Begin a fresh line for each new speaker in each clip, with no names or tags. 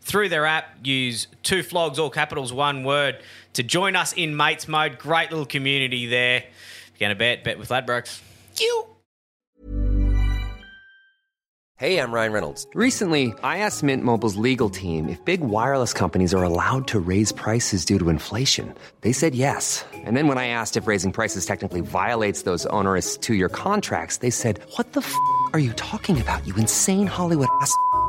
through their app. Use two flogs, all capitals, one word, to join us in Mates Mode. Great little community there. If you're going to bet, bet with Ladbrokes. You.
Hey, I'm Ryan Reynolds. Recently, I asked Mint Mobile's legal team if big wireless companies are allowed to raise prices due to inflation. They said yes. And then when I asked if raising prices technically violates those onerous two year contracts, they said, What the f are you talking about, you insane Hollywood ass? f-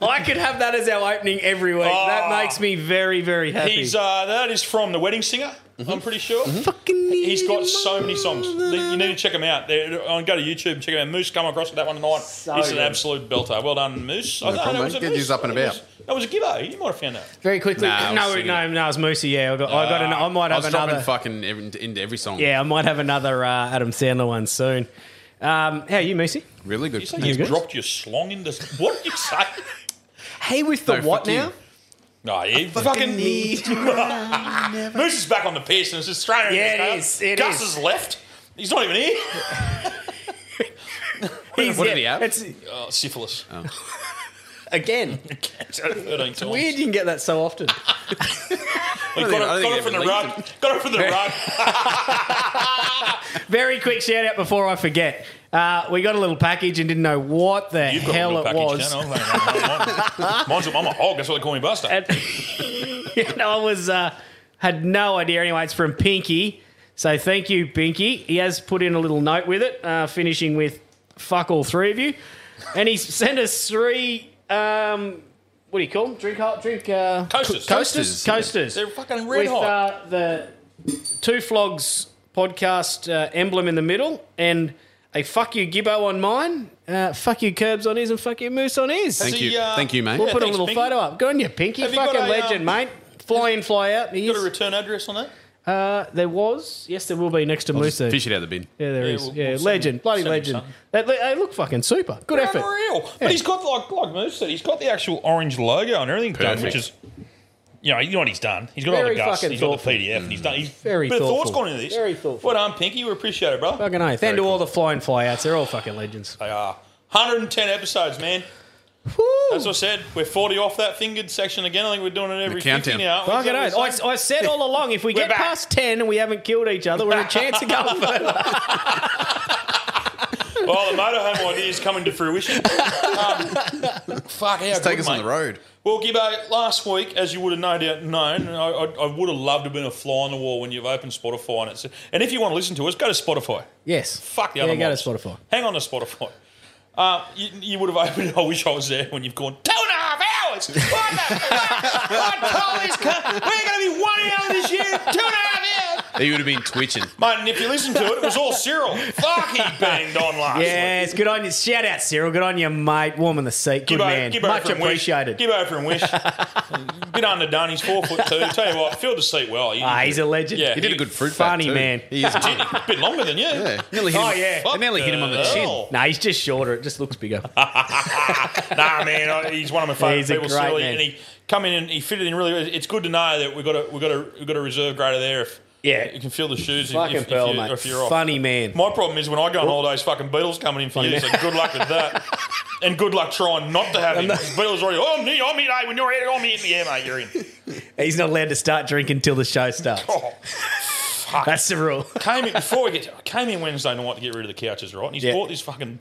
I could have that as our opening every week. that makes me very, very happy.
Ah. He's uh, that is from the Wedding Singer. I'm pretty sure.
Fucking
He's got so many songs. You need to check him out. There, I'll go to YouTube and check him out. Moose come across with that one tonight. He's an
good.
absolute belter. Well done, Moose. I-
problem,
that was
mate.
a
Get
Moose.
yous up and
That was-
about.
That was a gibbo. You might have found that.
Very quickly.
Nah, I
no,
was
no,
singing
no,
it.
it's Moosey. Yeah, I got, I got. An, I might
I
have
was
another.
dropping fucking every, into every song.
yeah, I might have another uh, Adam Sandler one soon. Um, how are you, Moosey?
really good.
You say you
good.
dropped your slong into. What did you say?
Hey, with the
No,
what
fuck you.
now?
No, you fucking. Moose is back on the piss and it's just straight over
Yeah,
his head.
it is. It
Gus
is.
has left. He's not even here.
He's,
what did he have?
It's
Oh, syphilis.
again.
13 times.
Weird, you can get that so often.
We got,
I don't
it, got
think- I
it from the
don't think they're
rug. Got it from the rug.
Very quick shout out before I forget. Uh, we got a little package and didn't know what the
You've got a
hell
little
it
package,
was.
Dan. Mine- Mine's, I'm a hog. That's why they call me Buster.
And- you know, I was uh, had no idea. Anyway, it's from Pinky. So thank you, Pinky. He has put in a little note with it, uh, finishing with "fuck all three of you," and he's sent us three. Um, what do you call them? Drink hot drink uh,
Coasters.
coasters,
Coasters, yeah.
coasters.
They're fucking red
with
hot.
uh, the two flogs podcast uh, emblem in the middle and. A fuck you Gibbo on mine, uh, fuck you Curbs on his, and fuck you Moose on his.
Thank
See,
you,
uh,
thank you, mate.
We'll
Yeah,
put
thanks,
a little
Pinky.
photo up. Good on you, Pinky.
Have you
Fucking
got a,
legend,
um,
mate. Fly in, fly out. He
Got a
is.
return address on that?
Uh, there was. Yes, there will be next to
I'll just
Musa.
fish it out of the bin.
Yeah, there
Yeah,
is.
we'll-
yeah,
we'll send
legend.
him-
Bloody
send him
legend.
something.
They, they- they look fucking super. Good effort.
Unreal.
Yeah.
But he's got like like Moose said, he's got the actual orange logo and everything done,
Perfect.
which is you know, you know what he's done. He's got all
Very
the guts.
fucking
He's got the
thoughtful.
PDF, and he's done. He's
Very
bit of thought's
thoughtful.
gone into this.
Very thoughtful.
Well done, Pinky. We appreciate it, bro.
Fucking oath. And to all the fly and fly outs, they're all fucking legends.
They are 110 episodes, man. As I said, we're 40 off that fingered section again. I think we're doing it every
countdown.
50 now. aren't we? Is
Fucking oath.
that what
I, I said all along, if we
We're
get
back.
past 10 and we haven't killed each other, we're a chance of going further.
you're saying? Well, the motorhome idea is coming to fruition. Um, fuck, how
Take
good,
us on
mate.
the road.
Well, Gibbo, last week, as you would have no doubt known, I, I, I would have loved to have been a fly on the wall when you've opened Spotify. And, it's, and if you want to listen to us, go to Spotify.
Yes.
Fuck the
yeah,
other
go to
mobs.
Spotify.
Hang on to Spotify. Uh, you, you would have opened. I wish I was there when you've gone two and a half hours. What the fuck? I
Oh,
told this cunt, we're going to be one hour this year, two and a half hours.
He would have been twitching.
Mate, and if you listen to it, it was all Cyril. Fuck, he banged on last week.
Yes, good on you. Shout out, Cyril. Good on you, mate. Warm in the seat. Good
Gibbo-
man.
Gibbo
Much
from Wish.
appreciated.
Give over and wish. Bit underdone. He's four foot two. Tell you what, filled the seat well. He-
Ah, he's a legend.
Yeah,
He did a good fruit fat
Funny
too.
man.
He is a
Gee, a bit longer than you.
yeah. Nearly hit
Oh,
him.
yeah.
I nearly hit him on the
Fuck
chin.
hell.
Nah, he's just shorter. It just looks bigger.
nah, man, I- he's one of my favourite
He's a
people.
great
Silly,
man.
and he come in and he fitted in really. well. It's good to know that we got a we got a we got a reserve grader there. If
Yeah.
you can feel the shoes. if-
Fucking
if, if,
pearl,
you,
mate.
if you're off.
Funny man.
My problem is when I go on holidays, fucking Beatles coming in for you. So good luck with that, and good luck trying not to have him. 'cause Beatles already. Oh, I'm here. I'm here. Hey, when you're here, I'm here. Yeah, mate, you're in.
He's not allowed to start drinking till the show starts.
Oh.
That's the rule.
Came in before we get. I came in Wednesday night to get rid of the couches, right? And he's
Yeah.
bought this fucking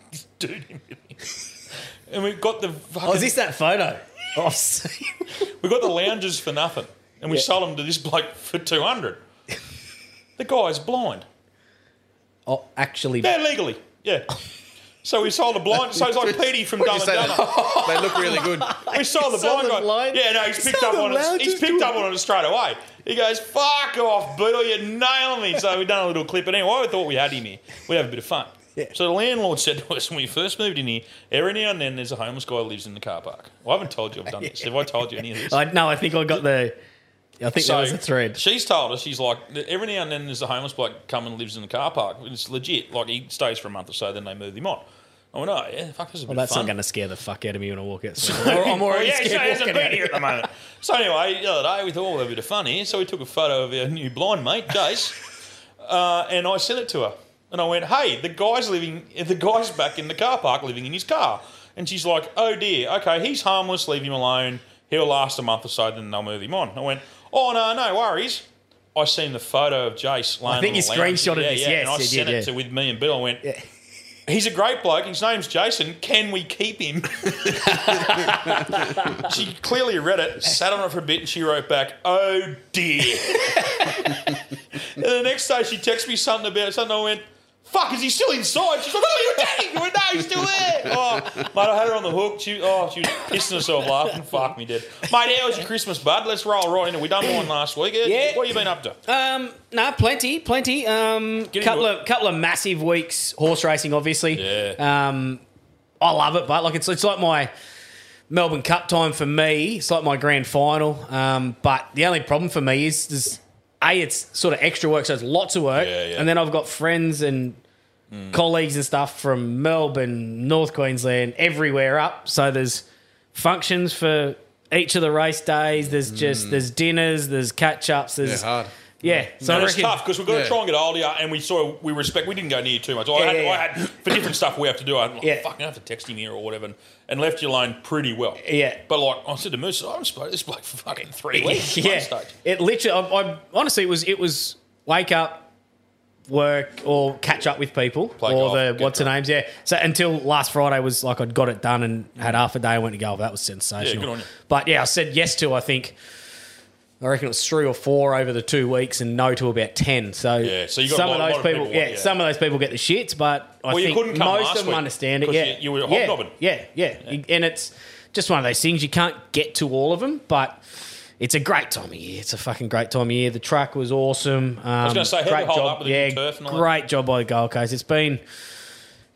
this dude in with him. And we got the fucking.
Oh, is this that photo? Oh, I've seen.
We got the lounges for nothing, and we
Yeah.
sold them to this bloke for two hundred. the guy's blind.
Oh, actually,
Yeah, legally. Yeah. So we sold a blind. So it's like Petey from Dumb
You
and
say
Dumber.
that- They look really good.
We sold the
Sold
blind guy.
the blind-
Yeah, no, he's picked
sold
up
the
on it. He's
lounges
picked
to-
up on it straight away. He goes, "Fuck off, Beetle! You nailed me." So we done a little clip, and anyway, I thought we had him here. We have a bit of fun.
Yeah.
So the landlord said to us when we first moved in here, every now and then there's a homeless guy who lives in the car park. Well, I haven't told you I've done this. Have I told you any of this?
I, no, I think I got the. I think that was a thread.
She's told us she's like that every now and then there's a homeless bloke come and lives in the car park. It's legit. Like he stays for a month or so, then they move him on. I went, oh yeah, fuck, this is a bit
Well, that's
fun.
not going to scare the fuck out of me when I walk out. I'm
Oh,
already
yeah, so he
scared
hasn't
walking
been
out
here at the moment. So anyway, the other day we thought we'll have a bit of fun here, so we took a photo of our new blind mate, Jace, uh, and I sent it to her. And I went, "Hey, the guy's living. The guy's back in the car park, living in his car." And she's like, "Oh dear. Okay, he's harmless. Leave him alone. He'll last a month or so, then they'll move him on." I went, "Oh no, no worries." I seen the photo of Jace. Laying
I think
on
you
the lounge.
screenshotted
yeah,
this.
Yeah,
Yes,
and I
you did,
sent it
yeah.
to with me and Bill. I went. He's a great bloke. His name's Jason. Can we keep him? she clearly read it, sat on it for a bit, and she wrote back, "Oh dear." and the next day, she texted me something about something. I went, "Fuck, is he still inside?" She's like, "Oh, you're dating?" I went, "No, he's still there." Oh, mate, I had her on the hook. She, oh, she was pissing herself laughing. Fuck me, dead. Mate, how was your Christmas, bud? Let's roll right into. We done one last week.
Yeah.
What you been up to?
Um, no, plenty, plenty. Um,
Get
couple
into
of couple of massive weeks horse racing, obviously.
Yeah.
Um, I love it, but like it's it's like my Melbourne Cup time for me. It's like my grand final. Um, but the only problem for me is, is a it's sort of extra work, so it's lots of work,
Yeah, yeah.
and then I've got friends and. Mm. Colleagues and stuff from Melbourne, North Queensland, everywhere up. So there's functions for each of the race days. There's just there's dinners, there's catch ups,
They're
there's
Mm. hard. Mm.
yeah, so
And
I
it's
reckon,
tough because we've got to
Yeah.
try and get older, and we saw we respect. We didn't go near too much. I,
Yeah,
had,
yeah,
I had for different stuff we have to do. I'm like,
Yeah.
fucking have to text him here or whatever, and, and left you alone pretty well.
Yeah.
but like I said to Moose, I haven't spoken to this bloke for fucking three weeks. at one
yeah,
stage.
it literally. I, I honestly it was it was wake up, work, or catch up with people, or
golf,
the
get
what's the names. Yeah, so until last Friday was like I'd got it done and had half a day. I went to golf. That was sensational.
good on you.
But yeah, I said yes to I think. I reckon it was three or four over the two weeks, and no to about ten. So
Yeah, so you got
some
a lot-
of
lot
those
of
people,
people,
yeah,
yeah.
some of those people get the shits, but I
Well, you
think
couldn't come
most
last
of them
week
understand it.
'cause
Yeah,
you- you were
yeah,
hobnobbing.
Yeah, yeah, and it's just one of those things you can't get to all of them, but it's a great time of year. It's a fucking great time of year. The track was awesome. Um, I
was gonna say, how'd it hold up with the new turf and all that?
great job by the Gold Coast. It's been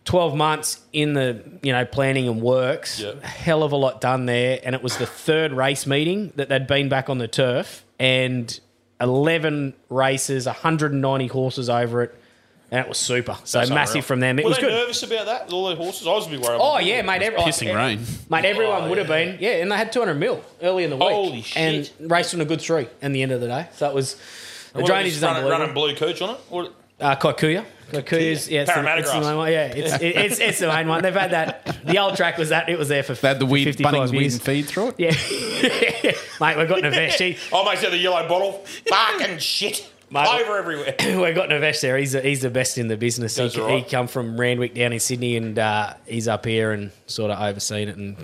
12 months in the you know planning and works
Yep.
hell of a lot done there and it was the third race meeting that they'd been back on the turf and 11 races 190 horses over it and it was super so
That's
massive
unreal.
from them it
Were
was
they
good
nervous about that? with All the horses, I was a bit worried.
Oh
about
yeah,
that.
mate. Every,
Pissing rain.
Mate, everyone
Oh,
would have been. Yeah, and they had 200 mil early in the week.
Holy shit.
And raced on a good three in the end of the day. So it was the
What,
drainage
just
is
running,
unbelievable.
running blue cooch on it. What,
Uh, Kaikuya. Kaikuya's, yeah, it's the,
Parramatta
it's the
grass.
main one. Yeah, it's, it- it's, it's the main one. They've had that. The old track was that. It was there for
They had the weird
55
Bunnings weed
years.
and feed through it.
Yeah. Mate, we've got Navesh. He,
oh, mate, see the yellow bottle. Fucking shit.
Mate,
Over everywhere.
we've got Navesh there. He's, he's the best in the business. He,
That's all right.
he come from Randwick down in Sydney and uh, he's up here and sort of overseen it. And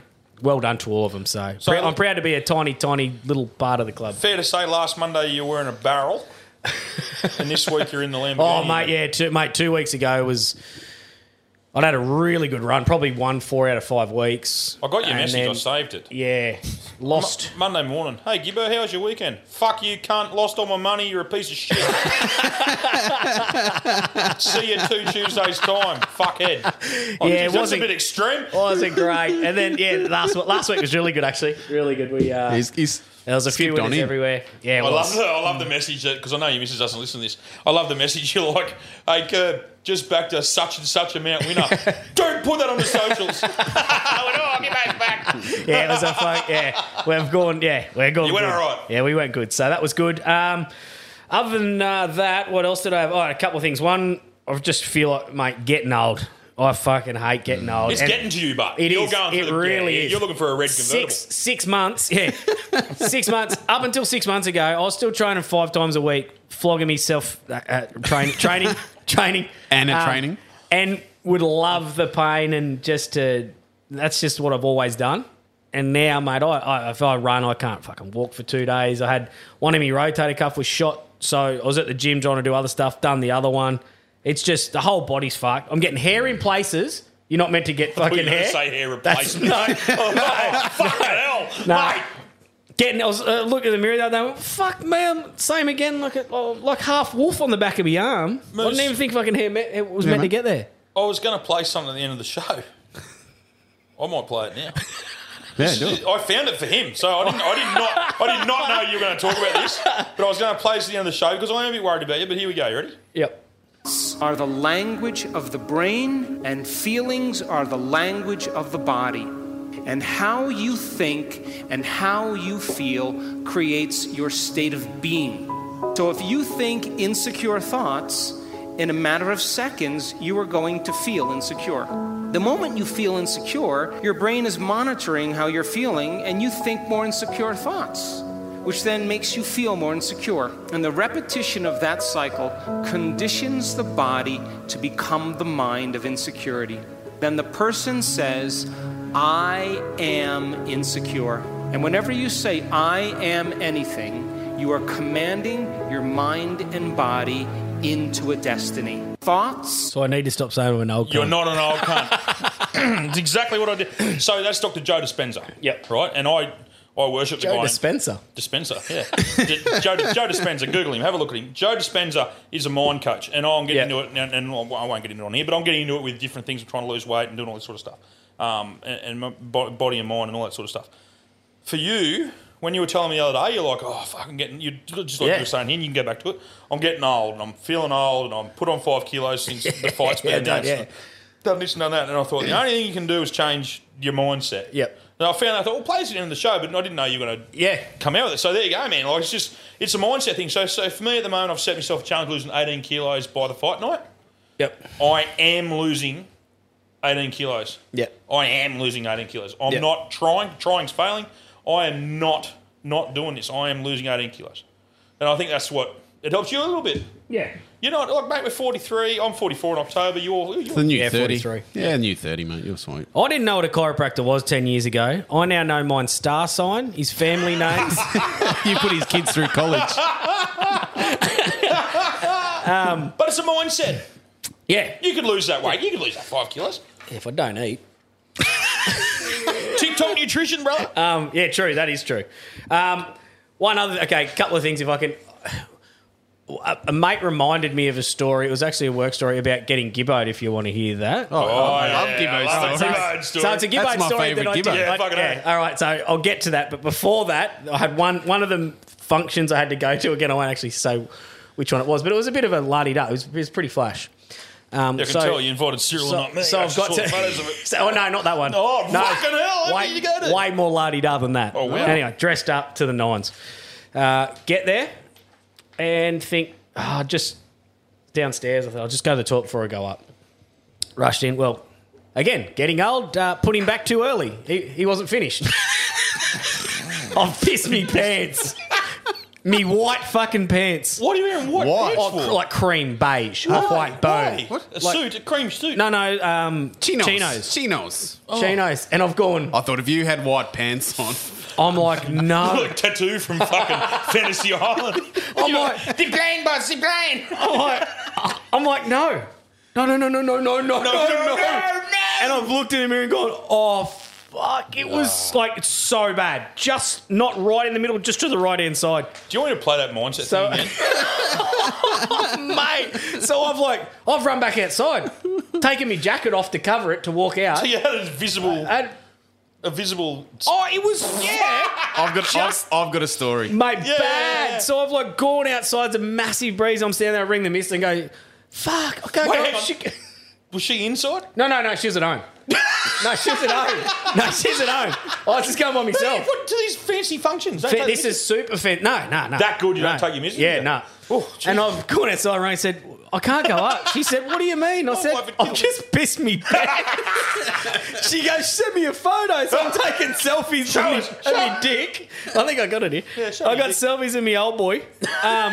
well done to all of them. So,
So-
I'm proud to be a tiny, tiny little part of the club.
Fair to say, last Monday you were in a barrel, and this week you're in the Lamborghini.
Oh, mate, yeah, two, mate. Two weeks ago was I'd had a really good run. Probably won four out of five weeks.
I got your
And
message. I
then-
saved it.
yeah, lost.
Monday morning. Hey, Gibbo, how was your weekend? Fuck you, cunt. Lost all my money. You're a piece of shit. See you two Tuesdays time. Fuckhead. Oh,
Yeah,
geez,
it
that's a
wasn't-
bit extreme.
Oh, was it great? And then yeah, last last week was really good actually. Really good. We uh,
He's, he's
there was a few
skipped on
winners
in.
everywhere. Yeah, it
I love
was.
the, I love the message that because I know your missus doesn't listen to this. I love the message you're like, hey Kerb, just back to such and such amount winner. Don't put that on the socials. I went, oh, I'll get back back.
Yeah, it was a fun. Yeah, we've gone. Yeah, we're going.
You went
good.
all right.
Yeah, we went good. So that was good. Um, other than uh, that, what else did I have? Oh, a couple of things. One, I just feel like mate, getting old. I fucking hate getting old.
It's
Oh, And-
getting to you, but
It
you're
is.
going.
It
for the,
really
yeah,
is.
You're looking for a red convertible.
Six six months, yeah, six months. Up until six months ago, I was still training five times a week, flogging myself, uh, uh, training, training, training, Uh,
And a training.
and would love the pain and just to. That's just what I've always done. And now, mate, I, I if I run, I can't fucking walk for two days. I had one of my rotator cuff was shot, so I was at the gym trying to do other stuff. Done the other one. It's just the whole body's fucked. I'm getting hair in places. You're not meant to get
We're
fucking
gonna
hair.
Oh, say hair
That's-
replacement.
no.
oh, no. Fucking hell.
No.
Mate.
Getting, I was uh, looking in the mirror the other day. and went, Fuck, man, same again. Like a, oh, like half wolf on the back of my arm. I
Moose.
didn't even think fucking hair me- it was meant to
mate.
get there.
I was going to play something at the end of the show. I might play it now.
Yeah, do it.
I found it for him, so I didn't. I did not. I did not know you were going to talk about this, but I was going to play this at the end of the show because I am a bit worried about you. But here we go. You ready?
Yep.
are the language of the brain, and feelings are the language of the body. And how you think and how you feel creates your state of being. So if you think insecure thoughts, in a matter of seconds, you are going to feel insecure. The moment you feel insecure, your brain is monitoring how you're feeling, and you think more insecure thoughts which then makes you feel more insecure. And the repetition of that cycle conditions the body to become the mind of insecurity. Then the person says, I am insecure. And whenever you say, I am anything, you are commanding your mind and body into a destiny. Thoughts
So I need to stop saying I'm an old.
You're
cunt.
not an old cunt. it's exactly what I did. So that's Dr. Joe Dispenza.
Yep.
Right, and I. I worship the
Joe
guy.
Dispenza.
Dispenser, yeah. D- Joe, Joe Dispenza, Google him, have a look at him. Joe Dispenza is a mind coach, and I'm getting
Yeah.
into it, and, and I won't get into it on here, but I'm getting into it with different things. I'm trying to lose weight and doing all this sort of stuff, um, and, and my bo- body and mind and all that sort of stuff. For you, when you were telling me the other day, you're like, oh, fucking getting, you just like
Yeah.
you were saying here, you can go back to it. I'm getting old, and I'm feeling old, and I'm put on five kilos since the fight's
Yeah,
been
done,
announced.
yeah.
Done this and done that, and I thought the only thing you can do is change your mindset.
Yep.
And I found out, I thought, well, play this at the end of the show, but I didn't know you were going to
Yeah.
come out with it. So there you go, man. Like it's just it's a mindset thing. So so for me at the moment, I've set myself a challenge of losing 18 kilos by the fight night.
Yep.
I am losing 18 kilos.
Yep.
I am losing 18 kilos. I'm
Yep.
not trying. Trying's failing. I am not not doing this. I am losing 18 kilos, and I think that's what it helps you a little bit.
Yeah.
You're not like mate. We're 43. I'm 44 in October. You're, you're
The new
Yeah,
30.
43.
Yeah, the new 30, mate. You're sweet.
I didn't know what a chiropractor was ten years ago. I now know mine star sign, his family names.
you put his kids through college.
Um, but it's a mindset.
yeah.
You could lose that weight. You could lose that five kilos.
If I don't eat.
TikTok nutrition, brother.
Um, yeah, true. That is true. Um, one other, okay, couple of things if I can. a, a mate reminded me of a story. It was actually a work story about getting gibboed. If you want to hear that,
Oh, I
yeah,
love
yeah,
Gibbo's
I love
story.
the Gibbon
So it's a Gibbo
That's my
story
favourite
that I
Gibbo.
did.
Yeah,
I-
fucking
yeah,
A.
all right, so I'll get to that. But before that, I had one one of the functions I had to go to. Again, I won't actually say which one it was, but it was a bit of a la di da. It was, it was pretty flash. Um,
I can
so,
tell you invited Cyril
so,
and not me.
so
I
I've
just
got
saw
to.
the photos of it.
so, oh no, not that one.
Oh,
no,
fucking hell, how
Way,
did you go to-
way more la di da than that.
Oh, wow.
Anyway, dressed up to the nines. Uh, get there and think, oh, just downstairs. I thought I'll just go to the toilet before I go up. Rushed in. Well, again, getting old. Uh, put him back too early. He, he wasn't finished. I've pissed me pants. me white fucking pants.
What are you wearing white
What?
pants
Oh,
for?
like cream beige, half white bow.
Why? A suit, a cream suit. Oh.
No, no, um,
Chinos.
chinos,
Chinos.
chinos. And I've gone.
I thought if you had white pants on,
I'm like, no.
Like tattoo from fucking Fantasy Island.
I'm like, the plane, boss, the plane. I'm like, I'm like, no, no, no, no, no, no, no, no, no, no, no. And I've looked in the mirror and gone, oh. Fuck, it was like it's so bad. Just not right in the middle, just to the right hand side.
Do you want me to play that mindset
So-
thing again?
Mate. So I've like I've run back outside, taken my jacket off to cover it to walk out.
You had a visible,
And
a visible.
oh, it was yeah.
I've got I've, I've got a story.
mate,
Yeah.
bad. So I've like gone outside. It's a massive breeze. I'm standing there, I ring the mist, and go, "Fuck!" I can't
Wait,
go.
hang on.
She-
Was she inside?
no, no, no. She's at home. No, she's at home. No, she's at home. I was just going by
Hey,
myself.
what to these fancy functions? Don't
Fe-
take
This
the
is super fit. No, no, no.
That good you
no.
don't take your missus,
Yeah,
do you?
no.
Oh, Jesus.
and I've gone outside. Ray said, "I can't go up." She said, "What do you mean?" I said,
wife would
"I
kill
just pissed me." pants." she goes, "Send me a photo." So I'm taking selfies
Show
of
us,
me, of me dick. I think I got it here.
show
I
me
got
dick.
selfies of me old boy.
How
Um,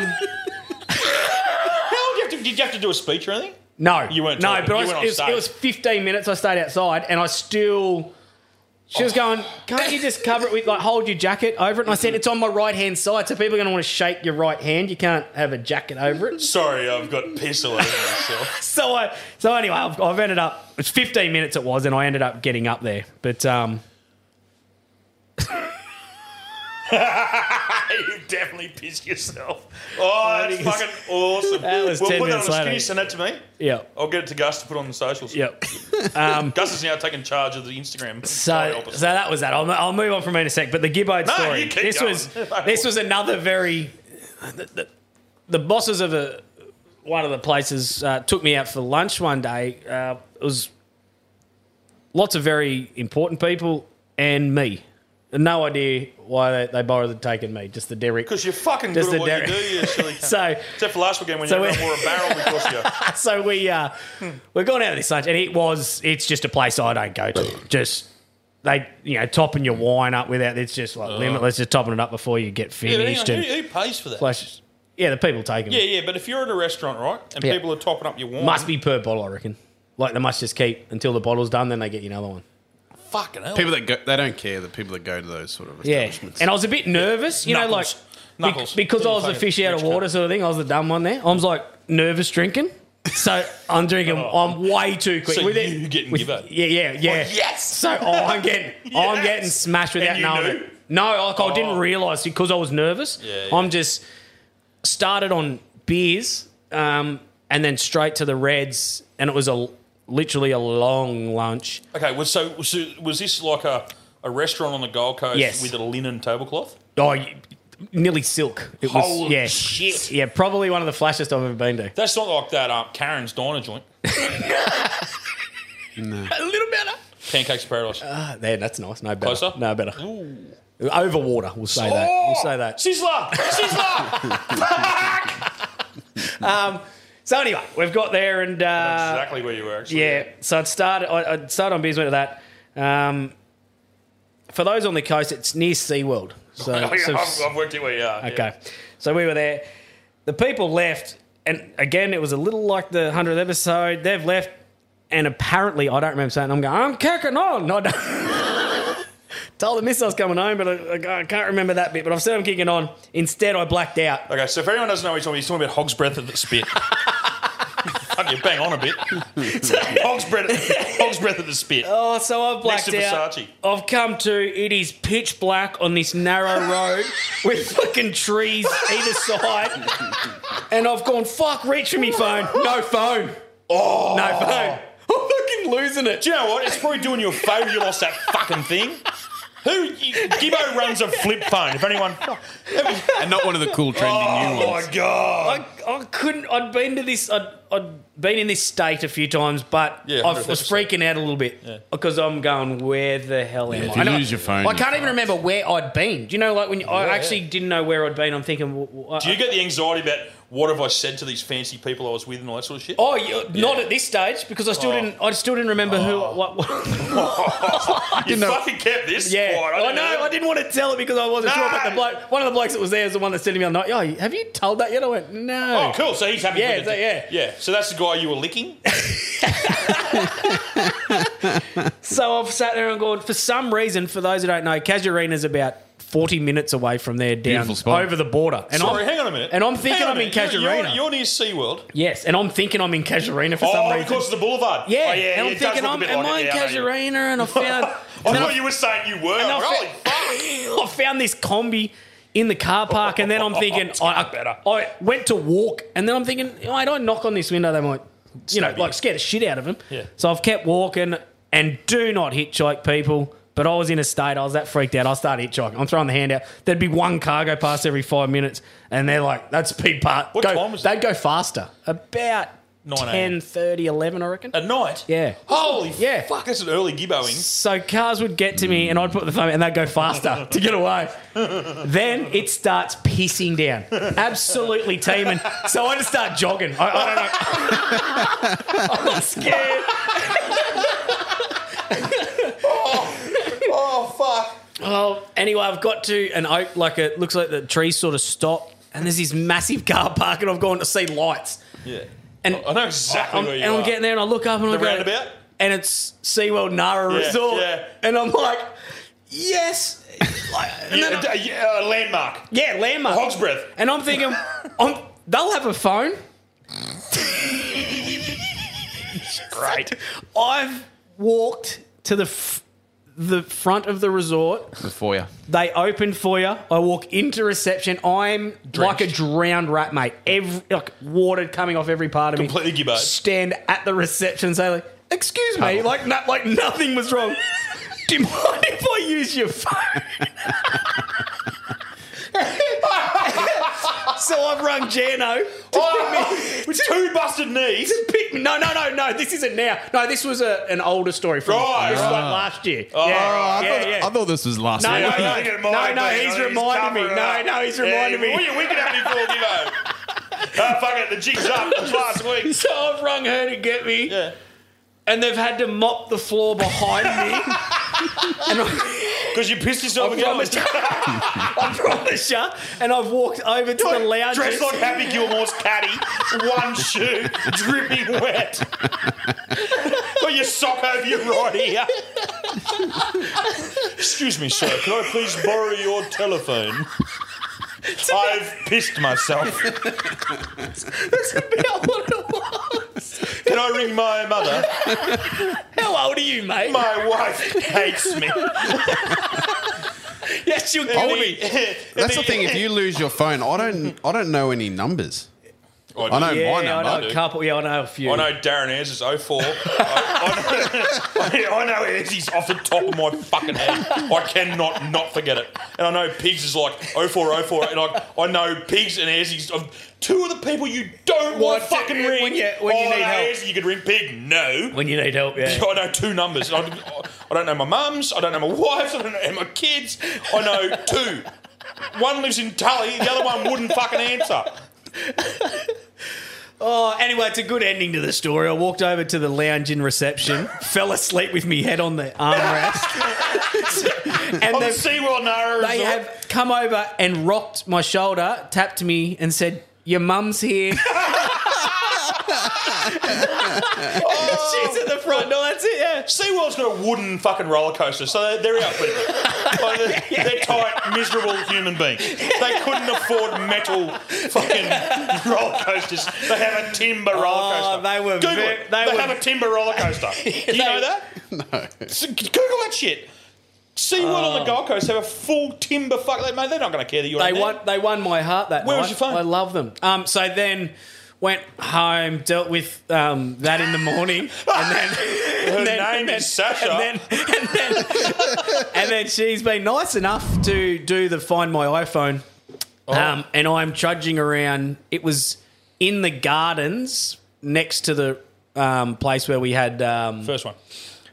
did you, have to, did you have to do a speech or anything?
No,
You weren't
No,
talking.
but
You
I was,
went on
it, was,
stage.
it was 15 minutes. I stayed outside, and I still. She
Oh.
was going, can't you just cover it with like hold your jacket over it? And I said, it's on my right hand side, so people are going to want to shake your right hand. You can't have a jacket over it.
Sorry, I've got piss all over myself.
So I, so anyway, I've, I've ended up. It's 15 minutes it was, and I ended up getting up there. But um,
you definitely pissed yourself. Oh, that's fucking awesome.
That was
we'll
10
put
minutes
that on a
later.
skinny, send that to me.
yeah,
I'll get it to Gus to put on the socials.
yeah.
Gus is now taking charge of the Instagram. Sorry,
So,
help us.
so that was that. I'll, I'll move on from in a sec. But the Gibbard
No,
story.
you keep
this
going.
was this was another very. The, the, the bosses of a one of the places uh, took me out for lunch one day. Uh, it was lots of very important people and me. No idea why they, they bothered and taken me. Just the Derrick.
Because you're fucking
Just
good at
the
what
dairy-
you do, you silly cunt.
So
Except for last weekend when
So
you
we-
everyone wore a barrel because you.
so we uh, we're going out of this lunch, and it was it's just a place I don't go to. Just they you know topping your wine up without it's just like limitless, just topping it up before you get
Oh. Yeah, but hang on,
finished and
who, who pays for that?
flashes. Yeah, the people taking
Yeah,
it
yeah, but if you're at a restaurant, right, and
Yeah.
people are topping up your wine,
must be per bottle, I reckon. Like they must just keep until the bottle's done, then they get you another one.
fucking hell.
People that go, they don't care. The people that go to those sort of
Yeah,
establishments.
and I was a bit nervous, you know, like
Knuckles. Knuckles.
bec- because I was the
Fucking
fish out of
rich cunt.
water sort of thing. I was the dumb one there. I was like nervous drinking, so I'm drinking. I'm way too quick.
Oh. So
With it-
you getting
with-
gibbered.
Yeah, yeah, yeah.
yes.
So oh, I'm getting, I'm
Yes.
getting smashed without
And you
knowing
knew?
it. No, like I didn't
Oh.
realise because I was nervous.
Yeah, yeah.
I'm just started on beers, um, and then straight to the Reds, and it was a literally a long lunch.
Okay, was so, so was this like a, a restaurant on the Gold Coast
Yes.
with a linen tablecloth?
Oh, y- nearly silk. It was,
Holy
yeah.
shit.
Yeah, probably one of the flashest I've ever been to.
That's not like that um, Karen's diner joint,
A little better.
Pancakes Paradise.
Ah, there, that's nice. No better.
Closer? Oh,
No better. Over water, we'll say that. We'll say that.
Sizzler, Sizzler.
Um, So anyway, we've got there and uh,
exactly where you were. Actually.
yeah. So it started. I, I started on beers. Went to that. Um, for those on the coast, it's near SeaWorld. So,
I've,
so-
Oh, I've worked it where you are.
Okay. So we were there. The people left, and again, it was a little like the 100th episode. They've left, and apparently, I don't remember saying, I'm going, I'm kicking on. I don't- Told the miss I was coming home, but I, I can't remember that bit. But I've said I'm kicking on. Instead, I blacked out.
Yeah. Okay, so if anyone doesn't know what he's talking about, he's talking about hog's breath at the spit. Fuck you, bang on a bit. hog's breath, hog's breath at the spit.
Oh, so I've
Next
blacked
to
out.
Versace.
I've come to it is pitch black on this narrow road with fucking trees either side. and I've gone, fuck, reach for me phone. No phone. Oh. No phone. I'm fucking losing it.
Do you know what? It's probably doing you a favour you lost that fucking thing. Who? You, Gibbo runs a flip phone. If anyone.
and not one of the cool trendy
Oh
new ones.
my god.
I, I couldn't. I'd been to this. I'd, I'd been in this state a few times, but
Yeah,
I was
100%.
freaking out a little bit because I'm going, where the hell am
Yeah, if
I?
you
And I-
lose your phone,
I
you're
can't even
fucked.
remember where I'd been. Do you know, like when I
Yeah.
actually didn't know where I'd been, I'm thinking, w- w-
Do you get the anxiety about what have I said to these fancy people I was with and all that sort of shit? Oh.
Oh, you not at this stage because I still didn't. I still didn't remember who. What, what,
you fucking kept this
yeah,
quiet.
I,
didn't
know. I didn't want to tell it because I wasn't
No.
sure. But the bloke, one of the blokes that was there, is the one that said to me on night, "Yo, have you told that yet?" I went, "No."
Oh, cool. So he's happy.
Yeah,
with it.
so- yeah.
yeah. So that's the guy you were licking.
So I've sat there and gone, for some reason, for those who don't know, Casuarina's about 40 minutes away from there down
Beautiful spot.
over the border. And
Sorry,
I'm,
hang on a minute.
And I'm
Hang
thinking
on a
I'm in
minute. You're- You're,
Casuarina.
you're near SeaWorld.
Yes, and I'm thinking I'm in Casuarina for some
Oh,
reason.
of course, the boulevard.
yeah,
oh, yeah
and I'm
it does
thinking,
look a
I'm,
bit
am
like
I
it.
in
Yeah, know.
Casuarina? And I found,
I
and
thought
I,
you were saying you were.
and I,
I'm like, Holy
I found this combi in the car park, and then I'm thinking, I, I, I went to walk, and then I'm thinking, why do I knock on this window? They might, you know, like scare the shit out of them.
Yeah.
So I've kept walking, and do not hitchhike people. But I was in a state, I was that freaked out. I started hitchhiking. I'm throwing the hand out. There'd be one car go past every five minutes, and they're like, that's Pete Part.
What
go,
time was it?
They'd go faster. About
9 a.m.
10, 30, 11, I reckon.
At night?
Yeah.
Holy
Yeah.
fuck, that's an early gibboing.
So cars would get to me, and I'd put the phone, and they'd go faster to get away. then it starts pissing down, absolutely teeming. So I just start jogging. I, I don't know. I'm scared.
Oh, fuck.
Well, anyway, I've got to an oak, like it looks like the trees sort of stop, and there's this massive car park, and I've gone to see lights.
Yeah.
And
I know exactly
I'm,
where you
and
are.
I'm getting there, and I look up, and I
The
go,
roundabout?
and it's SeaWorld Nara
Yeah,
Resort,
yeah.
and I'm like, yes, Like, and then
Yeah,
I-
d- yeah, uh, landmark.
Yeah, landmark.
Hog's breath.
And I'm thinking, I'm, they'll have a phone.
Great.
I've walked to the f- the front of the resort.
The foyer.
They open for you. I walk into reception. I'm like a drowned rat, mate. Every like water coming off every part of me.
Completely gibboed.
Stand at the reception, and say like, "Excuse me," like no, like nothing was wrong. Do you mind if I use your phone? so I've rung Jano. to
Oh, with two busted knees.
to pick me. No, no, no, no. This isn't now. No, this was a, an older story from
Right,
this was
right.
like last year.
Oh,
yeah,
right.
yeah,
I, thought,
yeah.
I thought this was last
no,
week.
no,
Yeah,
no,
you
no,
get
no,
mine, mate.
he's
No,
reminded me.
covering
No,
up.
no, he's
Yeah,
reminded me.
We, we can have you full gibbo. Ah, fuck it, the jig's up. It was last week.
So I've rung her to get me,
Yeah.
and they've had to mop the floor behind me. and I,
Because you pissed yourself
I
again.
promise you, I promise you, and I've walked over to the lounge.
Dressed like Happy Gilmore's caddy, one shoe, dripping wet. Got your sock over your right ear. Excuse me, sir. Can I please borrow your telephone? I've pissed myself.
That's about what it was.
Can I ring my mother?
How old are you, mate?
My wife hates me.
yes, you'll
And
kill me.
the-
That's the thing. If you lose your phone, I don't. I don't know any numbers. I know
Yeah,
my
I
number.
know a couple. Yeah, I know a few.
I know Darren Ayres is 04. I, I know, I know Ayres is off the top of my fucking head. I cannot not forget it. And I know Pigs is like 04, 04. And I, I know Pigs and Ayres is of two of the people you don't want to
What,
fucking
when
ring.
you- when you
oh,
need
no,
help.
Ayres, you could ring Pig. No.
when you need help. Yeah.
I know two numbers. I, I don't know my mum's. I don't know my wife's. I don't know my kids. I know two. One lives in Tully. The other one wouldn't fucking answer.
Oh, anyway, it's a good ending to the story. I walked over to the lounge in reception, fell asleep with me head on the armrest, and
On the
they,
SeaWorld Nara
they
Resort.
have come over and rocked my shoulder, tapped me, and said, "Your mum's here."
Oh.
She's at the front door. That's it. Yeah.
SeaWorld's got a wooden fucking roller coaster, so they're, they're out for it. Like, they're, they're tight, miserable human beings. They couldn't afford metal fucking roller coasters. They have a timber roller
Oh,
coaster.
they were
Google
ve-
it.
they
They,
were-
have a timber roller coaster. Do you
They-
know that? No. Google that shit. SeaWorld on
Oh.
the Gold Coast have a full timber fuck. They, mate, they're not going to care that you're
They
in
won. They won my heart that
Where
night.
was your phone?
I love them. Um, so then went home, dealt with um, that in the morning, and then
Her name is Sasha.
And then, and then, and then she's been nice enough to do the find my iPhone,
Oh.
um, and I'm trudging around. It was in the gardens next to the um, place where we had um,
first one,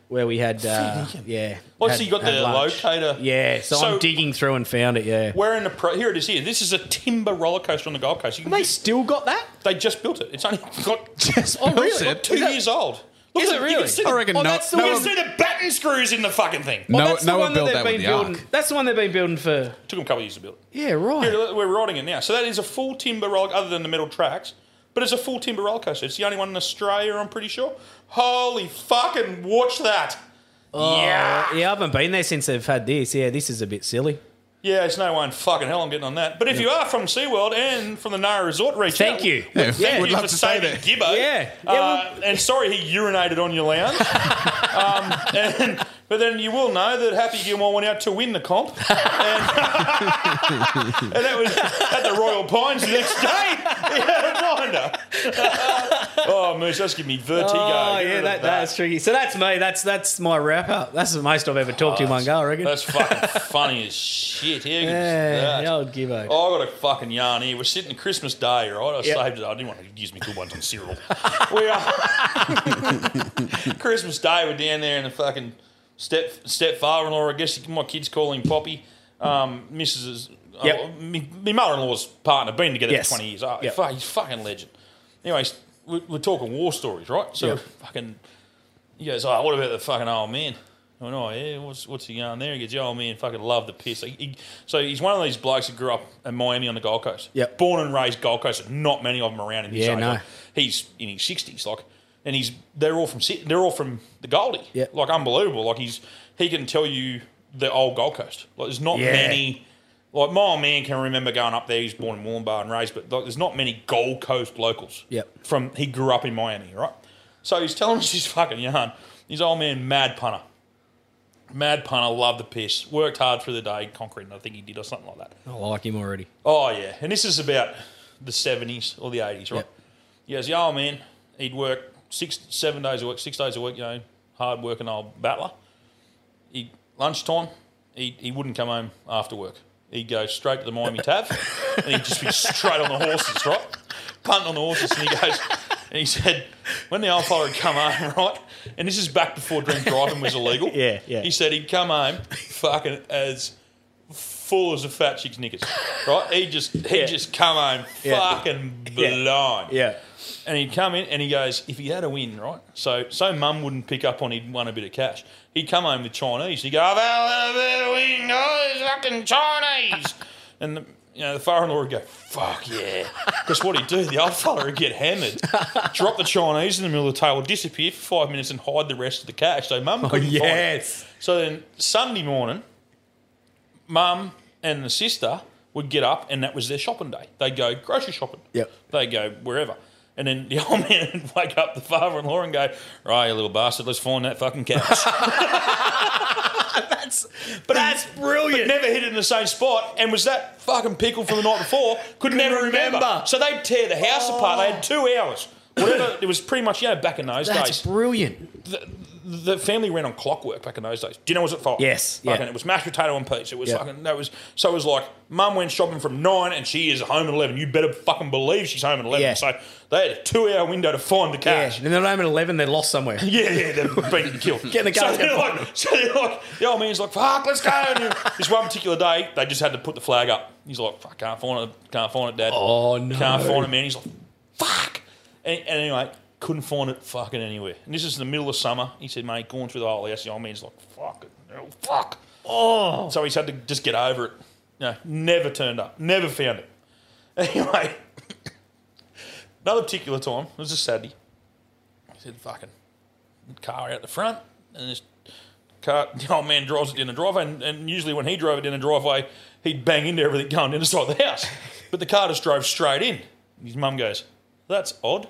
where we had uh, yeah.
Oh,
had-
so you got
had
the
lunch.
locator.
Yeah, so,
So-
I'm digging through and found it. Yeah.
We're in the pro- here it is here. This is a timber roller coaster on the Gold Coast. You can
They still got that?
They just built it. It's only got
Just
oh,
built
really?
it?
Got two
Is that-
years old. Look
Is
at
it
you
really?
can see
I
the-
reckon
Oh,
no,
that's the
no
You
one-
can see the batten screws in the fucking thing.
No-
that's
no one
the one that
built
they've
that with
been
the
building.
arc.
That's the one they've been building for.
Took them a couple of years to build it.
Yeah, right.
Here, look, we're riding it now. So that is a full timber roller, other than the metal tracks, but it's a full timber roller coaster. It's the only one in Australia, I'm pretty sure. Holy fucking watch that! yeah,
Oh, Yeah, I haven't been there since they've had this. Yeah, this is a bit silly.
yeah. It's no one fucking hell. I'm getting on that. But if you are from SeaWorld and from the Nara Resort region,
Thank you.
Yeah,
Thank
would
you
love
for
to say
saving
that.
Gibbo.
Yeah. Yeah,
Uh, and sorry he urinated on your lounge. um, and, but then you will know that Happy Gilmore went out to win the comp. And, and that was at the Royal Pines the next day. Yeah, reminder. oh, Moose, that's giving me vertigo.
Oh
Get rid
yeah,
of
that, that's tricky. So that's me. That's that's my wrap up. That's the most I've ever talked in one go. I reckon.
Oh, That's fucking funny as shit. Yeah,
yeah, the old Gibbo.
Oh, I got a fucking yarn here. We're sitting at Christmas Day, right? I
Yep.
saved it. I didn't want to use my good ones on Cyril. we are Christmas Day. We're down there, and the fucking step stepfather-in-law. I guess my kids call him Poppy. Um, Mrs.
Yep.
Oh, me, my mother-in-law's partner. Been together
Yes.
for twenty years. Oh,
Yep.
fuck, he's a fucking legend. Anyways, we, we're talking war stories, right? So
Yep.
fucking. He goes, oh, what about the fucking old man? I went, oh, yeah, what's, what's he going there? He goes, "Yeah, old man fucking love the piss. He- he- so he's one of these blokes that grew up in Miami on the Gold Coast.
Yep.
Born and raised Gold Coast. Not many of them around in his
Yeah,
age.
no.
Like, he's in his 60s, like, and he's they're all from Syd- they're all from the Goldie.
Yep.
Like, unbelievable. Like, he's he can tell you the old Gold Coast. Like, there's not
Yeah.
many. Like, my old man can remember going up there. He's born in Wollumbar and raised, but like, there's not many Gold Coast locals
Yep.
from he grew up in Miami, right? So he's telling us his fucking yarn. His old man, mad punter. Mad punter, loved the piss. Worked hard through the day, concreting, I think he did, or something like that.
I like him already.
Oh, yeah. And this is about the 70s or the 80s, right?
Yep.
He goes, yeah, old man, he'd work six, seven days a week, six days a week, you know, hard working old battler. He, lunchtime, he, he wouldn't come home after work. He'd go straight to the Miami Tav and he'd just be straight on the horses, right? Punting on the horses. And he goes, and he said, when the old fella would come home, right? And this is back before drink driving was illegal.
Yeah, yeah.
He said he'd come home fucking as full as a fat chick's knickers, right? He just, he'd
Yeah.
just come home
Yeah.
fucking
Yeah.
blown.
Yeah.
And he'd come in and he goes, if he had a win, right? So so mum wouldn't pick up on he'd won a bit of cash. He'd come home with Chinese. He'd go, I've had a bit of win, guys, fucking Chinese. and the, you know, the father-in-law would go, fuck yeah. Because what he'd do, the old fella would get hammered, drop the Chinese in the middle of the table, disappear for five minutes and hide the rest of the cash. So mum couldn't find it.
Oh, yes.
So then Sunday morning, mum and the sister would get up, and that was their shopping day. They'd go grocery shopping.
Yep.
They'd go wherever. And then the old man would wake up the father in law and go, Right, you little bastard, let's find that fucking couch.
That's but that's
but
brilliant.
never hit it in the same spot. And was that fucking pickle from the night before? Could never remember.
remember. Oh.
So they'd tear the house apart. They had two hours. Whatever, it was pretty much, you know, back in those
That's
days.
brilliant.
the family ran on clockwork back in those days. Dinner was at five.
Yes, yeah.
Fucking, It was mashed potato and peas. It was
Yeah.
fucking that was so it was like mum went shopping from nine and she is home at eleven. You better fucking believe she's home at eleven.
Yeah.
So they had a two hour window to find the
Yeah.
cash.
And then at eleven, they're lost somewhere.
Yeah, yeah, they've been killed.
Get in the car,
So
get
they're,
fired.
like, so they're like, the old man's like, fuck, let's go. And this one particular day, they just had to put the flag up. He's like, fuck, can't find it, can't find it, dad.
Oh, no.
Can't find it, man. He's like, fuck. And, and anyway, couldn't find it fucking anywhere. And this is in the middle of summer. He said, mate, going through the whole house. The old man's like, fuck it, no, fuck. Oh. So he's had to just get over it. No, never turned up, never found it. Anyway, another particular time, it was a Saturday. He said, fucking car out the front, and this car, the old man drives it down the driveway. And, and usually, when he drove it down the driveway, he'd bang into everything going down the side of the house. But the car just drove straight in. His mum goes, That's odd.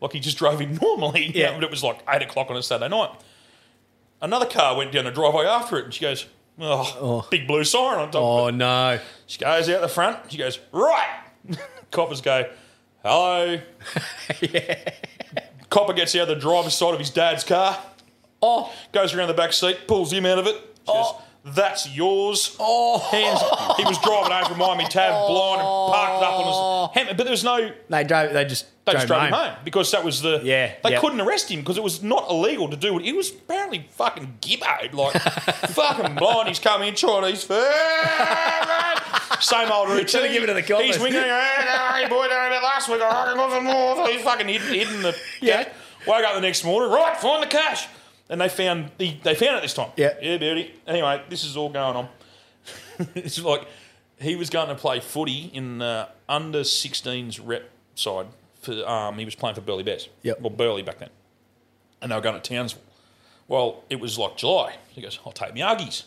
Like he just drove in normally, you know,
Yeah.
but it was like eight o'clock on a Saturday night. Another car went down the driveway after it, and she goes, Oh, big blue sign on top.
Oh no!
She goes out the front. She goes right. Coppers go, hello. Copper gets out the driver's side of his dad's car.
Oh,
goes around the back seat, pulls him out of it. She goes, that's yours. Oh, hands. He was driving over Miami Tab, blind and parked up on his. Hem- But there was no.
They drove. They just.
They just drove him home because that was the. Yeah. They
yep.
couldn't arrest him because it was not illegal to do it. He was apparently fucking gibboed, like fucking blind. He's coming in Chinese food. Same old routine.
Should have given it to the coppers.
He's winking. Hey, boy, don't about last week. I reckon it wasn't more. He's fucking hidden, hidden the. Yeah. Woke up the next morning. Right, find the cash. And they found the, they found it this time. Yeah. Yeah, beauty. Anyway, this is all going on. it's like he was going to play footy in the under 16s rep side. For, um, he was playing for Burley Bears. Yep. Well, Burley back then. And they were going to Townsville. Well, it was like July. He goes, I'll take my Uggies.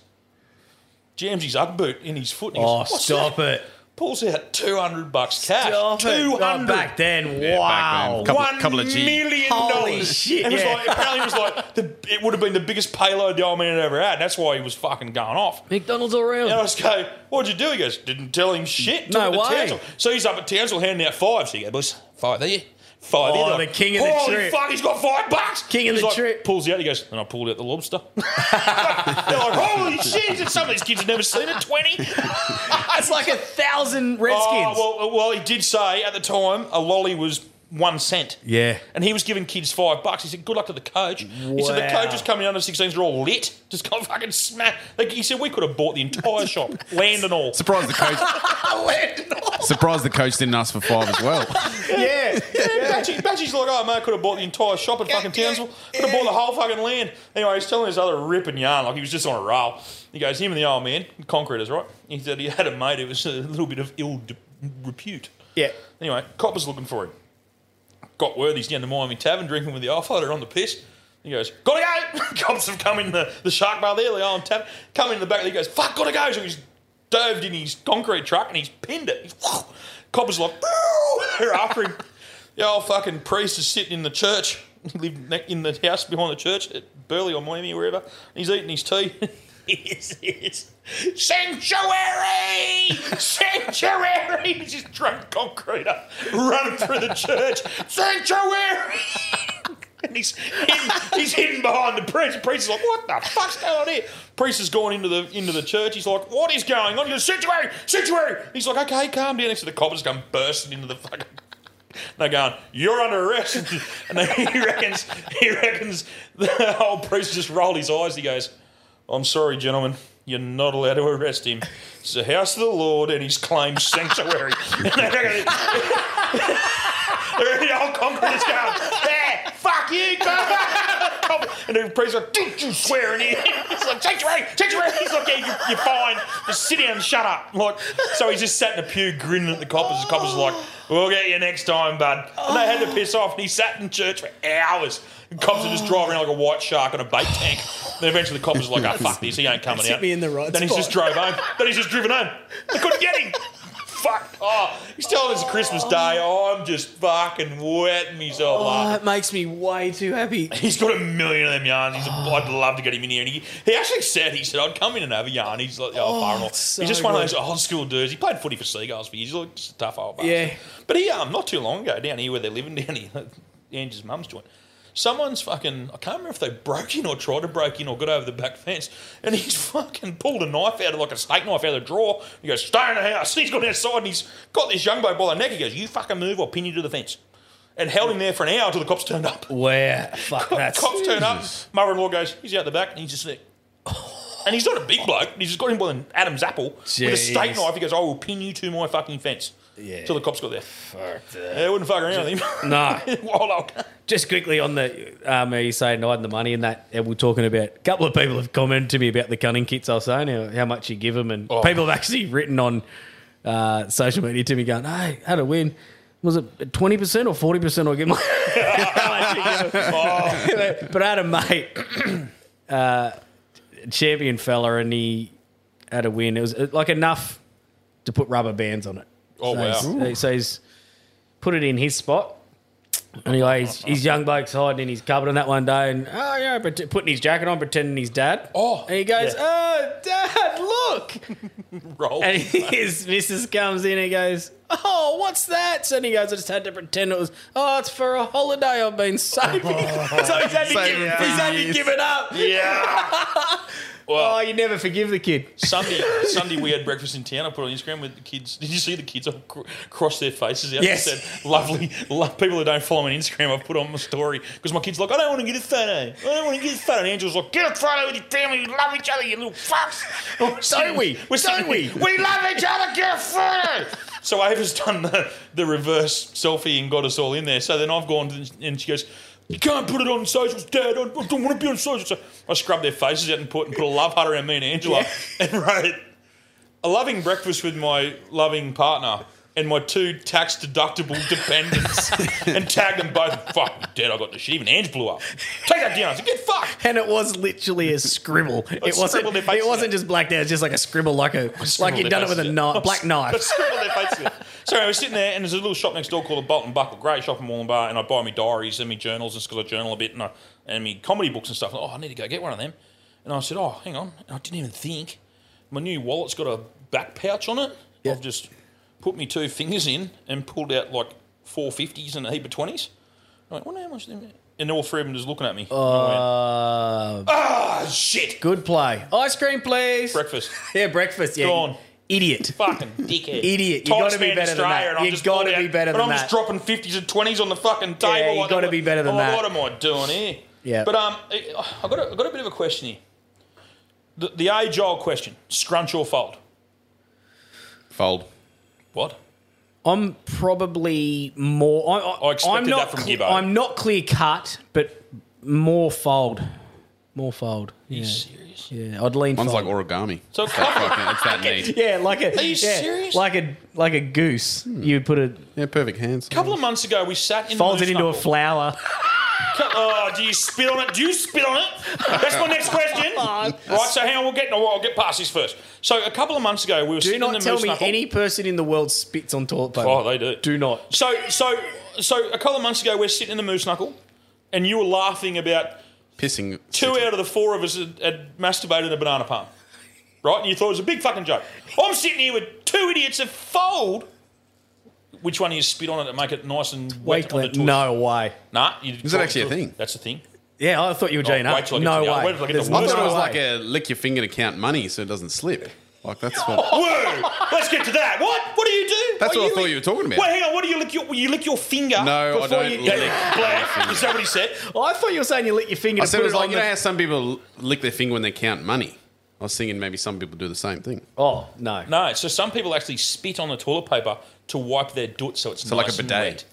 Jams his Ugg boot in his foot. And he
Oh,
goes, "What's
stop
that?"
it.
Pulls out 200 bucks cash.
Stop it.
200.
Oh, back then, Yeah, back then. wow.
Couple,
Couple-
One
couple of G.
million
Holy
dollars.
shit,
It was
yeah.
like, apparently it was like, the, it would have been the biggest payload the old man had ever had. That's why he was fucking going off.
McDonald's all around.
And I just go, what'd you do? He goes, didn't tell him shit. Took
No
him to
way.
Townsville. So he's up at Townsville handing out fives. He goes, boys, five there. Five
Oh,
there.
the
Like,
king of the
Holy
trip.
fuck, he's got five bucks.
King of
He's
the
like,
trip.
Pulls out, he goes, and I pulled out the lobster. They're like, holy shit, and some of these kids have never seen a 20. it's
like a thousand Redskins.
Oh, well, well, he did say at the time a lolly was one cent.
Yeah.
And he was giving kids five bucks. He said, "Good luck to the coach." He said the
Wow.
coaches coming under 16s are all lit, just got fucking smacked. Like, he said, we could have bought the entire shop, land and all.
Surprised the coach. Surprised the coach didn't ask for five as well.
Yeah, yeah. Batchy, Batchy's like, oh man, could have bought the entire shop in fucking Townsville. Could have bought the whole fucking land. Anyway, he's telling this other ripping yarn like he was just on a roll. He goes, him and the old man, concreters, right? He said he had a mate who was a little bit of ill de- repute.
Yeah.
Anyway, coppers looking for him. Got word he's down to Miami Tavern drinking with the offloader on the piss. He goes, gotta go. Cops have come in the, the shark bar there, the old tavern. Come in the back. He goes, fuck, gotta go. So he's dived in his concrete truck and he's pinned it. He's- Coppers like, "Boo!" they're after him. The old fucking priest is sitting in the church. He lived ne- in the house behind the church at Burley or Miami or wherever. And he's eating his tea. it's, it's sanctuary! Sanctuary! He's just drunk concrete up, running through the church. Sanctuary! and he's hidden, he's hidden behind the priest. The priest is like, "What the fuck's going on here?" Priest has gone into the into the church. He's like, "What is going on?" He goes, "Sanctuary, sanctuary." He's like, "Okay, calm down." Next to the coppers come bursting into the fucking. They're going, "You're under arrest," and then he reckons he reckons the old priest just rolled his eyes. He goes, "I'm sorry, gentlemen." You're not allowed to arrest him. It's the house of the Lord, and he's claimed sanctuary. And they reckon- the old concreters going, there, fuck you, go. And the priest like, did you swear in here? He's like, sanctuary, sanctuary. He's like, yeah, you, you're fine. Just sit down and shut up. Like, so he's just sat in a pew grinning at the coppers. The coppers are like, we'll get you next time, bud. And they had to piss off. And he sat in church for hours. And cops are just driving around like a white shark on a bait tank. Then eventually the coppers are like, oh, fuck this, he ain't coming
It's hit
out.
me in the right
Then he's just
spot.
drove home. Then he's just driven home. They couldn't get him. Fuck. Oh, he's telling us it's Christmas Day. Oh, I'm just fucking wetting myself
Oh,
up.
that makes me way too happy.
He's got a million of them yarns. He's a,
Oh.
I'd love to get him in here. And he, he actually said, he said, I'd come in and have a yarn. He's like, oh,
Oh,
far enough.
it's so
he's just one of
good.
those old school dudes. He played footy for Seagulls for years. He's like, just a tough old bastard.
Yeah.
But he, um, not too long ago, down here where they're living, down here, Andrew's mum's joint, someone's fucking, I can't remember if they broke in or tried to break in or got over the back fence, and he's fucking pulled a knife out of, like a steak knife out of the drawer. He goes, stay in the house. He's gone outside and he's got this young boy by the neck. He goes, you fucking move or pin you to the fence. And held him there for an hour till the cops turned up.
Wow, fuck that's
Cops turn up. Mother-in-law goes, he's out the back, and he's just there. And he's not a big bloke. He's just got him by an Adam's apple with a steak
Jeez.
knife. He goes, I will pin you to my fucking fence. Yeah. Till the cops got there. Fuck that. Yeah, wouldn't fuck around with him.
No.
Wild old cunt.
Just quickly on the um, you saying hiding the money and that, and we're talking about. A couple of people have commented to me about the cunning kits I was saying, how, how much you give them, and
Oh.
people have actually written on uh, social media to me going, "Hey, how to win? Was it twenty percent or forty percent? I'll give my." but I had a mate, uh, champion fella, and he had a win. It was uh, like enough to put rubber bands on it.
Oh,
so
wow.
He's, so he's put it in his spot, Anyway, he's, he's young bloke's hiding in his cupboard on that one day and, oh, yeah, pret- putting his jacket on, pretending he's dad. Oh. And he goes, oh, dad, look.
Roll.
And his missus comes in and goes, oh, what's that? So he goes, I just had to pretend it was, oh, it's for a holiday I've been saving. so he's had to,
Oh. Saving
give,
for
he's had to
years.
give it up.
Yeah. Well,
oh, you never forgive the kid.
Sunday, Sunday, we had breakfast in town. I put it on Instagram with the kids. Did you see the kids all cr- cross their faces out
Yes.
and said, "Lovely lo- people who don't follow me on Instagram." I've put on my story because my kids like, "I don't want to get a photo. I don't want to get a photo." And Angel's like, "Get a photo with your family. You love each other, you little fucks."
Don't we?
We're saying
Don't we?
We love each other. Get a photo. So Ava's done the, the reverse selfie and got us all in there. So then I've gone and she goes. You can't put it on socials, Dad. I I don't want to be on socials. So I scrubbed their faces out and put and put a love heart around me and Angela and wrote a loving breakfast with my loving partner and my two tax deductible dependents and tagged them both. Fuck, you dead. I got the shit. Even Ange blew up. Take that down. I said, Get fucked.
And it was literally a scribble.
I
It wasn't.
scribbled their faces
It wasn't just blacked out. It's just like a scribble, like a like you'd done it with a knife, black
I
knife.
scribbled their faces out. So I was sitting there, and there's a little shop next door called the Bolt and Buckle. Great shop in Wollumbar, and I buy me diaries and me journals, just because I journal a bit, and I, and me comedy books and stuff. oh, I need to go get one of them. And I said, oh, hang on. And I didn't even think. My new wallet's got a back pouch on it. I've just put me two fingers in and pulled out like four fifties and a heap of twenties. I went, wonder how much. Them and all three of them just looking at me.
Uh,
ah, shit.
Good play. Ice cream, please.
Breakfast.
Yeah, breakfast. Yeah.
Gone.
Idiot.
Fucking dickhead.
Idiot. You
Time
got to be
spent in
better than
Australia
that.
and I'm
You
just
got
pulled
to be
out-
better
but
than
I'm just
that.
dropping fifties and twenties on the fucking table.
Yeah, you
Like,
gotta be better than
I'm like,
that.
Oh, What am I doing here?
Yeah.
But um, I I got a, I got a bit of a question here. The, the age old question: scrunch or fold?
Fold.
What?
I'm probably more. I, I,
I expected
am not,
that from
cl-
Gibbo.
I'm not clear cut, but more fold. More fold.
Are you
Yeah.
serious?
Yeah, I'd lean.
One's
fold.
like origami.
So
it's that fucking, it's that neat.
Yeah, like a.
Are you
yeah,
serious?
Like a like a goose. You would put it.
Yeah, perfect hands.
A couple of months ago, we sat in
Folds
the
it into a flower.
Come- Oh, do you spit on it? Do you spit on it? That's my next question. right, so hang on, we'll get no, I'll get past this first. So a couple of months ago, we were
Do
sitting in
not
the
tell
Moose
me
Knuckle-
any person in the world spits on toilet paper.
Oh, they do.
Do not.
So, so, so a couple of months ago, we're sitting in the Moose Knuckle, and you were laughing about
Pissing.
two out of the four of us had, had masturbated a banana palm, right? And you thought it was a big fucking joke. I'm sitting here with two idiots that fold. Which one of you spit on it to make it nice and wet on the
Wakelet.
toilet?
No way.
Nah, you
Is it actually a thing?
That's a thing.
Yeah, I thought you were Gene
Oh,
up.
wait till I get
no
to the-
way.
wait till I get to
There's
the
I
no
thought it was
way.
like a lick your finger to count money so it doesn't slip. Like that's what.
Whoa! Let's get to that. What? What do you do?
That's
Are
what I thought you were talking about.
Wait, hang on. What do you lick your? You lick your finger?
No, I
before
don't
You,
lick
Blair, is that what he said?
I thought you were saying you lick your finger.
I
to
said
put
it was
it
like
on
you
the-
know how some people lick their finger when they count money. I was thinking maybe some people do the same thing.
Oh no.
No. So some people actually spit on the toilet paper to wipe their doot, so it's
So like
nice
a
And
bidet.
wet.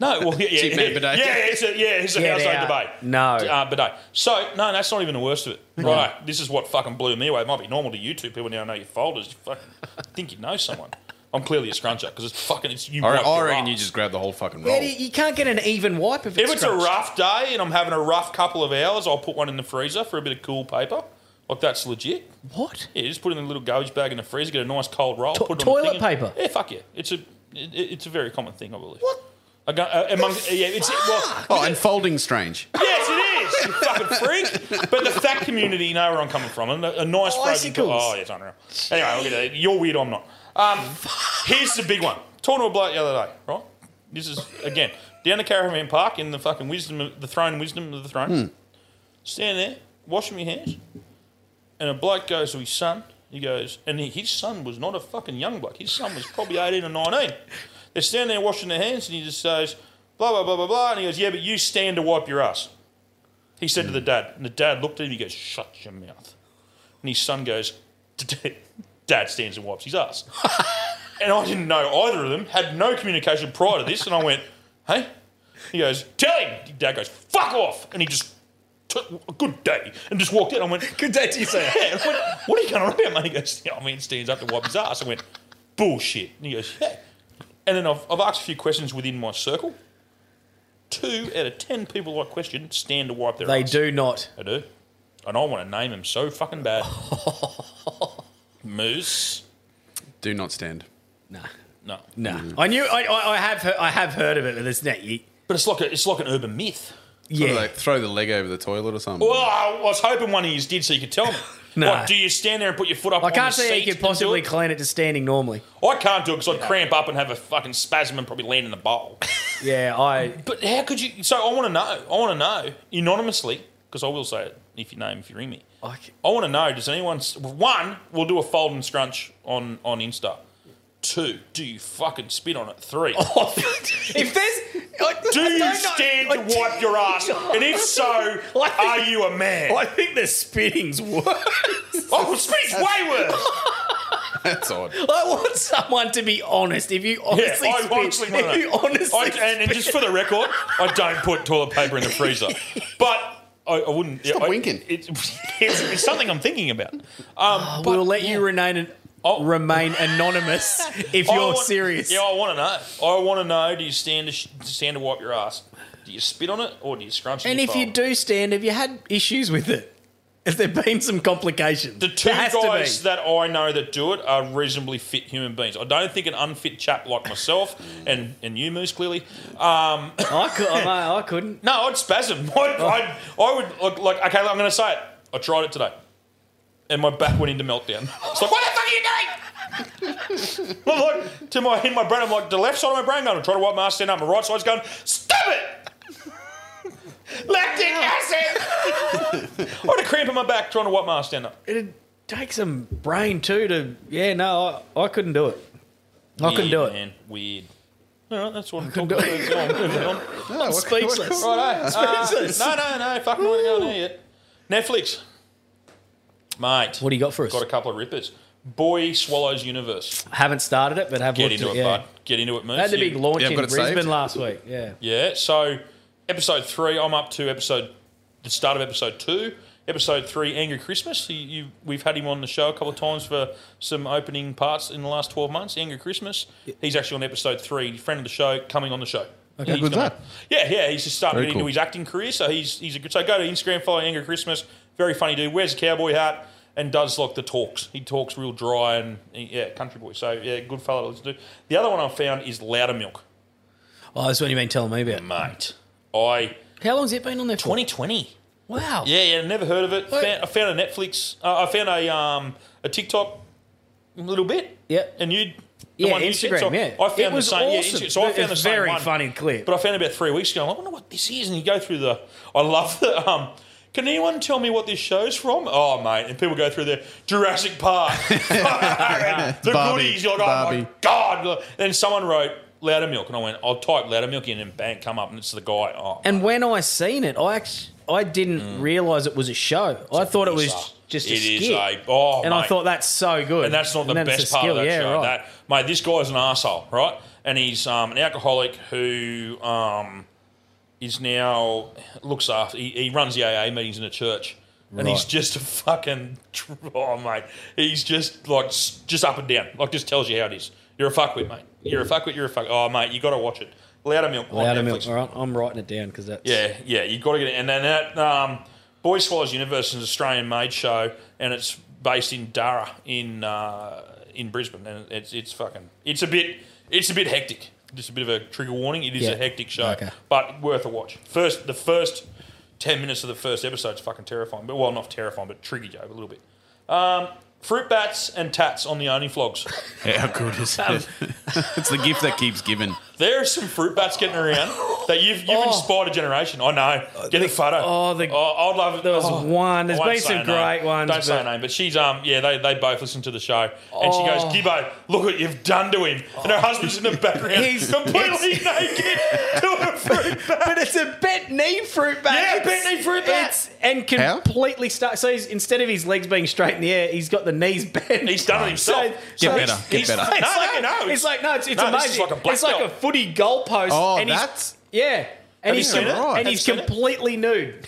No, well, yeah, yeah,
Cheap
yeah,
man bidet.
yeah, it's a, yeah, it's a
Get
household
out.
debate.
No.
uh, bidet. So no, that's not even the worst of it. Right, this is what fucking blew me away. It might be normal to you two people now know your folders. You fucking think you know someone. I'm clearly a scruncher because it's fucking it's you.
I, re-
wipe your
I reckon
arse.
you just grab the whole fucking roll.
Yeah, you, you can't get an even wipe if it's,
If it's
scrunched.
a rough day and I'm having a rough couple of hours, I'll put one in the freezer for a bit of cool paper. Like that's legit.
What?
Yeah, just put it in a little garbage bag in the freezer, get a nice cold roll.
To-
put it on the
toilet
thing and-
paper?
yeah, fuck yeah. It's a it, it- it's a very common thing, I believe. What? I go, uh, among yeah, it's well,
Oh, and folding strange.
yes, it is. You fucking freak. But the fat community know where I'm coming from, and a, a nice frozen.
Icicles.
Oh, yeah, it's unreal. Anyway, I'll get it. you're weird. I'm not. Um, here's the big one. Talking to a bloke the other day, right? This is again down the Caravan Park in the fucking wisdom, of the throne, wisdom of the throne. Standing there, washing my hands, and a bloke goes to his son. He goes, and he- his son was not a fucking young bloke. His son was probably 18 or 19. They're standing there washing their hands, and he just says, blah, blah, blah, blah, blah. And he goes, yeah, but you stand to wipe your ass. He said to the dad, and the dad looked at him, he goes, shut your mouth. And his son goes, "D- dad stands and wipes his ass. and I didn't know either of them, had no communication prior to this, and I went, hey? He goes, tell him. Dad goes, fuck off. And he just took a good day and just walked out. I went,
Good day to you, sir.
yeah, what, what are you going on about, mate? He goes, yeah, I mean, stands up to wipe his ass. I went, bullshit. And he goes, yeah. And then I've, I've asked a few questions within my circle. Two out of ten people I questioned stand to wipe their
They
ass.
do not.
I do. And I want to name him so fucking bad. Moose.
Do not stand.
No.
No, I knew. I, I, I have. Heard, I have heard of it, but it's not. You,
But it's like a, it's like an urban myth.
Yeah. What do they throw the leg over the toilet or something?
Well, I was hoping one of you did so you could tell me.
No.
What, do you stand there and put your foot up?
I
on
can't
the
see how
seat
you could
and do
possibly
it?
clean it to standing normally.
I can't do it because I'd cramp up and have a fucking spasm and probably land in the bowl.
Yeah, I.
But how could you? So I want to know. I want to know anonymously because I will say it if you name if you ring me. I, want to know. Does anyone? s- One, we'll do a fold and scrunch on on Insta. Two, do you fucking spit on it? Three,
Oh,
if there's,
do you stand to wipe your ass? And if so, are you a man?
I think the spitting's worse.
oh, spitting's way worse.
That's odd.
I want someone to be honest. If you honestly
I
spit,
honestly wanna
if you
know.
honestly
I- and, and just for the record, I don't put toilet paper in the freezer, but I, I wouldn't. Stop winking. It's, it's, it's something I'm thinking about. Um, but-
Oh,
Oh.
we'll let you remain an, remain anonymous if
I
you're
want-
serious.
Yeah, I want to know. I want to know. Do you stand to sh- stand to wipe your ass? Do you spit on it or do you scrunch? it
and
in
if
your
you do stand, have you had issues with it? Has there been some complications? The
Two guys that I know that do it are reasonably fit human beings. I don't think an unfit chap like myself and, and you, Moose, clearly. Um,
I, could, I, couldn't.
No, I'd spasm. I'd,
Oh.
I'd, I would, like, like okay, I'm going to say it. I tried it today. And my back went into meltdown. It's like, what the fuck are you doing? I'm like, to my, in my brain, I'm like, the left side of my brain going, I'm trying to wipe my ass down, my right side's going, stop it! Lactic acid! I had a cramp in my back trying to wipe my ass down.
It'd take some brain too to. Yeah, no, I, I couldn't do it. I couldn't do it.
Man, weird. All right, that's what I'm talking about. So I'm moving on.
No, I'm speechless.
Right, eh?
Speechless.
Uh, no, no, no. Fuck, I'm not going there yet. Netflix. Mate. What
do you got for us?
Got a couple of rippers. Boy Swallows Universe.
Haven't started it, but have
Get
looked
into
at
it,
it. yeah.
bud. Get into it, Moose.
They had the
You-
big launch in Brisbane last week. Yeah.
Yeah, so episode three, I'm up to episode the start of episode two. Episode three, Angry Christmas. You, you, we've had him on the show a couple of times for some opening parts in the last 12 months. Angry Christmas. He's actually on episode three, friend of the show, coming on the show.
Okay.
He's
How good's
gonna-
that?
Yeah, yeah, he's just starting
Very
to get into
cool.
his acting career. So he's he's a good. So go to Instagram, follow Angry Christmas. Very funny dude. Wears a cowboy hat and does like the talks. He talks real dry and yeah, country boy. So yeah, good fella to listen to. The other one I found is Louder Milk.
Oh, that's what you've been telling me about,
mate. I.
How long's it been on there? Twenty
twenty.
Wow.
Yeah, yeah, never heard of it. Found, I found a Netflix. Uh, I found a um, a TikTok little bit.
Yeah.
And you. The
Yeah,
one you said,
Instagram,
so
yeah.
I found
It was
the same. yeah,
awesome.
Insta- so I
It
found
was
the same
very
one,
funny clip.
But I found it about three weeks ago. I'm like, I wonder what this is. And you go through the. I love the. Um, can anyone tell me what this show's from? Oh, mate. And people go through their Jurassic Park. the
Barbie,
goodies. You're like, oh, my
Barbie.
God. Then someone wrote Louder Milk. And I went, I'll type Louder Milk in and bang, come up. And it's the guy. Oh,
And when I seen it, I act- I didn't
Mm.
realise it was a show. I thought it was just a
It is
skit.
a- oh,
and I
mate.
thought that's so good.
And that's not the
then it's
best
a
part of
skill,
that
yeah,
show.
Right.
That mate, this guy's an asshole, right? And he's um, an alcoholic who um, is now looks after. He, he runs the AA meetings in a church, and he's
Right.
just a fucking oh mate. He's just like s- just up and down. Like just tells you how it is. You're a fuckwit, mate. You're a fuckwit. You're a fuck. Oh mate, you got to watch it. Louder milk. on
Louder
Netflix.
milk. All right, I'm writing it down because that's
Yeah, yeah, you got to get it. And then that um, Boy Swallows Universe is an Australian-made show, and it's based in Darra in uh, in Brisbane, and it's it's fucking it's a bit it's a bit hectic. Just a bit of a trigger warning. It is
Yeah.
a hectic show,
Okay.
but worth a watch. First, the first ten minutes of the first episode is fucking terrifying. But well, not terrifying, but trigger you a little bit. Um, fruit bats and tats on the only flogs.
How good is that? it's the gift that keeps giving.
There are some fruit bats getting around that you've, you've
Oh.
inspired a generation. I know. Get the, photo. Oh, the, I'd love it. Oh. There
was one. There's been some great ones,
Don't say
but-
her name, but she's um yeah they, they both listen to the show and she goes
Oh.
Gibbo, look what you've done to him. And her husband's in the background,
He's-
completely
it's-
naked to a fruit bat.
But it's a bent knee fruit bat.
Yeah,
It's-
bent knee fruit bat.
it's- and completely stuck. So he's, instead of his legs being straight in the air, he's got the knees bent.
He's done it himself.
Get better, get
it's-
better.
It's
No,
like,
no, no,
It's, like no. It's, it's
no, this is
amazing.
like a black
it's like
belt.
a footy goalpost.
Oh,
and he's-
that's-
yeah.
Have
And
you
he's,
seen it?
com-
Have
and
you
he's
seen it?
completely nude.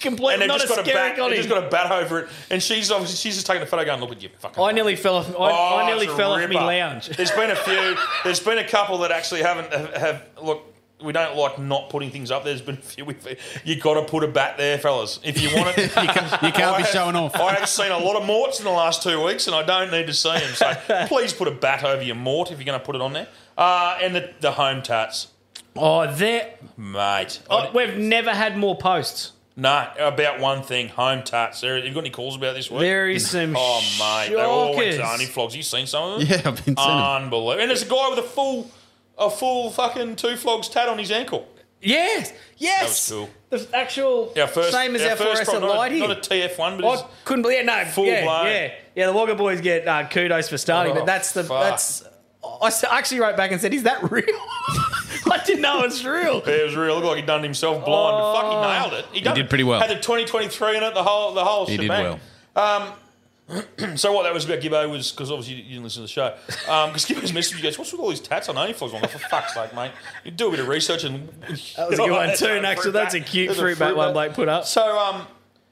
completely
And they've
not
just
a
got a
scary
bat.
on
They've
him.
just got a bat over it, and she's obviously she's just taking the photo, going, "Look at you, fucking."
I nearly fell off. I,
Oh,
I nearly
it's a
fell off my
ripper.
lounge.
There's been a few. There's been a couple that actually haven't have, have look. We don't like not putting things up. There's been a few. We've, you got to put a bat there, fellas. If you want it, you, can't,
you can't be showing off.
I have seen a lot of morts in the last two weeks, and I don't need to see them. So please put a bat over your mort if you're going to put it on there. Uh, and the, the home tats.
Oh, there,
mate.
oh, we've never had more posts.
No, about one thing, home tarts. There, you got any calls about this week?
There is some
Oh mate, they all went to
shockers.
Arnie Flogs. You seen some of them?
Yeah, I've been seeing 'em.
Unbelievable. And there's a guy with a full, a full fucking two flogs tat on his ankle.
Yes,
yes. That was cool.
The actual
Our first,
same as our,
first
fluorescent
prop,
light here.
not a, not a TF1, but
I
it's
couldn't believe it. No,
full
yeah,
blown.
Yeah, yeah. The Wagga boys get uh, kudos for starting,
Oh,
but that's the
fuck.
that's. I s- actually wrote back and said, "Is that real?" I didn't know it's real.
Yeah, it was real. It looked like he'd done himself blind,
Oh.
but fuck, he nailed it.
He
done
did
it.
pretty well.
Had the 2023 in it, the whole, the whole
He did
shebang. Um, so what that was about Gibbo was because obviously you didn't listen to the show. Because Gibbo's message, he goes, "What's with all these tats on Onlyflogs?" I'm like, "For fuck's sake, mate! You do a bit of research and."
That was a good one too, and actually, that's a cute
There's
fruit bat one Blake put up.
So, um,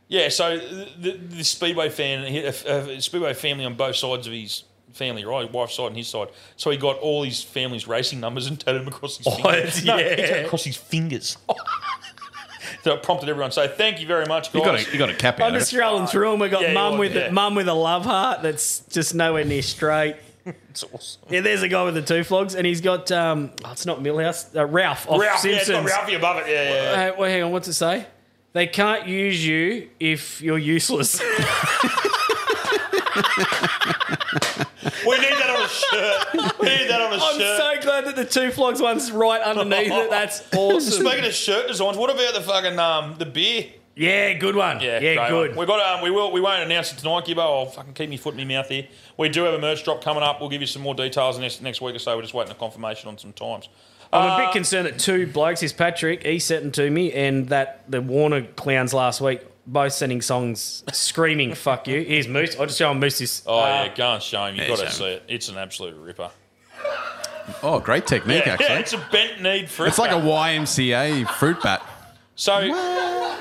yeah, so the, the Speedway fan, he- a, a Speedway family on both sides of his family, right? His wife's side and his side. So he got all his family's racing numbers and tatted them across his
Oh,
fingers. No, he
yeah.
tatted across his fingers. so it prompted everyone to say, thank you very much, guys.
You got a, you got a cap out.
I'm just scrolling through, and we got
Yeah, you
mum
are,
with
yeah.
mum with a love heart that's just nowhere near straight.
It's awesome.
Yeah, there's a guy with the two flogs, and he's got um, oh, it's not Millhouse, uh, Ralph off
Ralph, yeah, it's
Simpsons.
got Ralphie above it. Yeah, yeah, yeah.
Uh, well, hang on, what's it say? They can't use you if you're useless.
we need that on a shirt. We need that on a
I'm
shirt.
so glad that the two flogs one's right underneath it. That's awesome.
Speaking of shirt designs, what about the fucking um the beer?
Yeah, good one.
Yeah,
Yeah,
great
good.
one. We got um, we will we won't announce it tonight, Gibbo. I'll fucking keep my foot in my mouth here. We do have a merch drop coming up. We'll give you some more details next next week or so. We're just waiting for confirmation on some times.
I'm a
Uh,
bit concerned that two blokes, is Patrick, he sent them to me, and that the Warner clowns last week, both sending songs screaming, fuck you. Here's Moose. I'll just show him Moose this.
Oh
uh,
yeah, go and show him. You've
yeah,
got to
show
see it. It's an absolute ripper.
Oh, great technique,
yeah,
actually.
yeah, it's a bent need for
it's like a YMCA fruit bat.
So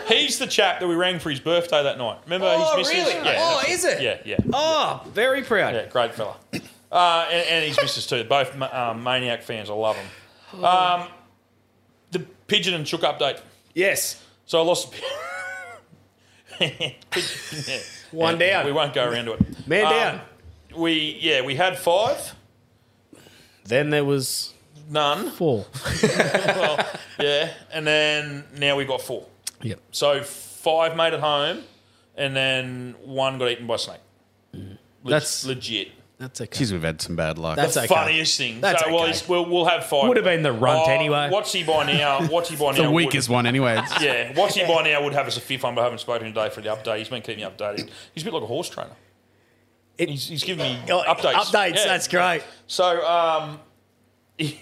he's the chap that we rang for his birthday that night. Remember
Oh,
his missus?
really? Oh,
that's
is it?
Yeah, yeah.
Oh, very proud.
Yeah, great fella. Uh, and, and his missus too. Both ma- um, maniac fans. I love them. Um, the pigeon and chook update.
Yes.
So I lost. One down. We won't go around to it.
Man
Um,
down.
We yeah we had five.
Then there was
none.
Four.
well, yeah, and then now we've got four.
Yep.
So five made at home, and then one got eaten by a snake. Leg-
That's-
legit.
That's okay.
Jeez, we've had some bad luck.
the funniest thing. so well, he's- we'll, we'll have five.
Would have been the runt
Oh,
anyway.
What's he by now? What's he by
It's
now?
the
would-
weakest one, anyway. It's-
Yeah, what's he by now would have as a fifth one, but I haven't spoken today for the update. He's been keeping me updated. He's a bit like a horse trainer. he's, he's giving me updates.
Oh, updates, that's great.
So um, he,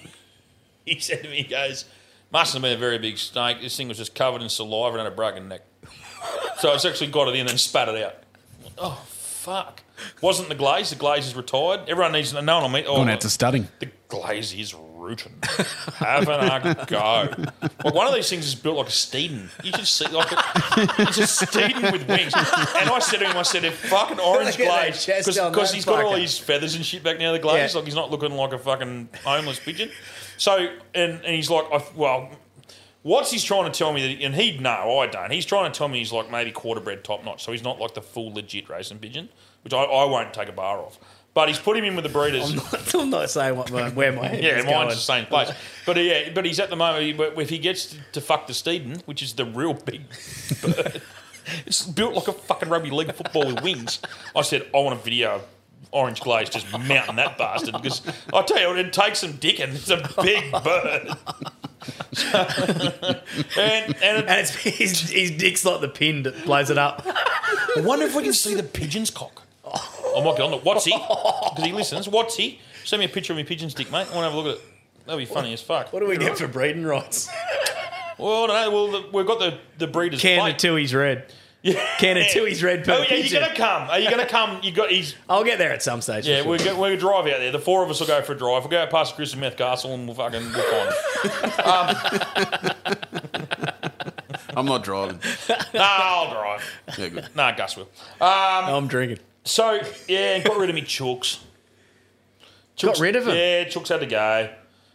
he said to me, he goes, must have been a very big snake. This thing was just covered in saliva and had a broken neck. so it's actually got it in and spat it out. Oh, fuck. Wasn't the glaze. The glaze is retired. Everyone needs to know. and I mean, oh,
Gone out to studying.
the glaze is rooting. Having a go. Well, one of these things is built like a Steeden. You should see, like, a, it's a Steeden with wings. And I said to him, I said, if fucking orange
Look at that
glaze,
chest on
because
that
he's got all
fucker.
his feathers and shit back now, the glaze, like he's not looking like a fucking homeless pigeon. So, and, and he's like, I, well, What's he's trying to tell me that, and he'd know, I don't. He's trying to tell me he's like maybe quarter bred top notch, so he's not like the full legit racing pigeon, which I, I won't take a bar off. But he's put him in with the breeders.
I'm not saying what my, where my head
yeah,
is
mine's
going.
the same place. But uh, yeah, but he's at the moment. he- but If he gets to, to fuck the Steeden, which is the real big bird, it's built like a fucking rugby league football with wings. I said, I want a video. of Orange glaze just mounting that bastard because I tell you, what, it takes some dicking. It's a big bird. and and,
it's, his, his dick's like the pin that blows it up.
I wonder if we can see the pigeon's cock. I might get on to What's he? Because he listens. What's he? Send me a picture of my pigeon's dick, mate. I want to have a look at it. That'd be funny as fuck.
What do we get for breeding rights?
Well, no, well, the, we've got the, the breeder's
Can
plate.
until he's red. Yeah. Can until he's red per
Oh, yeah,
pigeon.
you're going to come. Are you going to come? You got, he's,
I'll get there at some stage.
yeah,
for
we're
sure.
going to drive out there. The four of us will go for a drive. We'll go out past Chris and Meth Castle and we'll fucking, we'll find it.
I'm not driving.
nah, I'll drive.
Yeah, good.
Nah, Gus will. Um,
I'm drinking.
So yeah, and got rid of me chooks.
Got rid of 'em?
Yeah, chooks had to go.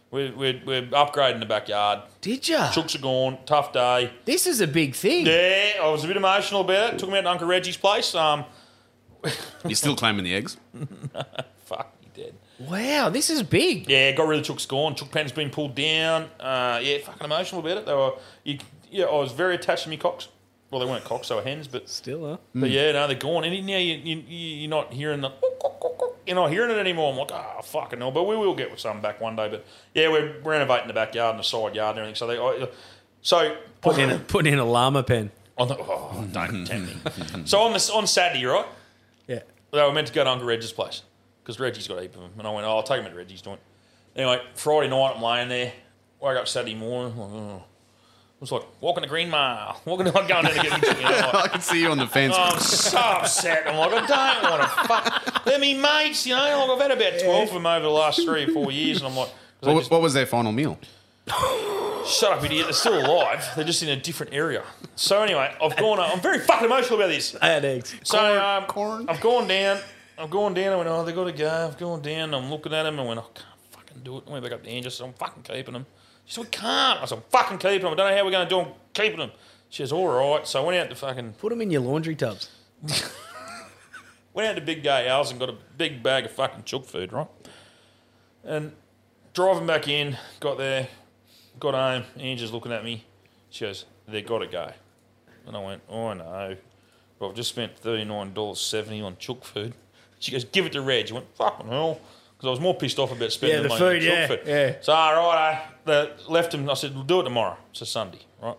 We're, we're, we're upgrading the backyard.
Did ya?
Chooks are gone. Tough day.
This is a big thing.
Yeah, I was a bit emotional about it. Took me out to Uncle Reggie's place. Um,
You're still claiming the eggs.
fuck, you did.
Wow, this is big.
Yeah, got really took scorn. Took pen's been pulled down. Uh, yeah, fucking emotional about it. They were, you, yeah, I was very attached to me cocks. Well, they weren't cocks, they were hens, but
still are.
But
Mm.
yeah, no, they're gone. And now you, you, you're not hearing the. You're not hearing it anymore. I'm like, ah, fucking hell. But we will get some back one day. But yeah, we're renovating the backyard and the side yard and everything. So they, I, so
Putting in a, putting in a llama pen.
On the, oh, don't tempt me. So on the, on Saturday, right?
Yeah.
They were meant to go to Uncle Reggie's place because Reggie's got a heap of them. And I went, oh, I'll take them to Reggie's joint. Anyway, Friday night, I'm laying there. Wake up Saturday morning. Like, oh. It was like walking to Green Mile. Walking to like, going down to get chicken. I'm
I
like,
can see you on the fence.
Oh, I'm so upset. I'm like, I don't want to fuck. They're me mates, you know. Like, I've had about 12 of them over the last three or four years. And I'm like, 'cause
What, wa- what was their final meal?
Shut up, idiot. They're still alive. They're just in a different area. So anyway, I've gone. I'm very fucking emotional about this. I
had eggs.
So um, I've gone down. I've gone down. I went, oh, they got to go. I've gone down. I'm looking at them and went, oh, I can't fucking do it. I went back up to Angie. I said, I'm fucking keeping them. She said, we can't. I said, I'm fucking keeping them. I don't know how we're going to do them. Keeping them. She says, all right. So I went out to fucking
Put them in your laundry tubs.
went out to Big Gay Al's and got a big bag of fucking chook food, right? And driving back in, got there, got home. Angie's looking at me. She goes, "They got to go," and I went, "Oh no, but I've just spent thirty nine dollars seventy on chook food." She goes, "Give it to Reg." I went, "Fucking hell." Because I was more pissed off about spending
Yeah, the
money on
food,
chook
yeah,
food.
yeah.
So, all right, I the, left him. I said, we'll do it tomorrow. So Sunday, right?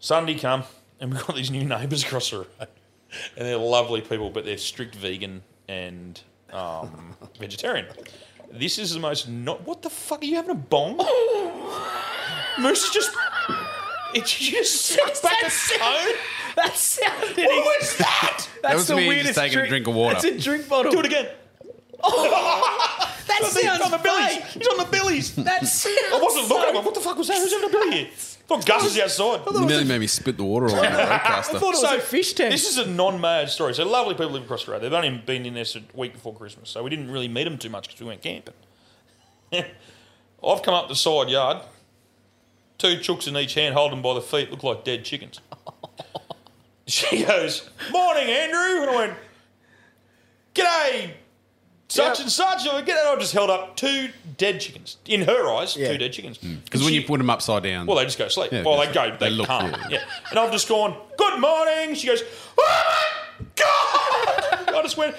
Sunday come, and we've got these new neighbours across the road. And they're lovely people, but they're strict vegan and um, vegetarian. This is the most not. What the fuck? Are you having a bong? Moose is just. It just set back a phone.
That sounded.
What was that?
That's
was
the
me just
weirdest
taking a
drink.
drink of water.
That's a drink bottle.
Do it again.
Oh, that
He's on the-
sounds
he's on the billies.
fake.
He's on the billies.
That sounds.
I wasn't looking. I'm like, what the fuck was that? Who's having a billy here? I thought Gus was outside.
You nearly made me spit the water all over the roadcaster.
So, This is a non-mad story. So lovely people live across the road. They've only been in there a week before Christmas, so we didn't really meet them too much because we went camping. I've come up the side yard, two chooks in each hand, holding by the feet, look like dead chickens. she goes, "Morning, Andrew," and I went, "G'day." Such and such, I went, "G'day." I just held up two dead chickens. In her eyes, two dead chickens.
Because Hmm. when you put them upside down,
Well, they just go to sleep.
Yeah,
well,
they
they
just-
go, they,
they look,
calm.
yeah.
Yeah. And I've just gone, good morning. She goes, oh my God. I just went,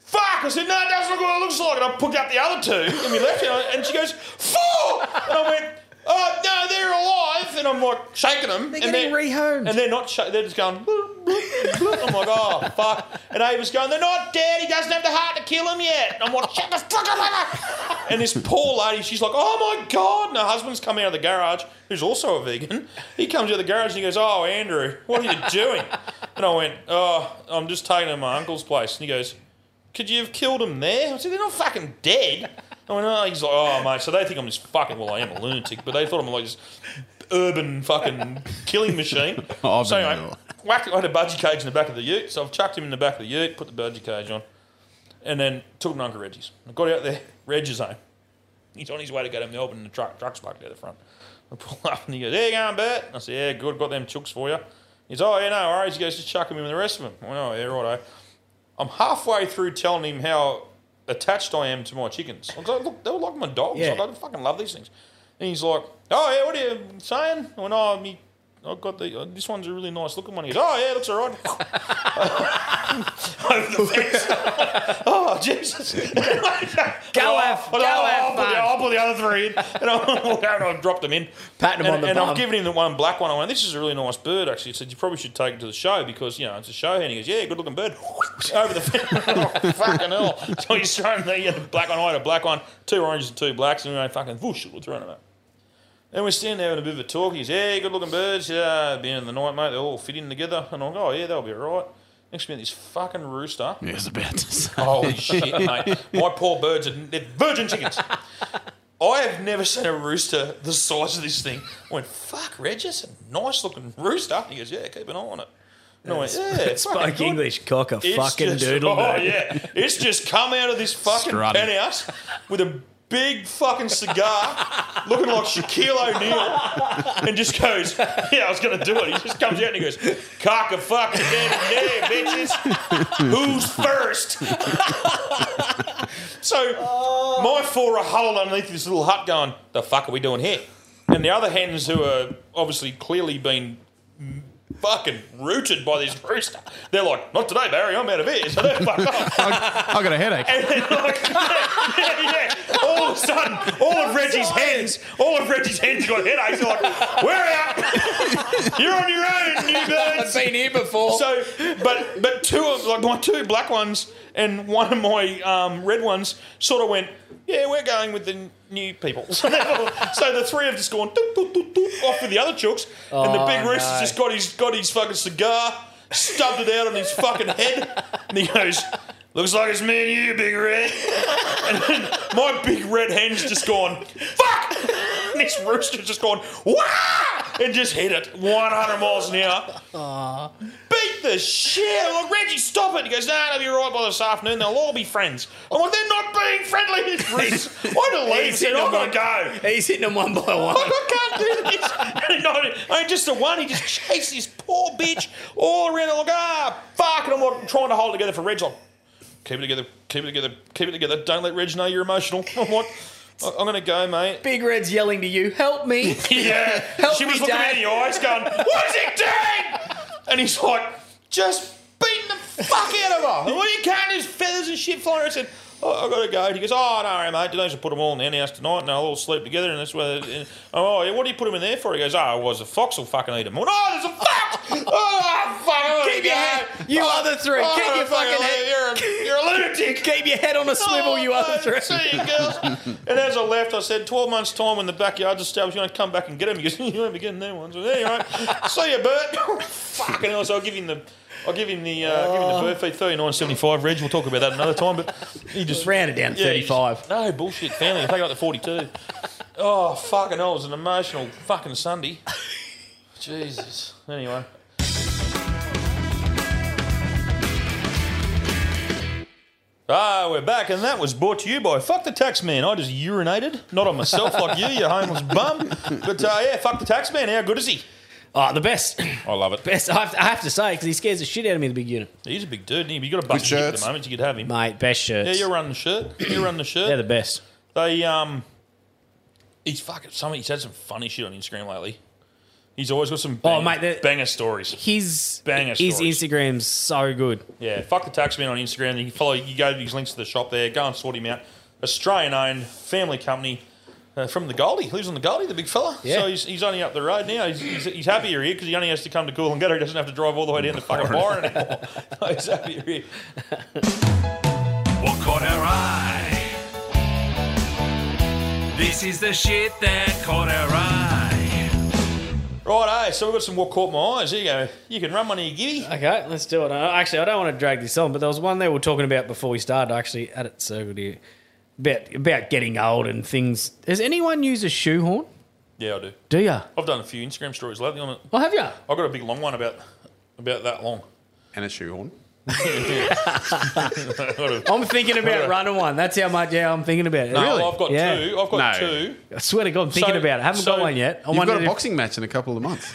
fuck. I said, no, that's not what it looks like. And I picked up the other two and we left. And, I, and she goes, four. And I went, oh, no, they're alive. And I'm like, shaking them.
They're
and
getting rehomed.
And they're not, sha- they're just going, bloop, bloop, bloop. I'm like, oh, fuck. And Ava's going, they're not dead. He doesn't have the heart to kill him yet. And I'm like, shut the fuck up, Ava. And this poor lady, she's like, oh my God. And her husband's come out of the garage, who's also a vegan. He comes out of the garage and he goes, oh, Andrew, what are you doing? And I went, oh, I'm just taking him to my uncle's place. And he goes, could you have killed him there? I said, they're not fucking dead. I went, oh, he's like, oh, mate. So they think I'm just fucking, well, I am a lunatic, but they thought I'm like this urban fucking killing machine.
I've
so
been
anyway, whacked, I had a budgie cage in the back of the ute, so I've chucked him in the back of the ute, put the budgie cage on, and then took him to Uncle Reggie's. I got out there, Reggie's home. He's on his way to go to Melbourne, and the truck, truck's parked out the front. I pull up, and he goes, there you going, Bert? And I said, yeah, good, got them chooks for you. He's, oh, yeah, no worries. He goes, just chuck him in with the rest of them. I went, oh, yeah, righto. I'm halfway through telling him how attached I am to my chickens. I was like, look, they were like my dogs.
Yeah.
Like, I fucking love these things. And he's like, oh, yeah, what are you saying? I went, oh, me, I've got the, uh, this one's a really nice looking one. He goes, oh, yeah, looks all right. Over the fence. oh, Jesus.
Go
F, go I'll,
F,
put the,
bud.
I'll put the other three in. And I, I dropped them in.
Patting 'em
and,
on the
And
bum.
I've given him the one black one. I went, this is a really nice bird, actually. I said, you probably should take it to the show because, you know, it's a show hen. He goes, yeah, good looking bird. Over the fence. Oh, fucking hell. So he's thrown the, yeah, the black one. I had a black one, two oranges and two blacks. And we went, fucking, whoosh, we're throwing them out. And we're standing there having a bit of a talk. He's, yeah, good looking birds. Yeah, being in the night, mate, they all fit in together. And I'm like, oh, yeah, they'll be all right. Next minute, this fucking rooster.
Yeah, I was about to say.
Holy shit, mate. My poor birds are they're virgin chickens. I have never seen a rooster the size of this thing. I went, fuck, Reg, that's a nice looking rooster. He goes, yeah, keep an eye on it. And I went, yeah, it's fucking
spoke
good."
English cock a
It's
fucking
just-
doodle.
Oh,
bird.
yeah. It's just come out of this fucking
Strutting.
penthouse with a big fucking cigar looking like Shaquille O'Neal and just goes, Yeah, I was going to do it. He just comes out and he goes, Cock a fucking dead, dead, bitches. Who's first? So my four are huddled underneath this little hut, going, "The fuck are we doing here?" And the other hens, who are obviously clearly been fucking rooted by this rooster, they're like, "Not today, Barry. I'm out of here." So they're fuck off.
I got a headache.
And then, like, yeah, yeah, yeah. All of a sudden, all of Reggie's hens, all of Reggie's hens got headaches. They're like, we're out. You're on your own, new birds.
I've been here before.
So, but but two of like my two black ones and one of my um, red ones sort of went, yeah, we're going with the new people. So, they've all- so the three have just gone doot, doot, doot, doot, off with the other chooks, and the
Oh,
big rooster's
no.
just got his got his fucking cigar, stubbed it out on his fucking head, and he goes. Looks like it's me and you, Big Red. And then my big red hen's just gone, fuck! And this rooster's just gone, wah! And just hit it 100 miles an hour. Beat the shit! I'm like, Reggie, stop it! He goes, nah, they'll be right by this afternoon. They'll all be friends. I'm like, they're not being friendly. This Bruce. I had to leave. and
He's
said,
hitting
I'm going
them
to go.
He's hitting them one by one.
I can't do this. And I, I just the one, he just chased this poor bitch all around. I'm like, ah, fuck. And I'm like, trying to hold it together for Reg. Like, keep it together, keep it together, keep it together. Don't let Reg know you're emotional. I'm like, "I- I'm going to go, mate.
Big Red's yelling to you, help me.
Yeah.
Help
she
me,
was looking
Dad.
at the eyes going, What is it doing? And he's like, Just beating the fuck out of her. All you can is feathers and shit flying. I said, oh, I've got to go. And he goes, Oh, no, worry, mate. Don't just put them all in the hen house tonight and they'll all sleep together. And that's where. And, oh, yeah, what do you put them in there for? He goes, Oh, well, the fox will fucking eat them. Well, oh, there's a fox. oh, fuck. I wanna
Keep your
go.
head- you
Oh,
other three.
oh,
Keep
I
your
fucking
fucking head-
You're a, you're a lunatic. Oh,
Keep your head on a swivel, you other
mate,
three.
See you, girls. And as I left, I said, 12 months' time when the backyard's established, you're going to come back and get him. He goes, you won't be getting them ones. But anyway, see you, Bert. Fucking hell. So I'll give him the... I'll give him the uh,
Oh.
give him the bird fee thirty nine seventy five. Reg, we'll talk about that another time. But he just
rounded down to
he just-
35.
no bullshit, family. Take out the forty two. Oh fucking hell! It was an emotional fucking Sunday. Jesus. Anyway, Ah, we're back, and that was brought to you by Fuck the Tax Man. I just urinated, not on myself like you, you homeless bum. But uh, yeah, Fuck the Tax Man. How good is he?
Oh, the best.
I love it.
Best, I have, I have to say, because he scares the shit out of me, the big unit.
He's a big dude. and He? You got a bucket hip at the moment. You could have him,
mate. Best shirts.
Yeah, you run the shirt. You run the shirt.
They're the best.
They um, he's fucking. Some he's had some funny shit on Instagram lately. He's always got some bang,
Oh, mate, they're-
banger stories.
His
banger
his
stories.
Instagram's so good.
Yeah, fuck the taxman on Instagram. You can follow. You go to his links to the shop there. Go and sort him out. Australian-owned family company uh, from the Goldie. He lives on the Goldie, the big fella.
Yeah.
So he's, he's only up the road now. He's, he's, he's happier here because he only has to come to Coolangatta. He doesn't have to drive all the way down to fucking Byron anymore. No, he's happier here.
What caught our eye? This is the shit that caught our eye.
Right, eh? So we've got some what caught my eyes. Here you go. You can run one of your giddy.
Okay, let's do it. Uh, Actually, I don't want to drag this on, but there was one they were talking about before we started. I actually had it circled here about about getting old and things. Does anyone use a shoehorn?
Yeah, I do.
Do ya?
I've done a few Instagram stories lately on it.
Oh, have ya?
I've got a big long one about about that long.
And a shoehorn.
I'm thinking about running one. That's how much. Yeah, I'm thinking about it.
No,
really?
I've got
Yeah.
two. I've got No. two.
I swear to God, I'm thinking
So-
about it. I haven't
so-
got one yet. I
You've
wondered
got a
if-
boxing match in a couple of months.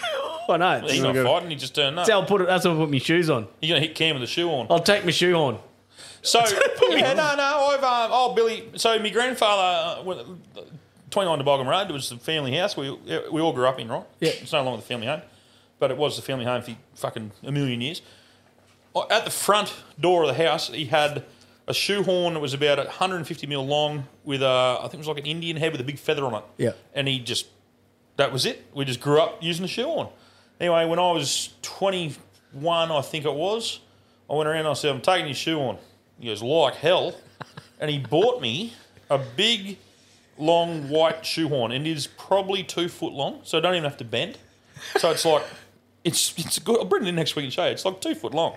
I know.
He's not fighting. He just turned up.
That's how I put it. That's how I put my shoes on.
You're gonna hit Cam with the shoe on.
I'll take my shoehorn.
So yeah, no, no. I've um, oh Billy. So my grandfather, uh, when- twenty nine Toboggan Road, it was the family house we we all grew up in, right?
Yeah.
It's no longer the family home, but it was the family home for fucking a million years. Uh, At the front door of the house, he had a shoehorn that was about 150 mil long, with a I think it was like an Indian head with a big feather on it.
Yeah.
and he just that was it. We just grew up using the shoehorn. Anyway, when I was 21, I think it was, I went around and I said, I'm taking your shoehorn. He goes, like hell. And he bought me a big, long white shoehorn. And it is probably two foot long, so I don't even have to bend. So it's like, it's, it's good. I'll bring it in next week and show you. It's like two foot long.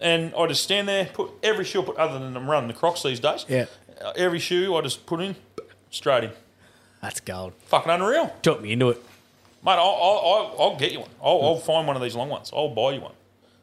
And I just stand there, put every shoe I put, other than I'm running the Crocs these days.
Yeah.
Uh, Every shoe I just put in, straight in.
That's gold.
Fucking unreal.
Took me into it.
Mate, I'll, I'll, I'll, I'll get you one. I'll, I'll find one of these long ones. I'll buy you one.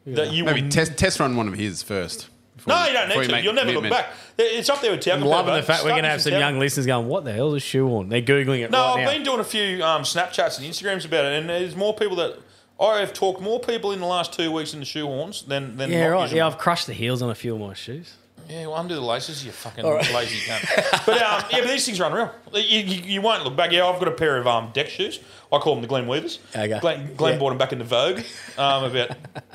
That you
Maybe
will-
test, test run one of his first. before-
no, you don't
before
need to.
make
You'll never look
commitment.
back. It's up there with Taupo.
I'm loving the fact we're going to have some young listeners going, "What the hell's a shoehorn?" They're googling it
No,
right
I've
now.
been doing a few um, Snapchats and Instagrams about it, and there's more people that I have talked more people in the last two weeks in the shoehorns than than
yeah,
not
right.
using
Yeah,
them.
I've crushed the heels on a few of my shoes.
Yeah, well, undo the laces, you fucking
All right.
lazy cunt. but um, yeah, but these things are unreal. You, you, you won't look back. Yeah, I've got a pair of um, deck shoes. I call them the Glen Weavers.
Okay.
Glenn, Glenn
Yeah.
bought them back into Vogue um, about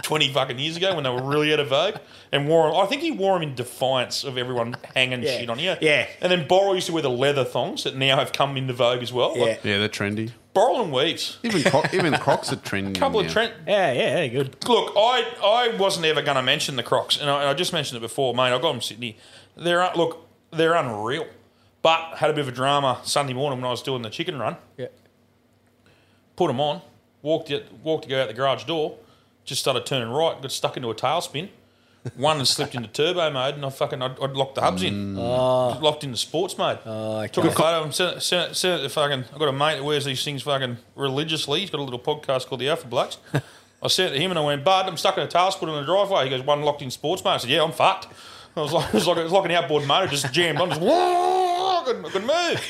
20 fucking years ago when they were really out of Vogue and wore them. I think he wore them in defiance of everyone hanging
Yeah.
shit on you. Yeah. And then Borrell used to wear the leather thongs that now have come into Vogue as well. Like,
yeah, they're trendy.
Borrell and Weaves.
Even Cro- even Crocs are trendy.
A couple
now.
of Trent. Yeah, yeah, good. Look, I, I wasn't ever going to mention the Crocs, and I, I just mentioned it before, mate. I got them in Sydney. They're un- look, they're unreal. But had a bit of a drama Sunday morning when I was doing the chicken run.
Yeah.
Put them on, walked it, walked to go out the garage door, just started turning right, got stuck into a tailspin. One had slipped into turbo mode, and I fucking I'd, I'd locked the hubs in,
Mm. Oh.
locked into sports mode. Took a photo and sent it, sent, it, sent it to fucking. I've got a mate that wears these things fucking religiously. He's got a little podcast called The Alpha Blacks. I sent it to him and I went, Bud, I'm stuck in a task put in the driveway. He goes, one locked in sports mode. I said, yeah, I'm fucked. I was like, it was like, it was like an outboard motor just jammed on. Just, I couldn't, I couldn't move.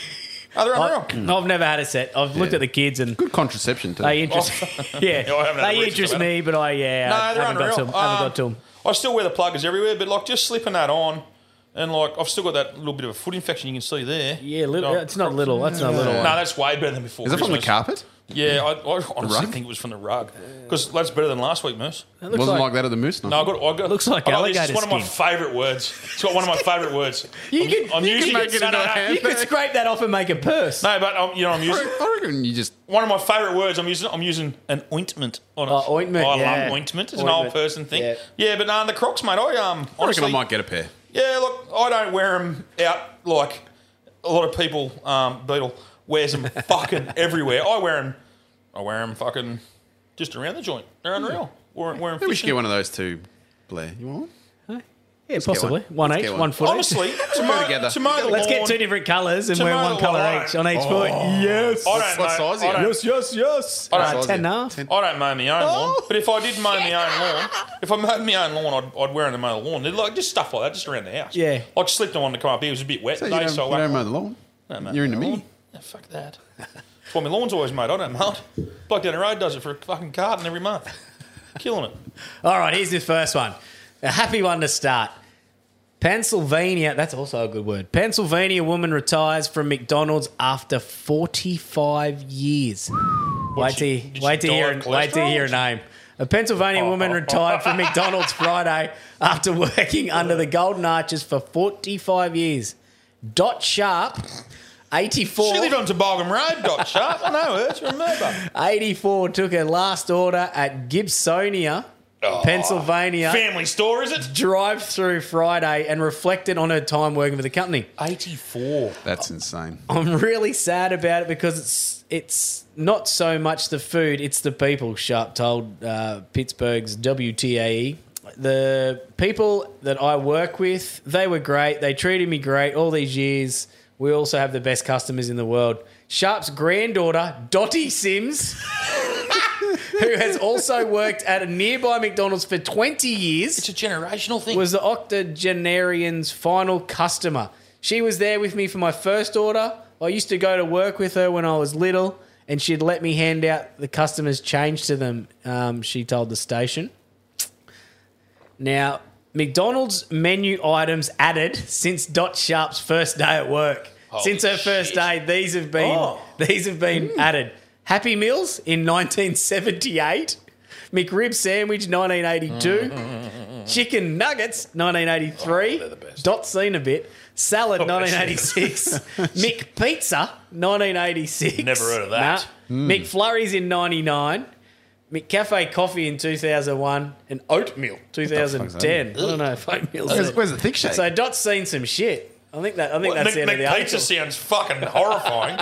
Oh, they're unreal.
I, have never had a set. Uh, I've looked at the kids and
good contraception too.
They interest,
Oh.
yeah,
Yeah, I haven't had a
they
research
interest
about it.
me, but I yeah,
No,
I
they're
haven't got
unreal.
to 'em. I haven't
Um,
got to 'em.
I still wear the pluggers everywhere, but like just slipping that on, and like I've still got that little bit of a foot infection you can see there. Yeah,
little- it's not little, that's not little.
No, that's way better than before.
Is that from the
Christmas.
carpet?
Yeah, I, I honestly
rug?
think it was from the rug because that's better than last week, Moose.
It wasn't like, that at the Moose Night.
No, I got. I got
Looks like
I this.
alligator
It's one of my
skin.
favourite words. It's got one of my favourite words. You I'm, can. I'm
you
usually
can make it
no,
into
no,
a
no.
handbag. You could scrape that off and make a purse.
No, but um, you know I'm using.
I reckon you just
one of my favourite words. I'm using. I'm using an ointment on it.
Oh, ointment,
I
yeah.
love ointment. It's an old
Ointment.
person thing. Yeah, but no, the Crocs, mate. I
I
um.
reckon
honestly,
I might get a pair.
Yeah, look, I don't wear them out like a lot of people. Um, Beetle wears them fucking everywhere. I wear them. I wear them fucking just around the joint. They're unreal. We're, we're
Hmm. Maybe we should get one of those too, Blair. You want one?
Yeah,
Let's get
possibly
one.
one
Let's
each,
get
one,
one.
one foot.
Honestly, tomorrow- Together. tomorrow the
let's get
lawn-
two different colours and wear
Tomorrow
one
the
colour
lawn-
each on each
Oh.
foot. Yes.
I don't know. I don't-
yes, yes.
I don't,
uh, ten and a half.
I don't mow my own lawn, but if I did mow my own lawn, if I mowed my own lawn, I'd, I'd wear them to mow the lawn. They're like just stuff like that, just around the house.
Yeah.
I just slipped on one to come up here. It was a bit wet
So you
today,
don't,
so
you
I
don't mow the lawn.
No, mate,
You're into
no
me.
lawn. Yeah, fuck that. That's why my lawn's always mowed. I don't mow it. Bloke down the road does it for a fucking garden every month. Killing it.
All right, here's the first one. A happy one to start. Pennsylvania, that's also a good word. Pennsylvania woman retires from McDonald's after 45 years. Wait to, wait, to
die
hear,
of
wait to hear a name. A Pennsylvania woman retired from McDonald's Friday after working under the Golden Arches for 45 years. Dot Sharp, 84.
She lived on Toboggan Road, Dot Sharp. I know her. She remember.
84 took her last order at Gibsonia, Pennsylvania.
Oh. Family store, is it?
Drive through Friday and reflected on her time working for the company.
84.
That's insane.
I'm really sad about it because it's it's not so much the food, it's the people, Sharp told uh, Pittsburgh's WTAE. E. The people that I work with, they were great. They treated me great all these years. We also have the best customers in the world. Sharp's granddaughter, Dottie Sims, who has also worked at a nearby McDonald's for 20 years. It's
a generational thing.
Was the octogenarian's final customer. She was there with me for my first order. I used to go to work with her when I was little, and she'd let me hand out the customers' change to them, um, she told the station. Now, McDonald's menu items added since Dot Sharp's first day at work.
Holy
since her first day, these have been
Oh.
these have been
Hmm.
added. Happy Meals in 1978, McRib sandwich 1982,
Mm-hmm.
chicken nuggets
Oh,
1983, dot seen a bit, salad 1986, Mick Pizza 1986.
Never heard of that.
Nah.
Hmm.
McFlurries in 99. McCafe coffee in 2001 and oatmeal 2010. I
What the fuck's
don't know if oatmeal.
Where's- where's the thick shake?
So Dot's seen some shit. I think that I think
Well,
that's
Mc-
the end of the
McPizza
article.
sounds fucking horrifying.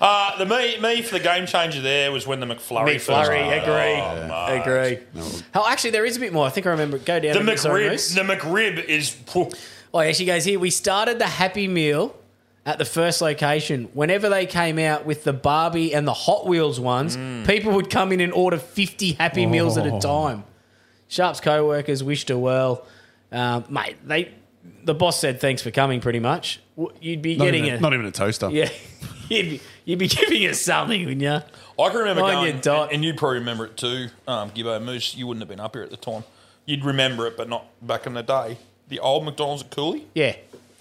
uh, the me, me for the game changer there was when the McFlurry. first
McFlurry,
came out.
agree.
Oh, mate.
agree. Oh, actually, there is a bit more. I think I remember. it. Go down.
The
a bit, sorry, Moose.
McRib. The McRib is.
Oh, yeah, she goes here. We started the Happy Meal at the first location. Whenever they came out with the Barbie and the Hot Wheels ones,
Mm.
people would come in and order 50 Happy Meals at a
Oh.
time. Sharp's co workers wished her well. Um, mate, they, the boss said thanks for coming pretty much. W- You'd be
Not
getting
even a-
a,
not even a toaster.
Yeah. you'd, be, you'd be giving us something, wouldn't you?
I can remember
Mind
going,
your
and, and you probably remember it too, um, Gibbo Moose. You wouldn't have been up here at the time. You'd remember it, but not back in the day. the old McDonald's at Cooley?
Yeah.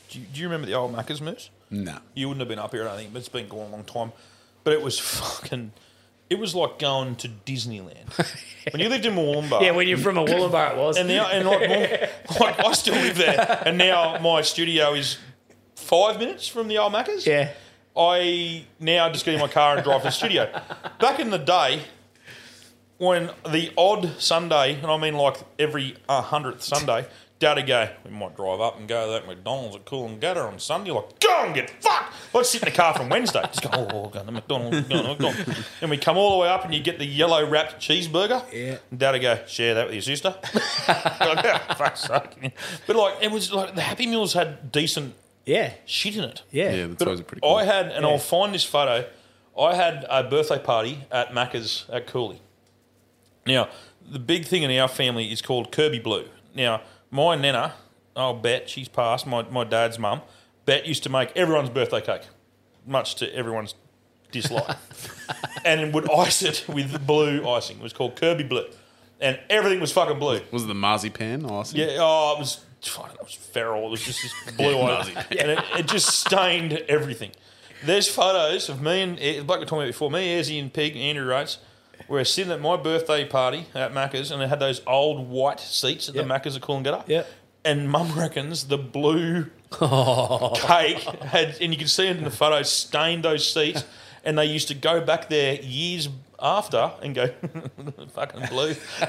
Do you, do you remember the old Macca's Moose?
No.
You wouldn't have been up here, I don't think, but it's been gone a long time. But it was fucking. It was like going to Disneyland. When you lived in Mooloombah.
Yeah, when you're from Mooloolaba, it was.
And now, and like, Mool- like, I still live there. And now my studio is five minutes from the old Macca's.
Yeah.
I now just get in my car and drive to the studio. Back in the day, when the odd Sunday, and I mean like every uh, hundredth Sunday, Dad'd go, we might drive up and go to that McDonald's at Cool and Gatter on Sunday. Like, go and get fucked. I'd sit in the car from Wednesday. Just go, oh, we're going to McDonald's, we're going to McDonald's. And we come all the way up and you get the yellow wrapped cheeseburger. Yeah. And Dad'd go, share that with your sister. like, "Oh, fuck's sake." But like, it was like the Happy Meals had decent
yeah
shit in it.
Yeah.
Yeah, that's always a pretty
I had, and
Yeah.
I'll find this photo. I had a birthday party at Macca's at Cooley. Now, the big thing in our family is called Kirby Blue. Now, my nana, I'll bet she's passed, my, my dad's mum, Bet used to make everyone's birthday cake, much to everyone's dislike, and would ice it with blue icing. It was called Kirby Blue. And everything was fucking blue.
Was it the marzipan icing?
Yeah, oh, it was, it was feral. It was just this blue eyes.
Nazi.
And it, it just stained everything. There's photos of me and, eh, like I told you before, me, Ezzy and Pig, Andrew Rates, were sitting at my birthday party at Macca's and they had those old white seats at the Macca's at Coolangatta. Yeah. And mum reckons the blue cake had, and you can see it in the photo, stained those seats. And they used to go back there years after and go, fucking blue.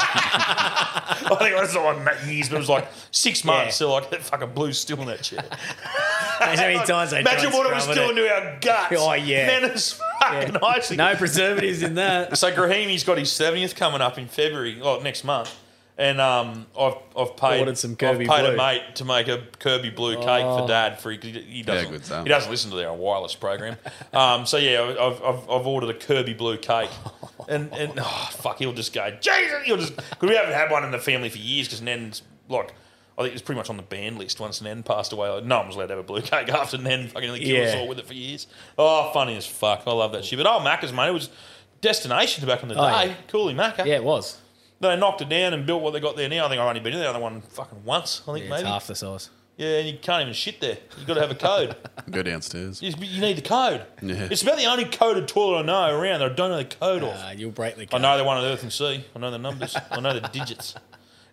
I think it was like that years, but it was like six months. So like that fucking blue's still in that shit.
Imagine how many times they
Imagine
tried
what it was
scrubbing
doing to our guts.
Oh, yeah.
menace fucking icing.
No preservatives in that.
So Grahimi's got his seventieth coming up in February, oh, next month, and um, I've I've paid
Ordered some Kirby
I've paid
Blue.
a mate to make a Kirby Blue cake
Oh.
for Dad for he, he doesn't
good stuff.
he doesn't listen to their wireless program. um, so yeah, I've, I've I've ordered a Kirby Blue cake, and and oh, fuck, he'll just go Jesus, he'll just because we haven't had one in the family for years because Nen's like. I think it was pretty much on the ban list once Nen passed away. Like, no one was allowed to have a blue cake after Nen fucking killed us
Yeah.
all with it for years. Oh, funny as fuck. I love that shit. But oh, Macca's, mate, it was destination back in the
Oh,
day.
yeah.
Cooley Macca.
Yeah, it was.
They knocked it down and built what they got there now. I think I've only been in the other one fucking once. I think
Yeah,
maybe.
it's half the size.
Yeah, and you can't even shit there. You've got to have a code.
Go downstairs.
you, you need the code.
Yeah.
It's about the only coded toilet I know around that I don't know the code of.
You'll break the
I know they're one of Earth and Sea. I know the numbers. I know the digits.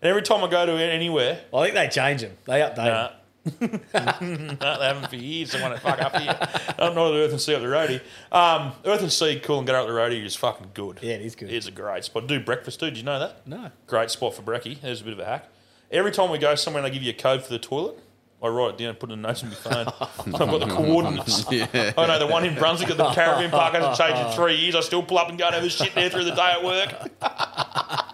And every time I go to anywhere,
I think they change them. They update.
Nah. no, they haven't for years. They want to fuck up here. I'm not at Earth and Sea up the roadie. Um, Earth and Sea, cool and get up the roadie is fucking good. Yeah, it is good. It's a great spot. Do breakfast too. Did you know that?
No.
Great spot for brekkie. There's a bit of a hack. Every time we go somewhere and they give you a code for the toilet, I write it down and put it in notes on my phone. I've got the coordinates.
Yeah.
I know the one in Brunswick at the caravan park hasn't changed in three years. I still pull up and go and have a shit there through the day at work.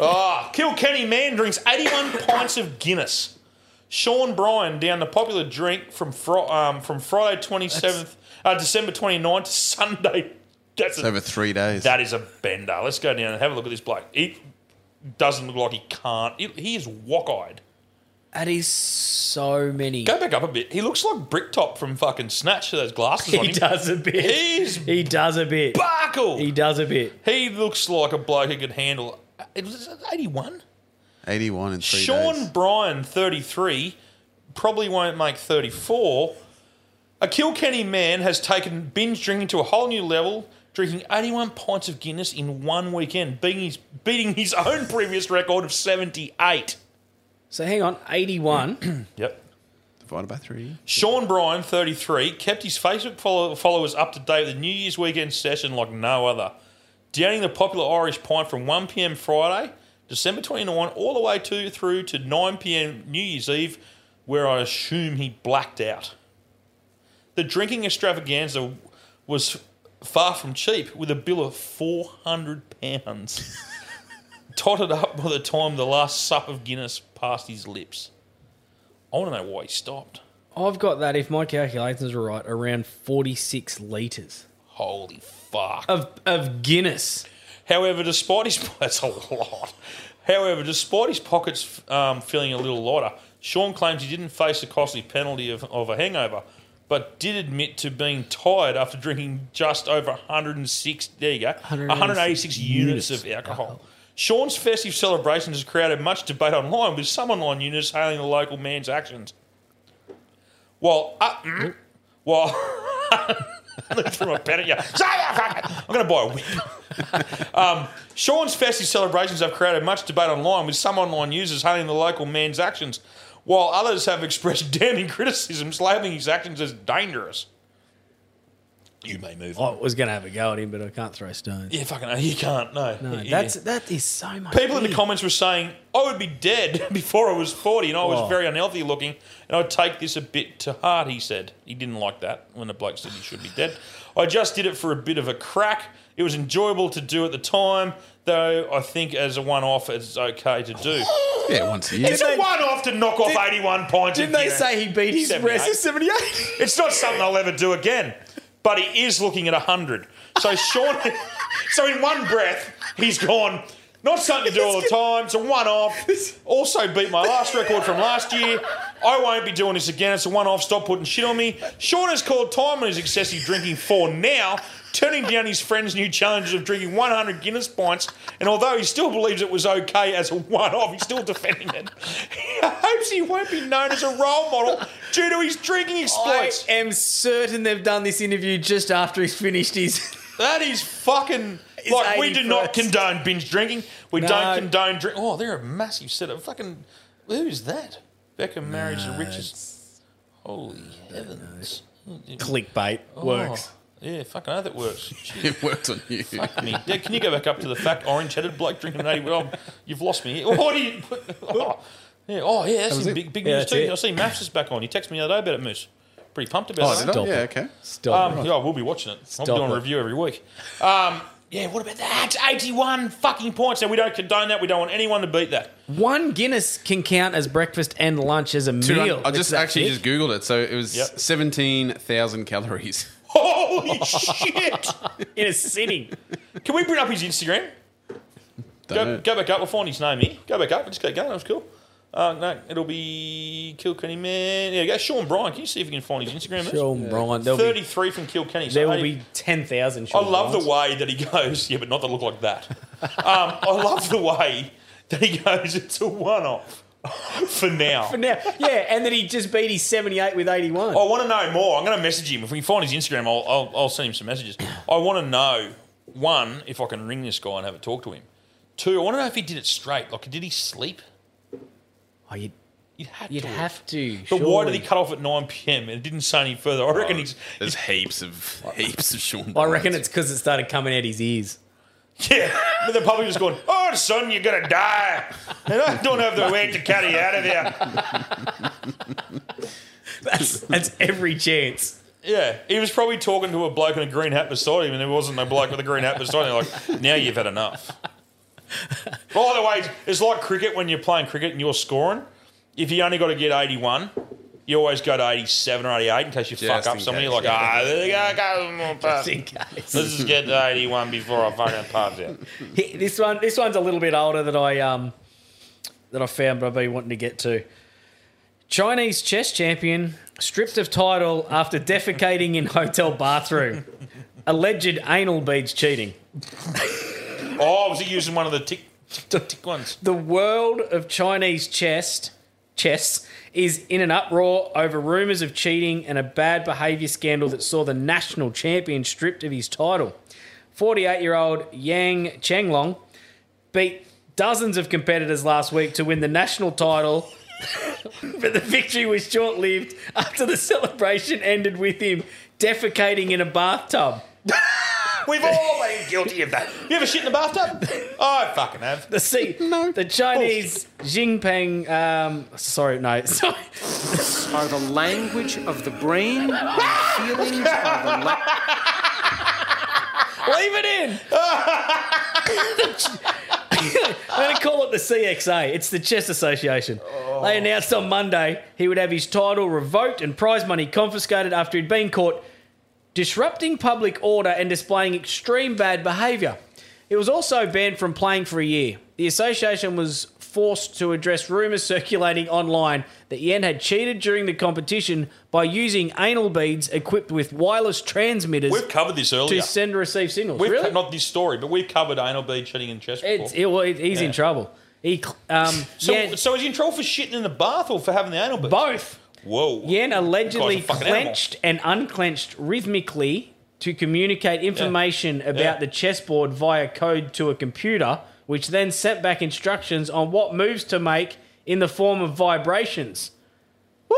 Ah, Kilkenny man drinks 81 pints of Guinness. Sean Bryan down the popular drink from fr- um, from Friday 27th, uh, December 29th to Sunday. That's
It's
a
over three days.
that is a bender. Let's go down and have a look at this bloke. He doesn't look like he can't. He, he is wok-eyed.
That is so many.
Go back up a bit. He looks like Bricktop from fucking Snatch with those glasses
He
on him.
does a bit.
He's
he does a bit.
Barkle.
He does a bit.
He looks like a bloke who could handle. It was 81?
81 in three
Sean
days.
Bryan, 33, probably won't make 34. A Kilkenny man has taken binge drinking to a whole new level, drinking 81 pints of Guinness in one weekend, beating his, beating his own previous record of 78.
So hang on, 81.
yep.
Divided by three.
Sean Bryan, 33, kept his Facebook follow- followers up to date with the New Year's weekend session like no other, downing the popular Irish pint from 1 p.m. Friday, December 29, all the way to through to 9 p.m. New Year's Eve, where I assume he blacked out. The drinking extravaganza was far from cheap, with a bill of 400 pounds, totted up by the time the last sup of Guinness passed his lips. I want to know why he stopped.
I've got that, if my calculations are right, around 46 litres
Holy fuck.
of, of Guinness.
However, despite his that's a lot. However, despite his pockets um, feeling a little lighter, Sean claims he didn't face the costly penalty of, of a hangover, but did admit to being tired after drinking just over 106. There you go, 186 units, of alcohol. Sean's festive celebrations has created much debate online, with some online units hailing the local man's actions. While, uh, mm, while from a panic, yeah. Say it, fuck it. I'm going to buy a whip. um, Sean's festive celebrations have created much debate online, with some online users hailing the local man's actions, while others have expressed damning criticisms, labelling his actions as dangerous. You may move.
I was going to have a go at him, but I can't throw stones.
Yeah, fucking, you can't. No,
No,
Yeah.
that's that is so much.
People in the comments were saying, I would be dead before I was 40 and I was
Oh.
Wow.
very unhealthy looking and I'd take this a bit to heart, he said. He didn't like that when the bloke said he should be dead. I just did it for a bit of a crack. It was enjoyable to do at the time, though I think as a one off, it's okay to do.
Yeah, once a year.
It's a one off to knock off 81 points.
didn't
in,
they
you know,
say he beat his rest of 78?
It's not something I'll ever do again, but he is looking at 100. So Sean, so in one breath, he's gone, not something to do all the time, it's a one off. Also beat my last record from last year. I won't be doing this again, it's a one off, stop putting shit on me. Sean has called time on his excessive drinking for now. Turning down his friend's new challenges of drinking 100 Guinness pints, and although he still believes it was okay as a one off, he's still defending it. He hopes he won't be known as a role model due to his drinking exploits.
I am certain they've done this interview just after he's finished his.
That is fucking. like we do not condone binge drinking. We
No.
don't condone drink. Oh, they're a massive set of fucking. Who is that? Beckham marriage the richest. Holy heavens!
Clickbait
Oh,
works.
Yeah, fucking oath it works.
it worked on you.
Fuck me. Dad, can you go back up to the fact orange-headed bloke drinking an 80? Well, you've lost me. What do you? Oh, yeah. Oh, yeah. That's
That was
some
it.
big, big
Yeah,
news
that's
too.
it.
I see Maps is back on. He texted me the other day about it, Moose. Pretty pumped about
Oh,
it.
did I? Stop Yeah, it. okay. Stop
um,
it.
Yeah, we'll be watching it.
Stop
I'll be doing
it.
a review every week. Um, yeah, what about that? 81 fucking points. Now, we don't condone that. We don't want anyone to beat that.
One Guinness can count as breakfast and lunch as a meal.
I just
It's that
actually
thick.
just Googled it. So it was 17,000 calories.
Holy shit!
In a sitting.
Can we bring up his Instagram? Go, go back up. We'll find his name here. Go back up. Just keep going. That was cool. Uh, no, it'll be Kilkenny Man. There you go. Sean Bryan. Can you see if you can find his Instagram? mate?
Sean Bryan. There'll be-
33 from Kilkenny.
There will be 10,000
I
Sean
love
Bryans.
the way that he goes. Yeah, but not to look like that. Um, I love the way that he goes. It's a one off for now.
For now, yeah, and then he just beat his seventy-eight with eighty-one.
I want to know more. I'm going to message him. If we can find his Instagram, I'll, I'll, I'll send him some messages. I want to know one, if I can ring this guy and have a talk to him. Two, I want to know if he did it straight. Like, did he sleep?
Oh, you'd,
you'd have
You'd
to.
have to.
But why did
surely.
he cut off at 9 p.m.? It didn't say any further. I reckon he's.
Oh, There's heaps of heaps of Sean.
I reckon it's because it started coming out his ears.
Yeah, but the public was going, oh, son, you're going to die. And I don't have the way to carry you out of there.
that's, that's every chance.
Yeah, he was probably talking to a bloke in a green hat beside him, and there wasn't no bloke with a green hat beside him. Like, now you've had enough. By the way, it's like cricket when you're playing cricket and you're scoring. If you only got to get 81, you always go to 87 or 88 in case you
Just
fuck up
in
somebody.
case,
You're like,
yeah.
ah, there you go, go, more pass.
Just in case.
Let's just get to 81 before I fucking pass out.
He- This one, this one's a little bit older that I um that I found, but I've been wanting to get to. Chinese chess champion stripped of title after defecating in hotel bathroom. Alleged anal beads cheating.
Oh, was he using one of the tick tick tick ones?
The world of Chinese chess chess is in an uproar over rumors of cheating and a bad behavior scandal that saw the national champion stripped of his title. 48-year-old Yang Chenglong beat dozens of competitors last week to win the national title. but the victory was short-lived after the celebration ended with him defecating in a bathtub.
We've all been guilty of that. You ever shit in the bathtub? Oh, I fucking have.
The C, the Chinese Jinping. Um, sorry, no, sorry.
Are the language of the brain and feelings are the la-
Leave it in. I'm going to call it the CXA. It's the Chess Association.
Oh.
They announced on Monday he would have his title revoked and prize money confiscated after he'd been caught disrupting public order and displaying extreme bad behaviour. He was also banned from playing for a year. The association was forced to address rumors circulating online that Yen had cheated during the competition by using anal beads equipped with wireless transmitters
We've covered this earlier.
to send and receive signals.
We've
really?
co- not this story, but we've covered anal bead cheating and chess before.
It's, it, well, it- he's in
Yeah.
trouble. He, cl- um,
So,
Yen,
so is he in trouble for shitting in the bath or for having the anal beads? Both. Whoa.
Yen allegedly
Guy's a fucking animal.
clenched and unclenched rhythmically to communicate information about
Yeah.
the chessboard via code to a computer, which then sent back instructions on what moves to make in the form of vibrations. Woo!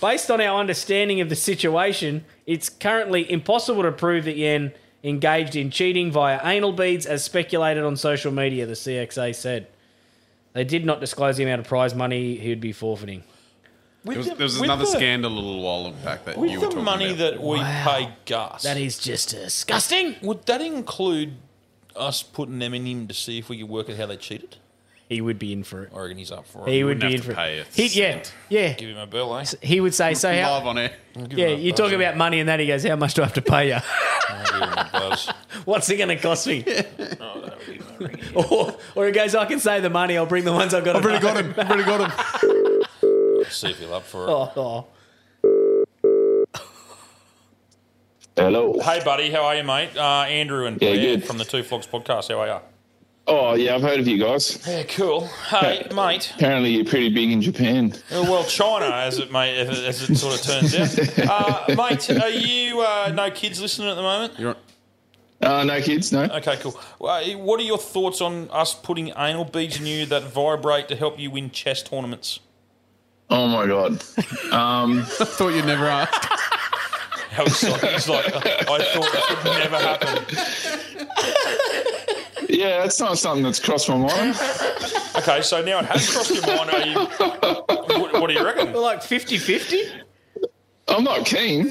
Based on our understanding of the situation, it's currently impossible to prove that Yen engaged in cheating via anal beads as speculated on social media, the CXA said. They did not disclose the amount of prize money he would be forfeiting.
There was,
the-
there was
with
another
the-
scandal a little while back that
With
you were
the
talking
money
about.
that we pay Gus. That
is just disgusting.
Would that include us putting them in him to see if we could work out how they cheated?
He would be in for it.
I reckon he's up for it.
He would be in for he, yeah, yeah.
Give him a bill, eh?
He would say so. How,
on air.
yeah, you talk about money and that. He goes, "How much do I have to pay you? What's it going to cost me?" or, or he goes, "I can save the money. I'll bring the ones I've got.
I've already got
him. I've already got him."
See if he'll up for it.
oh, oh.
Hello.
Hey, buddy. How are you, mate? Uh, Andrew and
Yeah,
Blair
good.
from the Two Flocks podcast. How are
Oh yeah, I've heard of you guys.
you? Yeah, cool. Hey, mate.
Apparently, you're pretty big in Japan.
Uh, Well, China, as it may, as it sort of turns out. Uh, mate, are you uh, no kids listening at the moment?
You're uh, no kids, no.
Okay, cool. Uh, what are your thoughts on us putting anal beads in you that vibrate to help you win chess tournaments?
Oh my god. Um, Thought you'd never ask.
How exciting! It's like I thought this would never happen.
Yeah, that's not something that's crossed my mind.
Okay, so now it has crossed your mind. Are you? What, what do you reckon?
Like 50-50?
I'm not keen.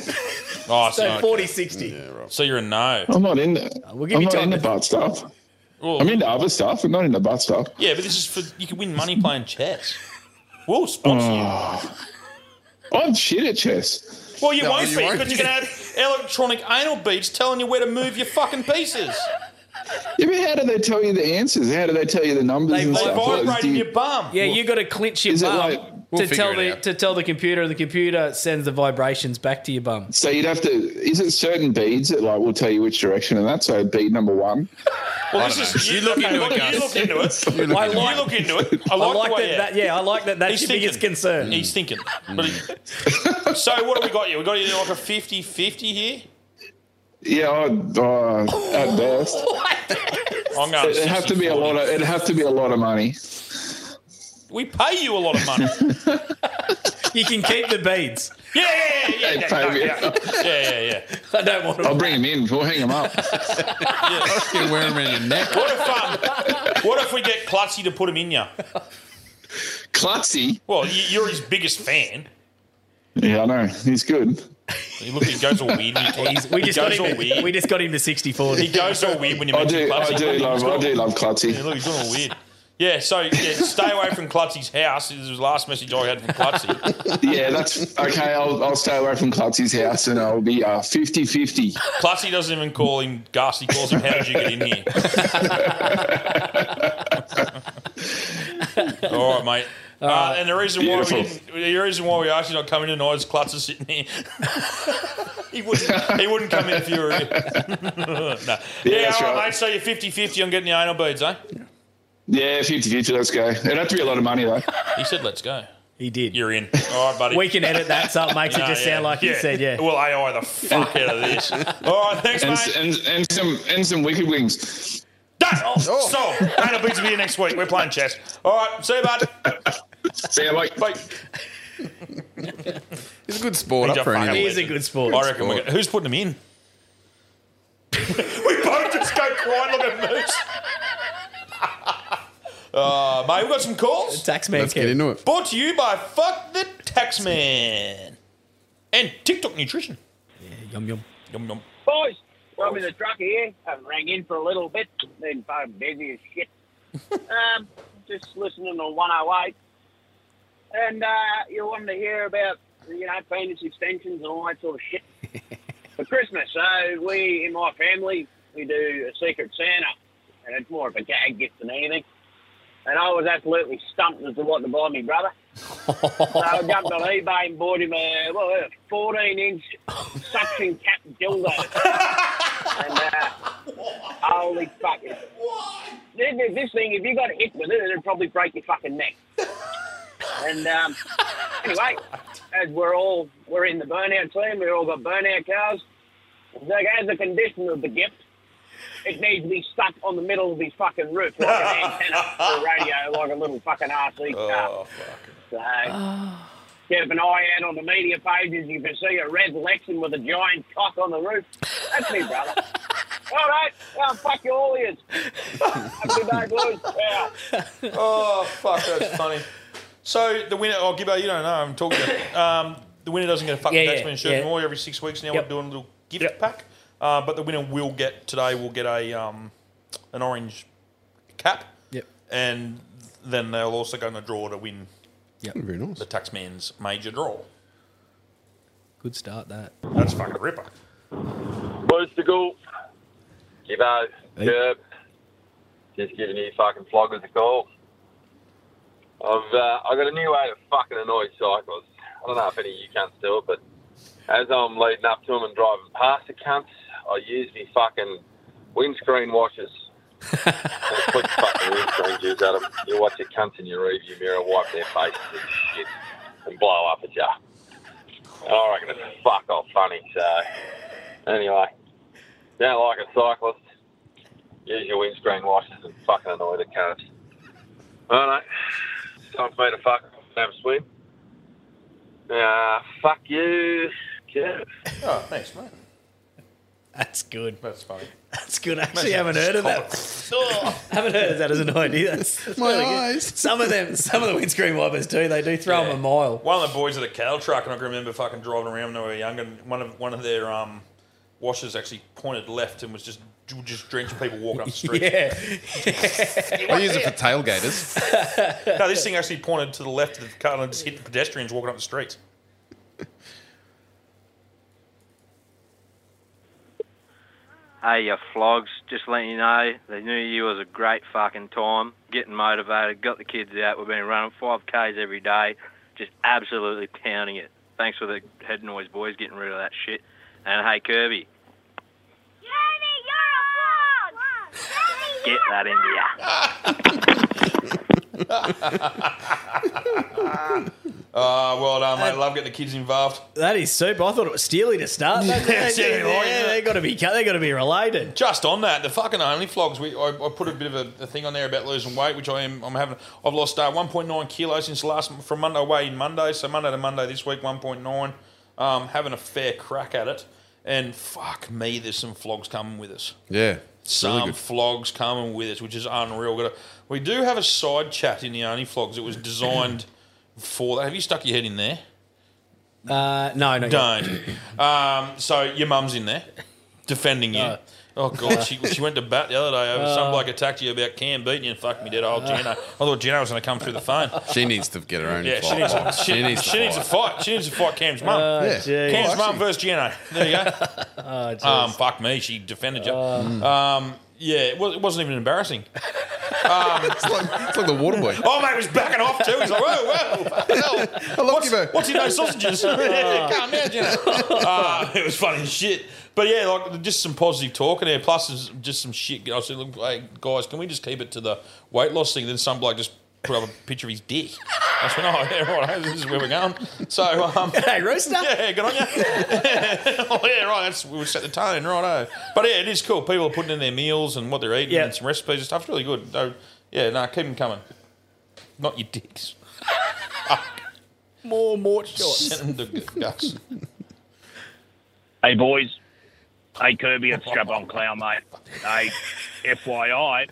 Oh,
So
40-60.
So you're a no.
I'm not into.
Uh, we'll give
I'm
you
not
time
into
to-
butt stuff.
Well-
I'm into other stuff. I'm not into butt stuff.
Yeah, but this is for you can win money playing chess. We'll sponsor
you. Oh. I'm shit at chess.
Well, you won't be, but you're gonna have electronic anal beads telling you where to move your fucking pieces.
Yeah, but how do they tell you the answers? How do they tell you the numbers
They
and stuff? Like,
vibrate
do you-
bum.
Yeah, you got to clench your
Is it
bum
like- We'll
to
figure
tell
it
the
out.
to tell the computer, and the computer sends the vibrations back to your bum.
So you'd have to. Is it certain beads that like will tell you which direction and that? So bead number one.
Well, this is you look into it. You look into it.
You look
I like,
into it.
you look into it. I
I
like,
like
the way,
that-
yeah.
that- yeah, I like that that's
He's
your biggest
thinking.
concern.
He's thinking.
Mm.
But he, so what have we got here? We got you like a 50-50 here.
Yeah, I'd,
um,
uh, at best.
I'm going.
It'd have to be a lot of. It'd have to be a lot of money.
We pay you a lot of money.
You can keep the beads.
Yeah, yeah, yeah, yeah,
They
yeah,
pay
no,
me.
yeah, yeah, yeah, yeah.
I don't want
I'll bring them in. We'll hang them up.
You wear them around your neck. What if um, what if we get Klutzy to put them in you?
Klutzy.
Well, you- you're his biggest fan.
Yeah, I know. He's good.
He look, he goes all weird. when you talk.
He's- we
he
just
goes
got him-
all weird.
We just got him to sixty four.
He goes all weird when you
I
mention
do. I
Klutzy.
do love. I do love
Yeah,
Klutzy.
look, he's doing all weird. Yeah, so yeah, stay away from Klutzy's house. This was the last message I had from Klutzy.
Yeah, that's okay. I'll, I'll stay away from Klutzy's house and I'll be uh, 50-50.
Klutzy doesn't even call him Gus. He calls him, how did you get in here? all right, mate. Uh, and the reason why we
Beautiful.
didn't, the reason why we asked you not coming tonight is Klutz is sitting here. he wouldn't he wouldn't come in if you were here. no. Yeah,
that's
all right,
right.
mate. So you're 50-50 on getting the anal beads, eh?
Yeah, 50-50, Let's go. It'd have to be a lot of money though.
He said, let's go.
He did.
You're in. All right, buddy.
We can edit that so it makes it just sound like you said, yeah.
Well, AI the fuck out of this. All right, thanks,
and,
mate.
And, and some and some wicked wings.
Done. So, Anna Beats will be here next week. We're playing chess. All right, see you, bud.
See you, mate.
Bye.
He's a good sport up for anything.
I reckon. We're gonna, who's putting him in? we both just go quiet like a moose. Uh, mate, we've got some calls.
Taxman.
Let's get into it.
Brought to you by Fuck the Taxman and TikTok Nutrition.
Yeah, yum yum.
Yum yum.
Boys, I'm in the truck here. Haven't rang in for a little bit. Been phone busy as shit. um, just listening to 108. And uh, you wanted to hear about, you know, penis extensions and all that sort of shit. for Christmas, so we, in my family, we do a Secret Santa. And it's more of a gag gift than anything.
and I was absolutely stumped as to what to buy me brother. so I jumped on eBay and bought him a well, a 14 inch suction cap dildo. and uh, holy fuck! it- This, this- this thing, if you got hit with it, it'd probably break your fucking neck. And um, anyway, as we're all we're in the burnout team, we all got burnout cars. It's Like as a condition of the gift, it needs to be stuck on the middle of his fucking roof like an antenna for a radio, like a little fucking RC car.
Oh,
So keep an eye out on the media pages. You can see a red Lexan with a giant cock on the roof. That's me, brother. all right, well, fuck your all ears. Have a good day, boys. Yeah.
oh fuck, that's funny. So the winner, oh Gibbo, you don't know. I'm talking. About, um, the winner doesn't get a fucking
Yeah, yeah,
taxman shirt
yeah.
anymore. Every six weeks now,
Yep.
we're doing a little gift pack. Uh, but the winner will get today. Will get a um, an orange cap.
Yep.
And then they'll also go in the draw to win.
Yeah. Very nice.
The taxman's major draw.
Good start that.
That's fucking ripper.
Boys to go. Gibbo, Gerb, just giving you fucking floggers a call. I've uh, I got a new way to fucking annoy cyclists. I don't know if any of you cunts do it, but as I'm leading up to them and driving past the cunts, I use me fucking windscreen washers. Just Put your fucking windscreen juice at 'em. You watch your cunts in your rearview mirror wipe their faces and shit and blow up at ya. And I reckon it's fuck off funny, so anyway. Don't like a cyclist. Use your windscreen washers and fucking annoy the cunts. All right. It's time for me to fuck off and have a swim. Ah, fuck you. Yeah.
Ah,
Oh, thanks, mate.
That's good.
That's funny.
That's good. I actually haven't heard of that. Oh, haven't heard of that as an idea. That's, that's
My
really good.
eyes.
Some of them, some of the windscreen wipers too. They do throw them a mile.
One of the boys at the cattle truck, and I can remember fucking driving around when they were young, and one of one of their um, washers actually pointed left and was just just drenching people walking up the street.
Yeah.
I use it for tailgaters.
no, this thing actually pointed to the left of the car and just hit the pedestrians walking up the street.
Hey, your flogs, just letting you know, the new year was a great fucking time. Getting motivated, got the kids out. We've been running 5Ks every day, just absolutely pounding it. Thanks for the head noise, boys, getting rid of that shit. And hey, Kirby, get that into ya.
Ah, well done, mate. Love getting the kids involved.
That is super. I thought it was Steely to start.
Yeah,
That- that-
yeah,
yeah,
right, yeah.
they got to be. They got to be related.
Just on that, the fucking only flogs. We I, I put a bit of a, a thing on there about losing weight, which I am. I'm having. I've lost uh, 1.9 kilos since last from Monday. I weighed in Monday, so Monday to Monday this week 1.9. Um, having a fair crack at it, and fuck me, there's some flogs coming with us.
Yeah. it's
Some
really good.
flogs coming with us, which is unreal. Got we do have a side chat in the only flogs. It was designed for that. Have you stuck your head in there?
Uh, no, no.
Don't. um, so your mum's in there defending you. Oh god, she, she went to bat the other day over some
Oh.
bloke attacked you about Cam beating you and fucked me dead. Oh, Gino. I thought Gino was going to come through the phone.
She needs to get her own
Yeah, she
flog
needs, a,
box.
she, she needs,
to
a fight. She needs to fight Cam's mum.
Oh, Yeah. geez.
Cam's
Oh,
mum versus Gino. There you go. um, fuck me, she defended you. um, yeah, it, was, it wasn't even embarrassing. Um, it's,
like, it's like the water boy.
Oh, mate, was backing off too. He's like, whoa, whoa. what the hell? what's, what's in those sausages?
Oh.
Calm down, Gino. Uh, it was funny as shit. But yeah, like just some positive talk in there. Plus, there's just some shit. I said, look, hey, guys, can we just keep it to the weight loss thing? Then some bloke just put up a picture of his dick. I said, oh, yeah, right, this is where we're going. So, um,
hey, Rooster.
Yeah, good on you. oh, yeah, right, that's, we set the tone, right? eh? But yeah, it is cool. People are putting in their meals and what they're eating
Yeah.
and some recipes and stuff. It's really good. So, yeah, no, keep them coming. Not your dicks.
More, more
Send 'em to Gus.
Hey, boys. Hey, Kirby, it's Strap on Clown, mate. Hey, FYI,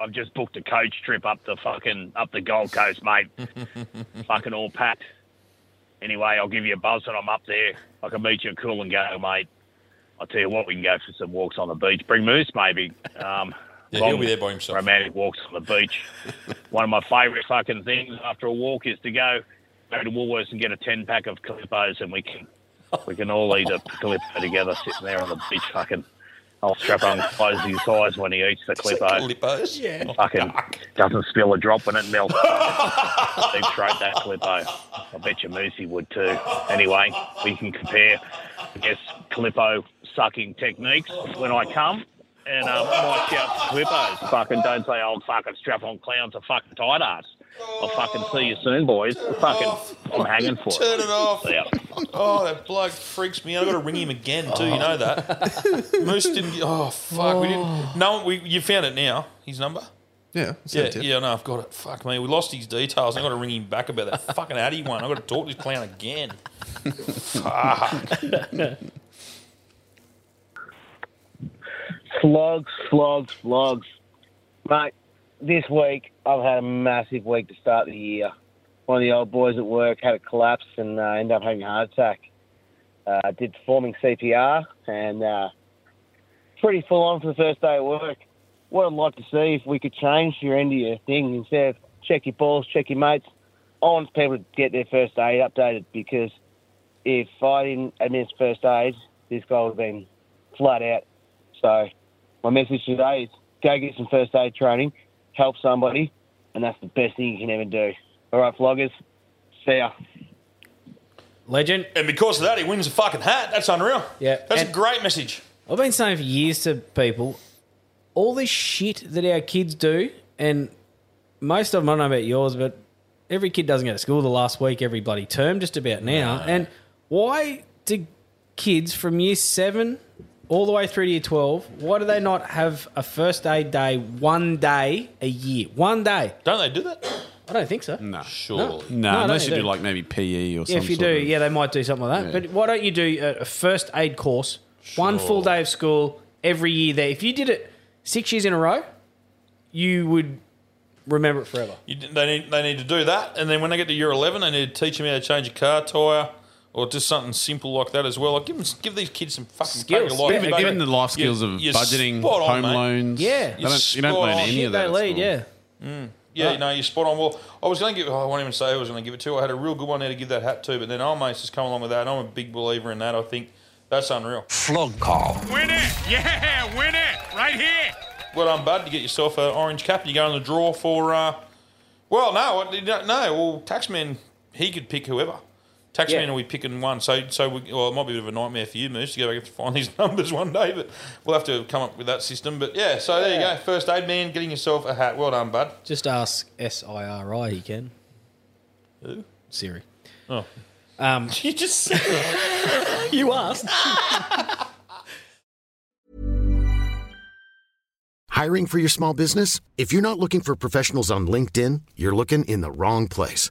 I've just booked a coach trip up the fucking, up the Gold Coast, mate. fucking all packed. Anyway, I'll give you a buzz when I'm up there. I can meet you at Cool and Go, mate. I'll tell you what, we can go for some walks on the beach. Bring Moose, maybe. Um,
Yeah,
long
he'll be there by himself.
Romantic walks on the beach. One of my favourite fucking things after a walk is to go go to Woolworths and get a ten pack of Calippos, and we can we can all eat a Calippo together, sitting there on the beach, fucking I'll strap on close his eyes when he eats the clippo.
Lippos? Yeah.
Fucking doesn't spill a drop when it melts. Deep throat that clippo. I bet you Moosey would too. Anyway, we can compare, I guess, clippo sucking techniques when I come. And um, my shout to clippos. Fucking don't say "Oh, old fucking strap on clowns are fucking tight arts. I'll fucking see you soon, boys. Fucking, I'm hanging for
Turn it off.
Yeah.
Oh, that bloke freaks me out. I've got to ring him again, too. You know that. Moose didn't. get- Oh, fuck. We didn't. No, we, you found it now, his number.
Yeah.
Yeah, yeah, no, I've got it. Fuck me. We lost his details. I've got to ring him back about that fucking Addy one. I've got to talk to this clown again. Fuck.
Flogs, flogs, flogs. Mate, this week I've had a massive week to start the year. One of the old boys at work had a collapse and uh, ended up having a heart attack. Uh, did performing CPR and uh, pretty full on for the first day at work. What I'd like to see if we could change your end of your thing instead of check your balls, check your mates. I want people to get their first aid updated because if I didn't administer first aid, this guy would have been flat out. So my message today is go get some first aid training, help somebody, and that's the best thing you can ever do. All right, vloggers, see ya.
Legend.
And because of that, he wins a fucking hat. That's unreal.
Yeah.
That's a great message.
I've been saying for years to people, all this shit that our kids do, and most of them, I don't know about yours, but every kid doesn't go to school the last week, every bloody term, just about now. And why do kids from year seven all the way through to year 12, why do they not have a first aid day one day a year? One day.
Don't they do that?
I don't think so.
No.
Surely.
No,
No, I
unless
don't
you do
either.
like maybe PE or
Yeah,
something.
if you do, yeah, they might do something like that.
Yeah.
But why don't you do a, a first aid course, one
Sure.
full day of school every year there? If you did it six years in a row, you would remember it forever.
You, they, need, they need to do that. And then when they get to year 11, they need to teach them how to change a car tyre or just something simple like that as well. Like give, them, give these kids some fucking
Skills.
fucking life.
Yeah,
budget.
give them the
life skills
You're-
of
you're
budgeting,
spot on,
home
mate.
loans. Yeah. They don't- you don't
spot
learn
on.
any of Shit that they at lead, school. yeah.
Mm. Yeah, no, you're spot on. Well, I was going to give. Oh, I won't even say who I was going to give it to. I had a real good one there to give that hat to, but then our mates has come along with that. And I'm a big believer in that. I think that's unreal. Flog call.
Oh.
Win it! Yeah, win it! Right here!
Well done, bud. You get yourself an orange cap and you go in the draw for. Uh, well, no, I- no. Well, Taxman, he could pick whoever. Taxman
Yeah.
will be picking one. So, so we, well, it might be a bit of a nightmare for you, Moose, to go back and find these numbers one day, but we'll have to come up with that system. But yeah, so there you go. First aid man, getting yourself a hat. Well done, bud.
Just ask S I R I. You can.
Who?
Siri.
Oh.
Um,
you just
you asked.
Hiring for your small business? If you're not looking for professionals on LinkedIn, you're looking in the wrong place.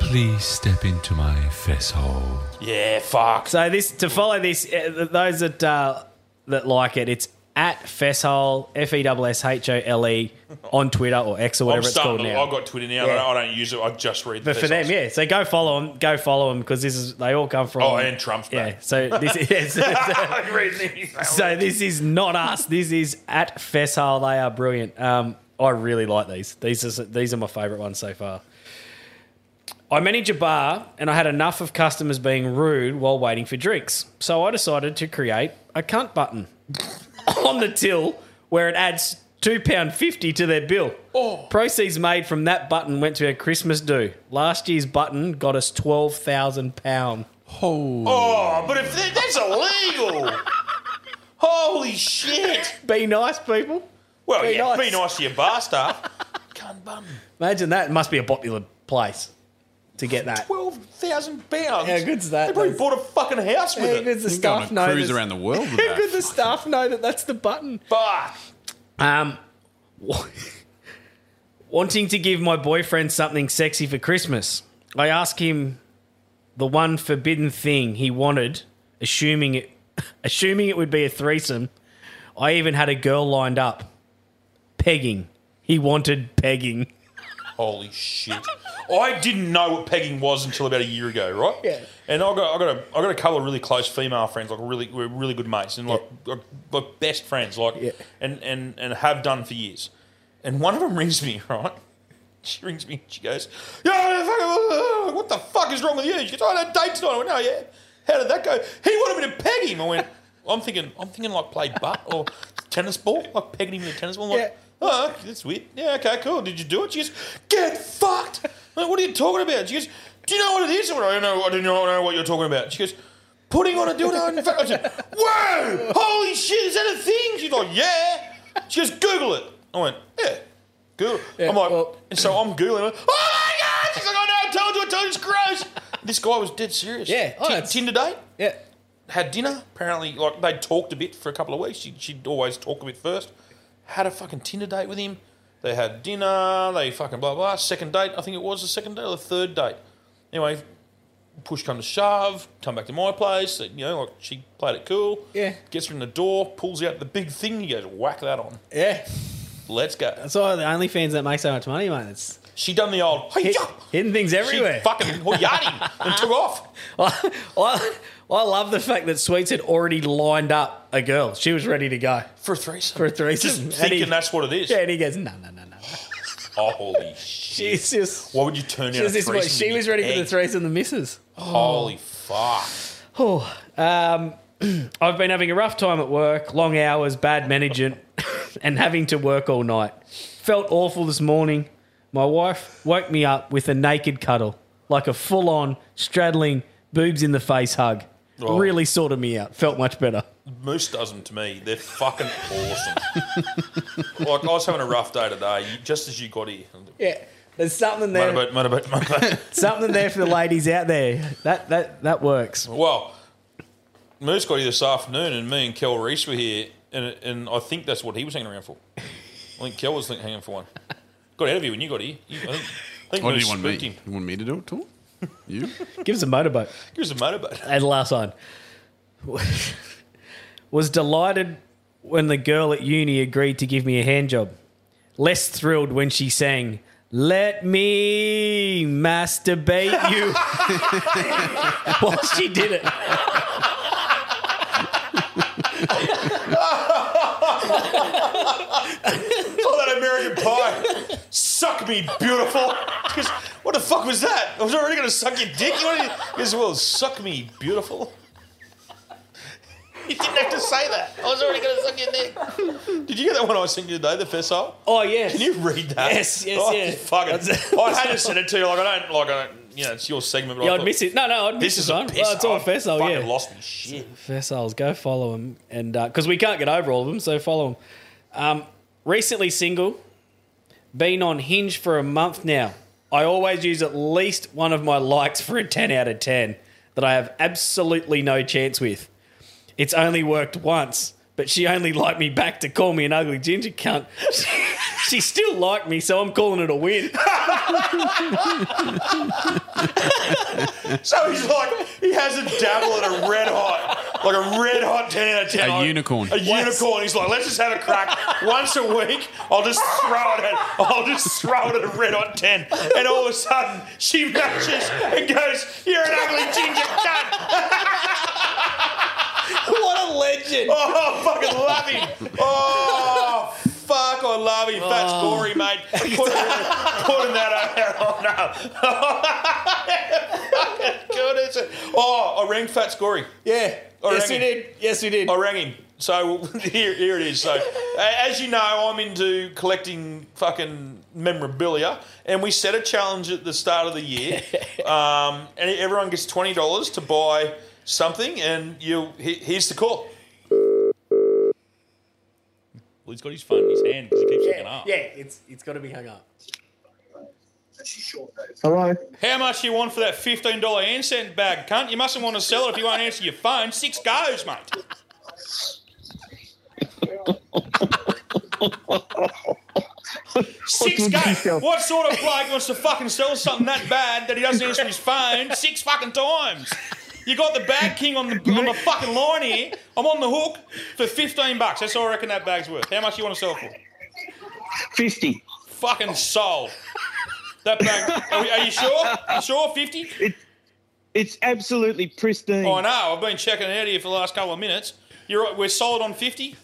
Please step into my fess hole.
Yeah, fuck.
So this to follow this, uh, th- those that uh, that like it, it's at Fesshole F E S S H O L E on Twitter or X or
I'm
whatever it's
starting
called
to,
now.
I've got Twitter now. I,
Yeah.
don't, I don't use it. I just read the
But for
things.
them, yeah. So go follow them. Go follow them because this is they all come from.
Oh, and Trump's
Yeah. So this is yeah, so, so- so this is not us. This is at Fesshole. They are brilliant. Um, I really like these. These are these are my favourite ones so far. I manage a bar and I had enough of customers being rude while waiting for drinks. So I decided to create a cunt button on the till where it adds £2.50 to their bill. Proceeds made from that button went to a Christmas do. Last year's button got us £12,000. Oh.
Oh, but if that, that's illegal. Holy shit.
Be nice, people.
Well,
Be
yeah, be
nice.
nice to your bar staff.
Imagine that. It must be a popular place to get that.
Twelve thousand pounds.
How good's that?
They probably bought a fucking house with
How
it.
good's the
You're
staff
going on a
know
cruise
this-
around the world with
How
that.
good the staff know that that's the button?
Fuck.
Um, wa- wanting to give my boyfriend something sexy for Christmas, I asked him the one forbidden thing he wanted, assuming it, assuming it would be a threesome. I even had a girl lined up, pegging. He wanted pegging.
Holy shit! I didn't know what pegging was until about a year ago, right? Yeah. And I got I got a I got a couple of really close female friends, like really we're really good mates, and like like, like best friends, like and and and have done for years. And one of them rings me, right? She rings me. She goes, "Yeah, fucking- what the fuck is wrong with you?" She goes, "I had a date tonight." I went, "No, yeah. How did that go?" He wanted me to peg him. I went, "I'm thinking, I'm thinking like play butt or tennis ball, like pegging him with a tennis ball." I'm like, "Oh, that's weird. Yeah, okay, cool. Did you do it?" She goes, "Get fucked." I'm like, what are you talking about? She goes, "Do you know what it is?" I went, "I don't know. I do not know what you're talking about." She goes. Putting on a dildo in fact, I said, "Whoa! Holy shit! Is that a thing?" She's like, "Yeah." She goes, "Google it." I went, "Yeah, Google." I'm like, and so I'm googling. it. Oh my god! She's like, "I know. I told you. I told you. It's gross." This guy was dead serious. Yeah. oh, Tinder date.
Yeah.
Had dinner. Apparently, like they talked a bit for a couple of weeks. She, she'd always talk a bit first. Had a fucking Tinder date with him. They had dinner. They fucking blah blah. Second date. I think it was the second date or the third date. Anyway, push come to shove, come back to my place. You know, like she played it cool. Yeah. Gets her in the door, pulls out the big thing. He goes, whack that on.
Yeah.
Let's go.
That's why the OnlyFans that make so much money, mate. It's
she done the old
hidden things everywhere.
She fucking hoyati him and took off.
I, I, I love the fact that Sweets had already lined up a girl. She was ready to go
for a threesome.
For a threesome,
Just
And
thinking
he-
that's what it is.
Yeah, and he goes, no, no, no, no.
Oh, holy shit.
She's just.
Why would you turn
She
out a
was, this way.
threesome?
she
with
was
your
ready for the
egg?
threesome, the missus.
Holy fuck.
Oh, um, I've been having a rough time at work, long hours, bad management, and having to work all night. Felt awful this morning. My wife woke me up with a naked cuddle, like a full on straddling, boobs in the face hug.
Oh.
Really sorted me out. Felt much better.
Moose does them to me. They're fucking awesome. like, I was having a rough day today, you- just as you got here.
Yeah, there's something there.
Motorboat, motorboat, motorboat.
Something there for the ladies out there. That that that works.
Well, Moose got here this afternoon, and me and Kel Reese were here, and, and I think that's what he was hanging around for. I think Kel was think- hanging for one. Got out of you when you got here. You, I think, I think
What do
Moose
you want
spooked
me?
him.
You want me to do it to him? You?
Give us a motorboat.
Give us a motorboat.
And last one. Was delighted when the girl at uni agreed to give me a hand job. Less thrilled when she sang, Let me masturbate you while she did it.
oh, that American Pie. Suck me, beautiful. Because what the fuck was that? I was already going to suck your dick. You wanted to, as well, suck me, beautiful. You didn't have to say that. I was already going to suck your dick. Did you get that one I was singing today, the Fessol?
Oh, yes.
Can you read that?
Yes, yes,
oh,
yeah.
Fucking, I had to send it to you. Like, I don't, like, I don't, you know, it's your segment. But
Yeah,
I
I'd
thought,
miss it. No, no, I'd miss
this
this
is a
one.
piss.
Oh, it's all
I've
Fessol,
fucking
yeah.
lost me shit.
Fessols, go follow them, and because we can't get over all of them, so follow them. Um, recently single, been on Hinge for a month now. I always use at least one of my likes for a ten out of ten that I have absolutely no chance with. It's only worked once, but she only liked me back to call me an ugly ginger cunt. she still liked me, so I'm calling it a win.
So he's like, he has a dabble at a red hot, like a red hot 10 out of 10.
A
Like,
unicorn.
A unicorn. He's like, let's just have a crack once a week. I'll just throw it at, I'll just throw it at a red hot 10. And all of a sudden, she matches and goes, you're an ugly ginger cunt.
what a legend.
Oh, I fucking love him. Oh, fuck, I love him. That's
Oh.
glory, mate. Putting, putting that out. Oh, no. Good, is it? Oh, I rang Fat Scory.
Yeah.
I
Yes,
rang
we
him.
did. Yes, we did.
I rang him. So here, here it is. So, a- as you know, I'm into collecting fucking memorabilia, and we set a challenge at the start of the year, um, and everyone gets twenty dollars to buy something, and you. he- Here's the call. he's got his phone in his hand because he keeps looking
Yeah,
up.
yeah, it's it's got to be hung up.
Hello.
How much do you want for that fifteen dollar incense bag, cunt? You mustn't want to sell it if you won't answer your phone. Six goes, mate. Six goes. What sort of bloke wants to fucking sell something that bad that he doesn't answer his phone six fucking times? You got the bag king on the on the fucking line here. I'm on the hook for fifteen bucks. That's all I reckon that bag's worth. How much do you want to sell it for?
Fifty.
Fucking sold. That bag. Are, we- are you sure? You sure? Fifty?
It's absolutely pristine.
I know. I've been checking it out here for the last couple of minutes. You're right. We're sold on fifty.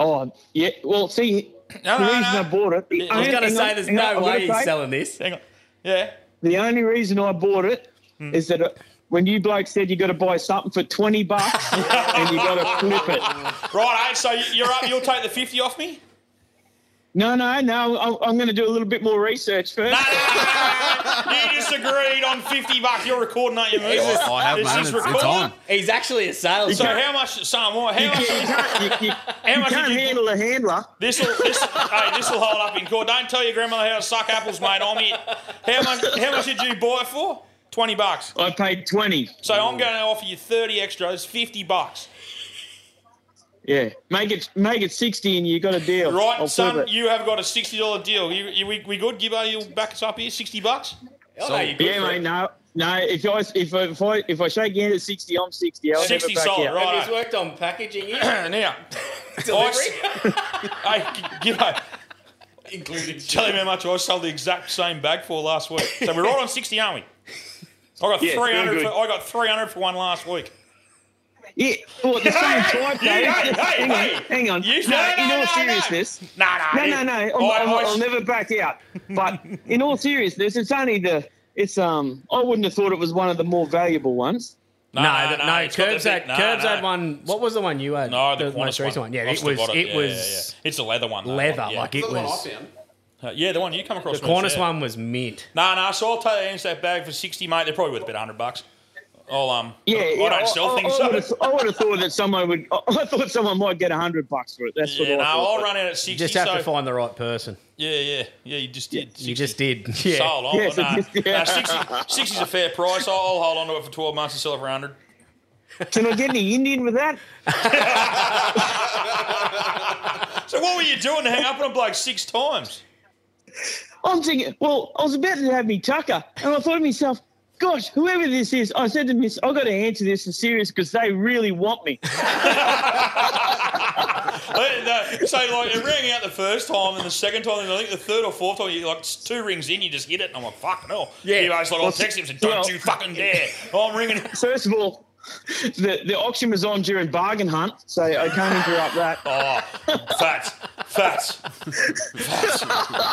Oh, yeah. Well, see,
No, no,
the reason
no.
I bought it.
Yeah. I was gonna say there's no way he's selling
this.
Hang on. Yeah.
The only reason I bought it is
Hmm.
that uh when you bloke said you got to buy something for 20 bucks and you got to flip it.
Right, eh? So you- you're up. You'll take the fifty off me.
No, no, no. I'm, I'm going to do a little bit more research first.
You just agreed on fifty bucks. You're recording, aren't you? Moose? This is recorded.
He's actually a salesman.
So how much, Sam? What? How much? how much did you
handle a handler.
This will this hey, this will hold up in court. Don't tell your grandmother how to suck apples, mate. I'm it. How much? How much did you buy it for? Twenty bucks.
I paid 20.
So I'm going to offer you thirty extras, fifty bucks.
Yeah. Make it make it 60 and you got a deal.
Right,
I'll
son,
flip it.
you have got a sixty dollar deal. You, you, we, we good? Gibbo, you'll back us up here, sixty bucks.
yeah, mate. No, no. If I if I, if I if I shake your hand at 60, I'm 60. I'll never back out.
Have
eh.
you worked on packaging it?
now,
Delivery?
hey, Gibbo. Tell him how much I sold the exact same bag for last week. So we're right on sixty, aren't we? I got
Yeah, very
three hundred.
good.
I got three hundred for one last week.
Yeah, well, at the same
Hey,
time,
you-
though,
hey, hey,
hang,
hey.
on, hang on.
You-
no,
no,
in
no,
all
no,
seriousness,
no. Nah, nah,
no, no, no.
you-
I'm,
I-
I'm,
I-
I'll never back out. But in all seriousness, it's only the it's um. I wouldn't have thought it was one of the more valuable ones.
No, no, no,
it's got
Curbs
the
had
big- no,
Curbs
no.
had one. What was the one you had?
No, the,
most
Qantas
recent one. Yeah,
I've
it
still
was.
got
It
Yeah,
was.
yeah, yeah. It's a leather one. though,
leather,
yeah.
like it Is that the one was- I found?
Uh, yeah, the one you come across.
The Qantas one was mint.
No, no. So I'll take into that bag for sixty, mate. They're probably worth about hundred bucks. I'll um.
Yeah,
I
yeah,
don't sell things.
I,
so-
would have, I would have thought that someone would. I, I thought someone might get hundred bucks for it. That's
yeah,
what
no,
I thought.
I'll run out at sixty.
You just have to
so-
find the right person.
Yeah, yeah, yeah. You just did.
You just did. Yeah.
Sold on. Yes, no, no, 60, 60's a fair price. I'll, I'll hold on to it for twelve months and sell it for hundred.
Can I get any Indian with that?
So what were you doing to hang up on a bloke six times?
I'm thinking, well, I was about to have me tucker, and I thought to myself, gosh, whoever this is, I said to Miss, I've got to answer this in serious because they really want me.
Uh, no, So like it rang out the first time, and the second time, and I think the third or fourth time, you like it's two rings in, you just hit it, and I'm like, fucking hell. Yeah. You know, it's like I'll
Well,
text him, and say, don't
well-
you fucking dare. Oh, I'm ringing.
First of all, the, the auction was on during bargain hunt, so I can't interrupt that.
Oh, fats, fats, fats.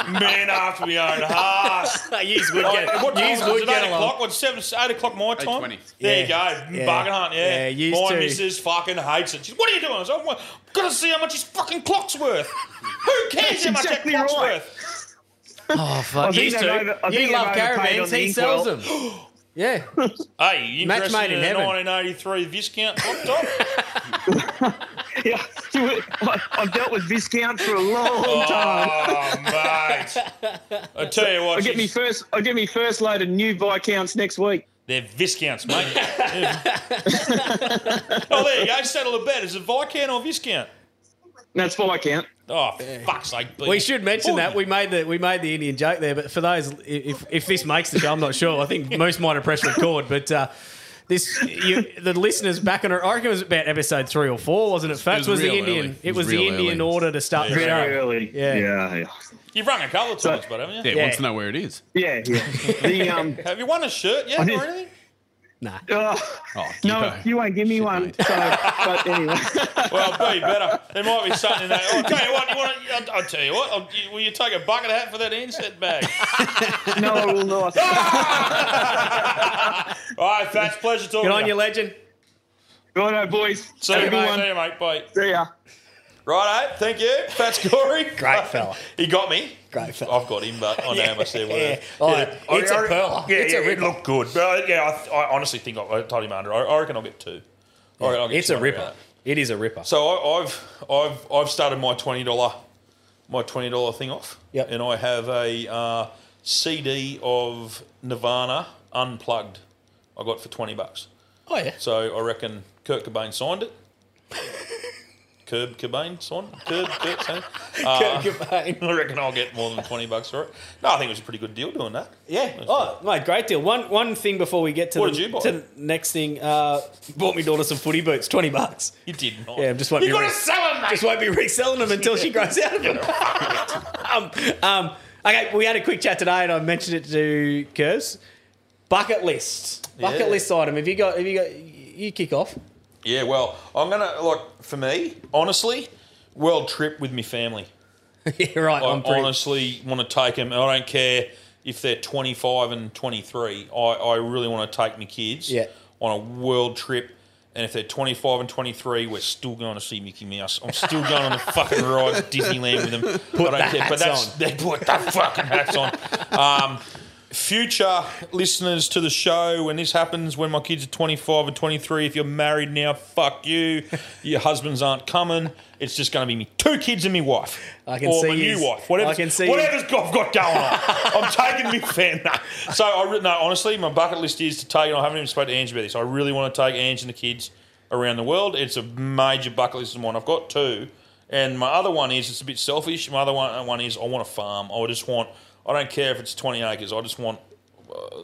Man after my own heart.
Yous would get-
Like, what time
yous
was it?
would
Eight
get along.
o'clock. What's seven? Eight o'clock my time.
8:20.
There
Yeah.
you go.
Yeah.
Bargain hunt.
Yeah,
Yeah.
yous
my
too.
missus fucking hates it. She's, what are you doing? I was like, "Well, gotta see how much his fucking clock's worth. Who cares
That's
how much
exactly
that clock's
right.
worth?
Oh fuck!
think
Used
they've
to.
over- I think
you love
they've overpaid
caravans.
on the
He sells
inkwell.
them. Yeah.
Hey, you
Match
interested
made
in,
in
a
heaven.
1983 Viscount top top?
yeah, uh, I, I've dealt with discounts for a long time.
oh, mate. I tell you what,
I get me
she's-
first. I get me first load of new Viscounts next week.
they're Viscounts, mate. oh, there you go. Settle the bet. Is it Viscount or Viscount?
That's Viscount.
Oh, for fuck's sake. Bill.
We should mention
Oh,
that we made the we made the Indian joke there, but for those if if this makes the show, I'm not sure. I think Moose might have pressed record, but uh, this you, the listeners back on it. I reckon it was about episode three or four, wasn't it? Facts
was
was, the
real
Indian.
early.
It was, the
real
Indian
early.
order to start the
Very
show.
early.
Yeah.
yeah.
You've rung a couple of times, but haven't you?
Yeah, wants to know where it is.
Yeah, yeah. The, um,
Have you won a shirt yet
I
or
did-
anything?
Nah.
Oh,
no, you won't give me one. So, but anyway.
Well, it'd be better. There might be something in that. I'll tell you what. You want to, I'll, I'll tell you what. I'll, you, will you take a bucket hat for that inset bag?
No, I will not.
All right, Fats. Pleasure talking.
Good
to
on you,
legend.
Righto, boys.
See
Have
you,
a good
mate.
one.
See you, mate. Bye.
See ya.
Righto, thank you. Fats Corey.
Great fella.
he got me.
Great fella.
I've got him, but I know how much they're worth.
Yeah. Oh, it's
a
a pearl.
Yeah,
It's a
yeah, it
ripper.
looked good. But uh, yeah, I, th- I honestly think I, I told him under. I, I reckon I'll get two. I reckon I'll get
It's a
200
ripper.
out of it.
It is a ripper.
So I, I've I've I've started my twenty dollar my twenty dollar thing off.
Yep.
And I have a uh, CD of Nirvana unplugged. I got for twenty bucks.
Oh yeah.
So I reckon Kurt Cobain signed it. Curb Cobain signed. it? Curb, Kurt, signed it. Uh,
Kurt Cobain.
I reckon I'll get more than twenty bucks for it. No, I think it was a pretty good deal doing that.
Yeah. oh, mate, great deal. One one thing before we get to,
What
the,
did you buy?
to the next thing, uh, bought me daughter some footy boots, twenty bucks.
You did not.
Yeah, just won't
You
be
gotta sell 'em, mate.
Just won't be reselling them until she grows out of them. um, um, okay, we had a quick chat today, and I mentioned it to Curves. Bucket list, bucket
Yeah.
list item. Have you got? Have you got? You kick off.
Yeah, well, I'm gonna like for me, honestly, world trip with me family.
yeah, right.
I
I'm pretty-
honestly want to take them. I don't care if they're 25 and 23. I, I really want to take my kids
Yeah.
on a world trip. And if they're 25 and 23, we're still going to see Mickey Mouse. I'm still going on the fucking ride to Disneyland with them.
Put
I don't
the
care. But
hats
that's
on.
they put the fucking hats on. Um, future listeners to the show, when this happens, when my kids are 25 or 23, if you're married now, fuck you. Your husbands aren't coming. It's just going to be me two kids and me wife.
I can
or
see
my
yous.
new wife. Whatever's,
I can see
whatever's got, I've got going on. I'm taking me fan. No. So I re- no, honestly, my bucket list is to take, and I haven't even spoken to Angie about this. I really want to take Angie and the kids around the world. It's a major bucket list of mine. I've got two. And my other one is it's a bit selfish. My other one, one is I want a farm. I just want I don't care if it's twenty acres. I just want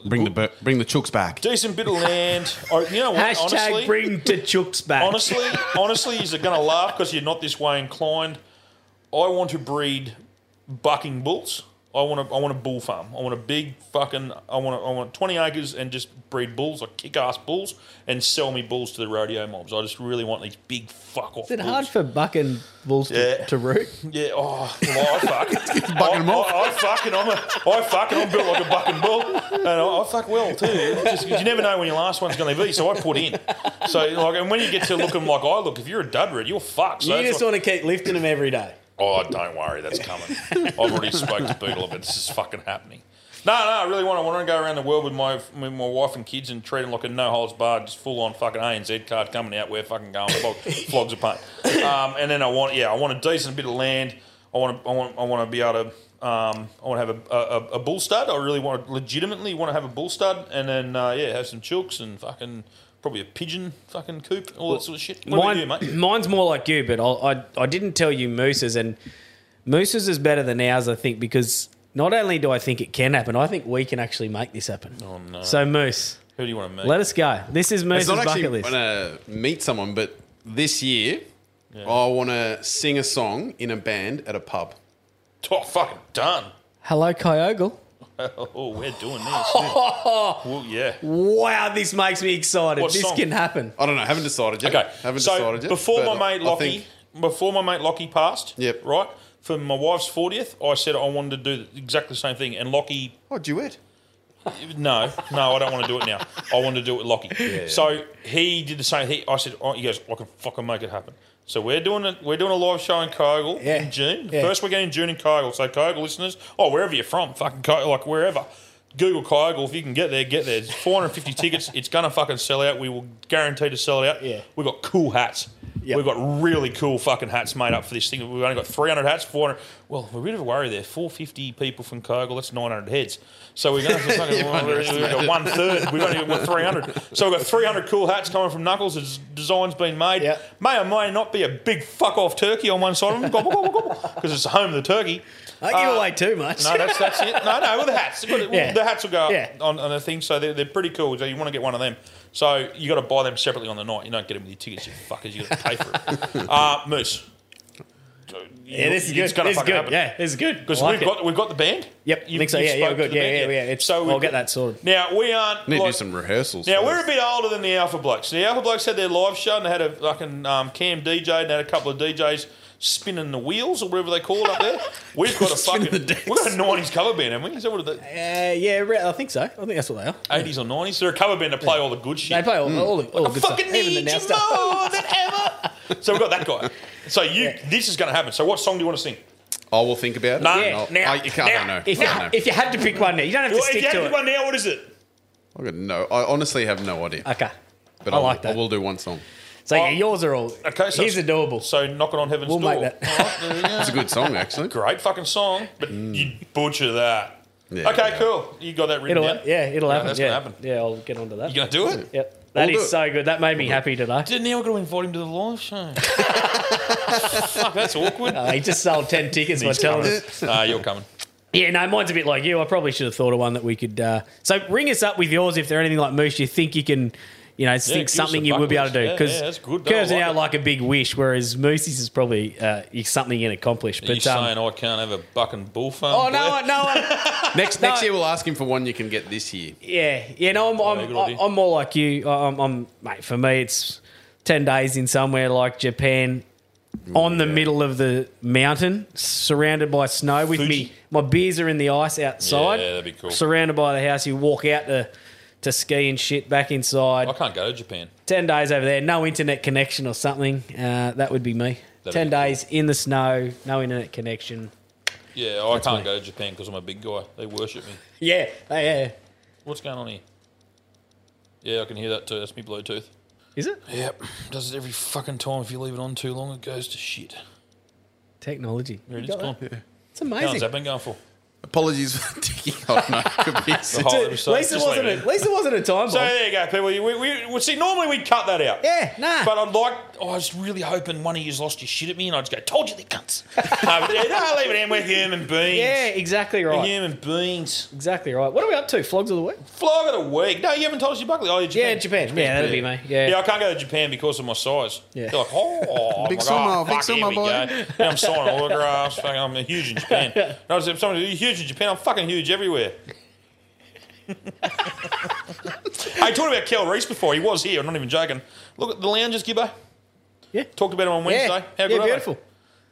Bring the bu- bring the chooks back.
decent bit of land. Or, you know what?
Hashtag
honestly,
bring the chooks back.
Honestly, honestly, you're going to laugh because you're not this way inclined. I want to breed bucking bulls. I want to. I want a bull farm. I want a big fucking. I want. A, I want 20 acres and just breed bulls, like kick ass bulls, and sell me bulls to the rodeo mobs. I just really want these big fuck off.
Is it
bulls.
hard for bucking bulls to, to root?
Yeah. Oh, well, I fuck. I, I, I fucking. I'm a. I fucking. I'm built like a bucking bull, and I, I fuck well too. It's just- 'cause you never know when your last one's going to be. So I put in. So like, and when you get to looking like I look, if you're a dud red, you're fucked. So
you
that's
just want to keep lifting them every day.
Oh, don't worry, that's coming. I've already spoke to Boodle of it. This is fucking happening. No, no, I really want to, want to go around the world with my with my wife and kids and treat them like a no holds barred, just full on fucking ANZ card coming out. We're fucking going flog, flogs apart. Um, and then I want, yeah, I want a decent bit of land. I want to, I want, I want to be able to. Um, I want to have a, a, a bull stud. I really want to, legitimately want to have a bull stud, and then uh, yeah, have some chooks and fucking probably a pigeon fucking coop, all that sort of shit. What about
Mine,
you, mate?
Mine's more like you, but I, I, I didn't tell you Moose's, and Moose's is better than ours, I think, because not only do I think it can happen, I think we can actually make this happen. Oh, no. So, Moose,
Who do you want to meet?
let us go. This is Moose's
It's not actually
bucket list.
want to meet someone, but this year I want to sing a song in a band at a pub.
Oh, fucking done.
Hello, Kyogle.
Oh, we're doing this. well, yeah.
Oh. Wow, this makes me excited.
What
this
song? Oh,
can happen.
I don't know. Haven't decided yet.
Okay.
Haven't
so
decided yet.
Before
but
my mate
I
Lockie,
think-
before my mate Lockie passed, yep. right, for my wife's 40th, I said I wanted to do exactly the same thing. And Lockie.
Oh, duet.
No, no, I don't want to do it now. I want to do it with Lockie.
Yeah.
So he did the same thing. I said, oh, he goes, I can fucking make it happen. So we're doing a, we're doing a live show in Kogel in June.
Yeah.
First weekend in June in Kogel. So Kogel listeners, oh wherever you're from, fucking Kogel, like wherever. Google Kogel. If you can get there, get there. It's 450 tickets. It's gonna fucking sell out. We will guarantee to sell it out. Yeah. We've got cool hats. We've got really cool fucking hats made up for this thing. We've only got 300 hats, 400. Well, we're a bit of a worry there. 450 people from Kogel. That's 900 heads. So we're gonna have to fucking we've
You've
got
underestimated.
one third. We've only got 300. So we've got 300 cool hats coming from Knuckles. His design's been made. May or may not be a big fuck off turkey on one side of them because it's the home of the turkey. Uh,
I give away too much.
No, that's, that's it. No, no, with the hats. Well,
Yeah.
The hats will go up
Yeah.
on, on the thing, so they're, they're pretty cool. So you want to get one of them. So you got to buy them separately on the night. You don't get them with your tickets, you fuckers. You got to pay for it. Uh, Moose.
Yeah, this is
It's
good.
gonna
This is
fucking
good.
happen.
Yeah, this is good.
Because
I like
we've
it.
got we've got the band.
Yep,
You-
think so.
you
Yeah, yeah,
spoke
we're
to
good.
the
Yeah,
band,
yeah, yeah. It's,
So
I'll
we've
get
got-
that sorted.
Now we aren't.
Need to do
like-
some rehearsals.
now
first.
we're a bit older than the Alpha Blokes. The Alpha Blokes had their live show and they had a fucking um, Cam DJ and they had a couple of DJs spinning the wheels or whatever they call it up there. We've got a fucking we've got a nineties cover band, haven't we? Is that what it-
Uh, yeah, re- I think so. I think that's what they are.
eighties or nineties? They're a cover band to play all the good shit.
They play
Mm.
all, all the all the good
fucking
stuff, even the
need
now
you
stuff.
more than ever. so we've got that guy. So you this is gonna happen. So what song do you want to sing?
I will think about it.
Nah,
and I'll-
now,
I, you can't, I don't
now.
know.
If
I
you-
don't know.
If you had to pick one now, you don't have to
Well, if
stick
you had
to
to
it.
pick one now, what is it?
I got no. I honestly have no idea.
Okay.
But
I
will-
like that.
I will do one song.
So
Oh.
yeah, yours are all.
Okay, so
he's adorable.
So knock it on heaven's
We'll
door.
make that.
It's
a good song, actually. Mm.
Great fucking song, but you butcher that. okay, cool. You got that written
It'll,
down.
yeah, it'll happen.
That's
yeah.
gonna happen.
Yeah, I'll get onto that.
You gonna do it?
Yep.
We'll
That is
do it.
so good. That made me happy today.
Didn't now got to invite him to the live show? Fuck, that's awkward.
No, Uh, he just sold 10 tickets by
He's
telling
coming.
us.
Ah, you're coming.
Yeah, no, mine's a bit like you. I probably should have thought of one that we could. Uh, so ring us up with yours if they're anything like Moose. You think you can, you know,
give
think
us
something
a
you would be able to
bucket list. Yeah,
do because
yeah, that's good. No, I
curves it
like
out
it.
like a big wish, whereas Moosey's is probably uh, something you can accomplish.
Are you
But um,
saying I can't have a bucking bullfun?
oh no, I- no, I-
Next next year we'll ask him for one you can get this year.
Yeah, yeah. No, I'm, I'm, I'm, I'm more like you. I- I'm, I'm, mate. For me, it's ten days in somewhere like Japan, on the middle of the mountain, surrounded by snow. With me, my beers are in the ice outside.
Yeah, that'd be cool.
Surrounded by the house, you walk out to to ski and shit back inside.
I can't go to Japan.
Ten days over there, no internet connection or something. Uh, that would be me.
That'd
ten
be
days in the snow, no internet connection.
Yeah, I can't go to Japan because I'm a big guy. They worship me.
Yeah, oh, yeah.
What's going on here? Yeah, I can hear that too. That's me Bluetooth.
Is it?
Yep. Does it every fucking time. If you leave it on too long, it goes to shit.
Technology.
There it
You
is,
got
gone.
that? It's
How long's
amazing.
that been going for?
Apologies for ticking off my
The whole episode. Just leave it in.
wasn't a time
So there you go, people. We, we, we, see, normally we'd cut that out.
Yeah, nah.
But I'd like, oh, I was really hoping one of you lost your shit at me and I'd just go, told you they cunts. no, but yeah, no, leave it in. We're human beings.
Yeah, exactly right.
We're human beings.
Exactly right. What are we up to? Flogs of the week?
Flog of the week. No, you haven't told us your bucket. list. Oh, Japan.
Yeah, Japan. Yeah, that'll be me. Yeah.
I can't go to Japan because of my size.
Yeah.
They're like, oh,
Big
big summer,
summer, big
big
summer,
boy.
boy.
Yeah, I'm signing autographs. Fucking, I'm huge in Japan. And I was somebody, you're huge in Japan. I'm fucking huge everywhere. I talked about Kel Reese before. He was here. I'm not even joking. Look at the lounges, Gibbo.
Yeah.
Talked about him on
Yeah.
Wednesday. How
Yeah,
good are they?
beautiful.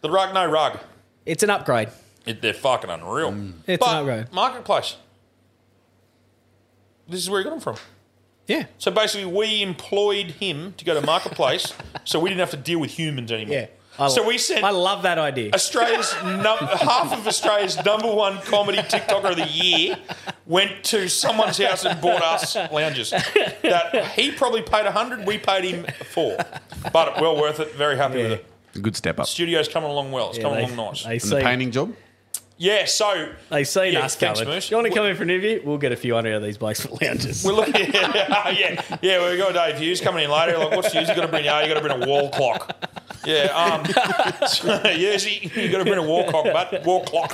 The rug, no rug.
It's an upgrade. Mm.
It, they're fucking unreal.
It's
but
an upgrade.
marketplace. This is where he got them from.
Yeah.
So basically, we employed him to go to marketplace, so we didn't have to deal with humans anymore.
Yeah. I
so
lo-
we sent
I love that idea.
Australia's num- half of Australia's number one comedy TikToker of the year went to someone's house and bought us lounges that he probably paid hundred, we paid him four, but well worth it. Very happy with it.
Good step up.
Studio's coming along well. It's
Yeah,
coming
they-
along nice.
And the painting job?
Yeah, so
They say
Yeah,
us
thanks,
covered.
Moose.
You want to come in for an interview? We'll get a few hundred of these blokes for lounges.
We're looking, yeah, yeah, yeah. We got Dave Hughes coming in later. Like, what's Hughes? You got to bring, oh, you got to bring a wall clock. Yeah, um, Yerzy, you got to bring a wall clock, but wall clock.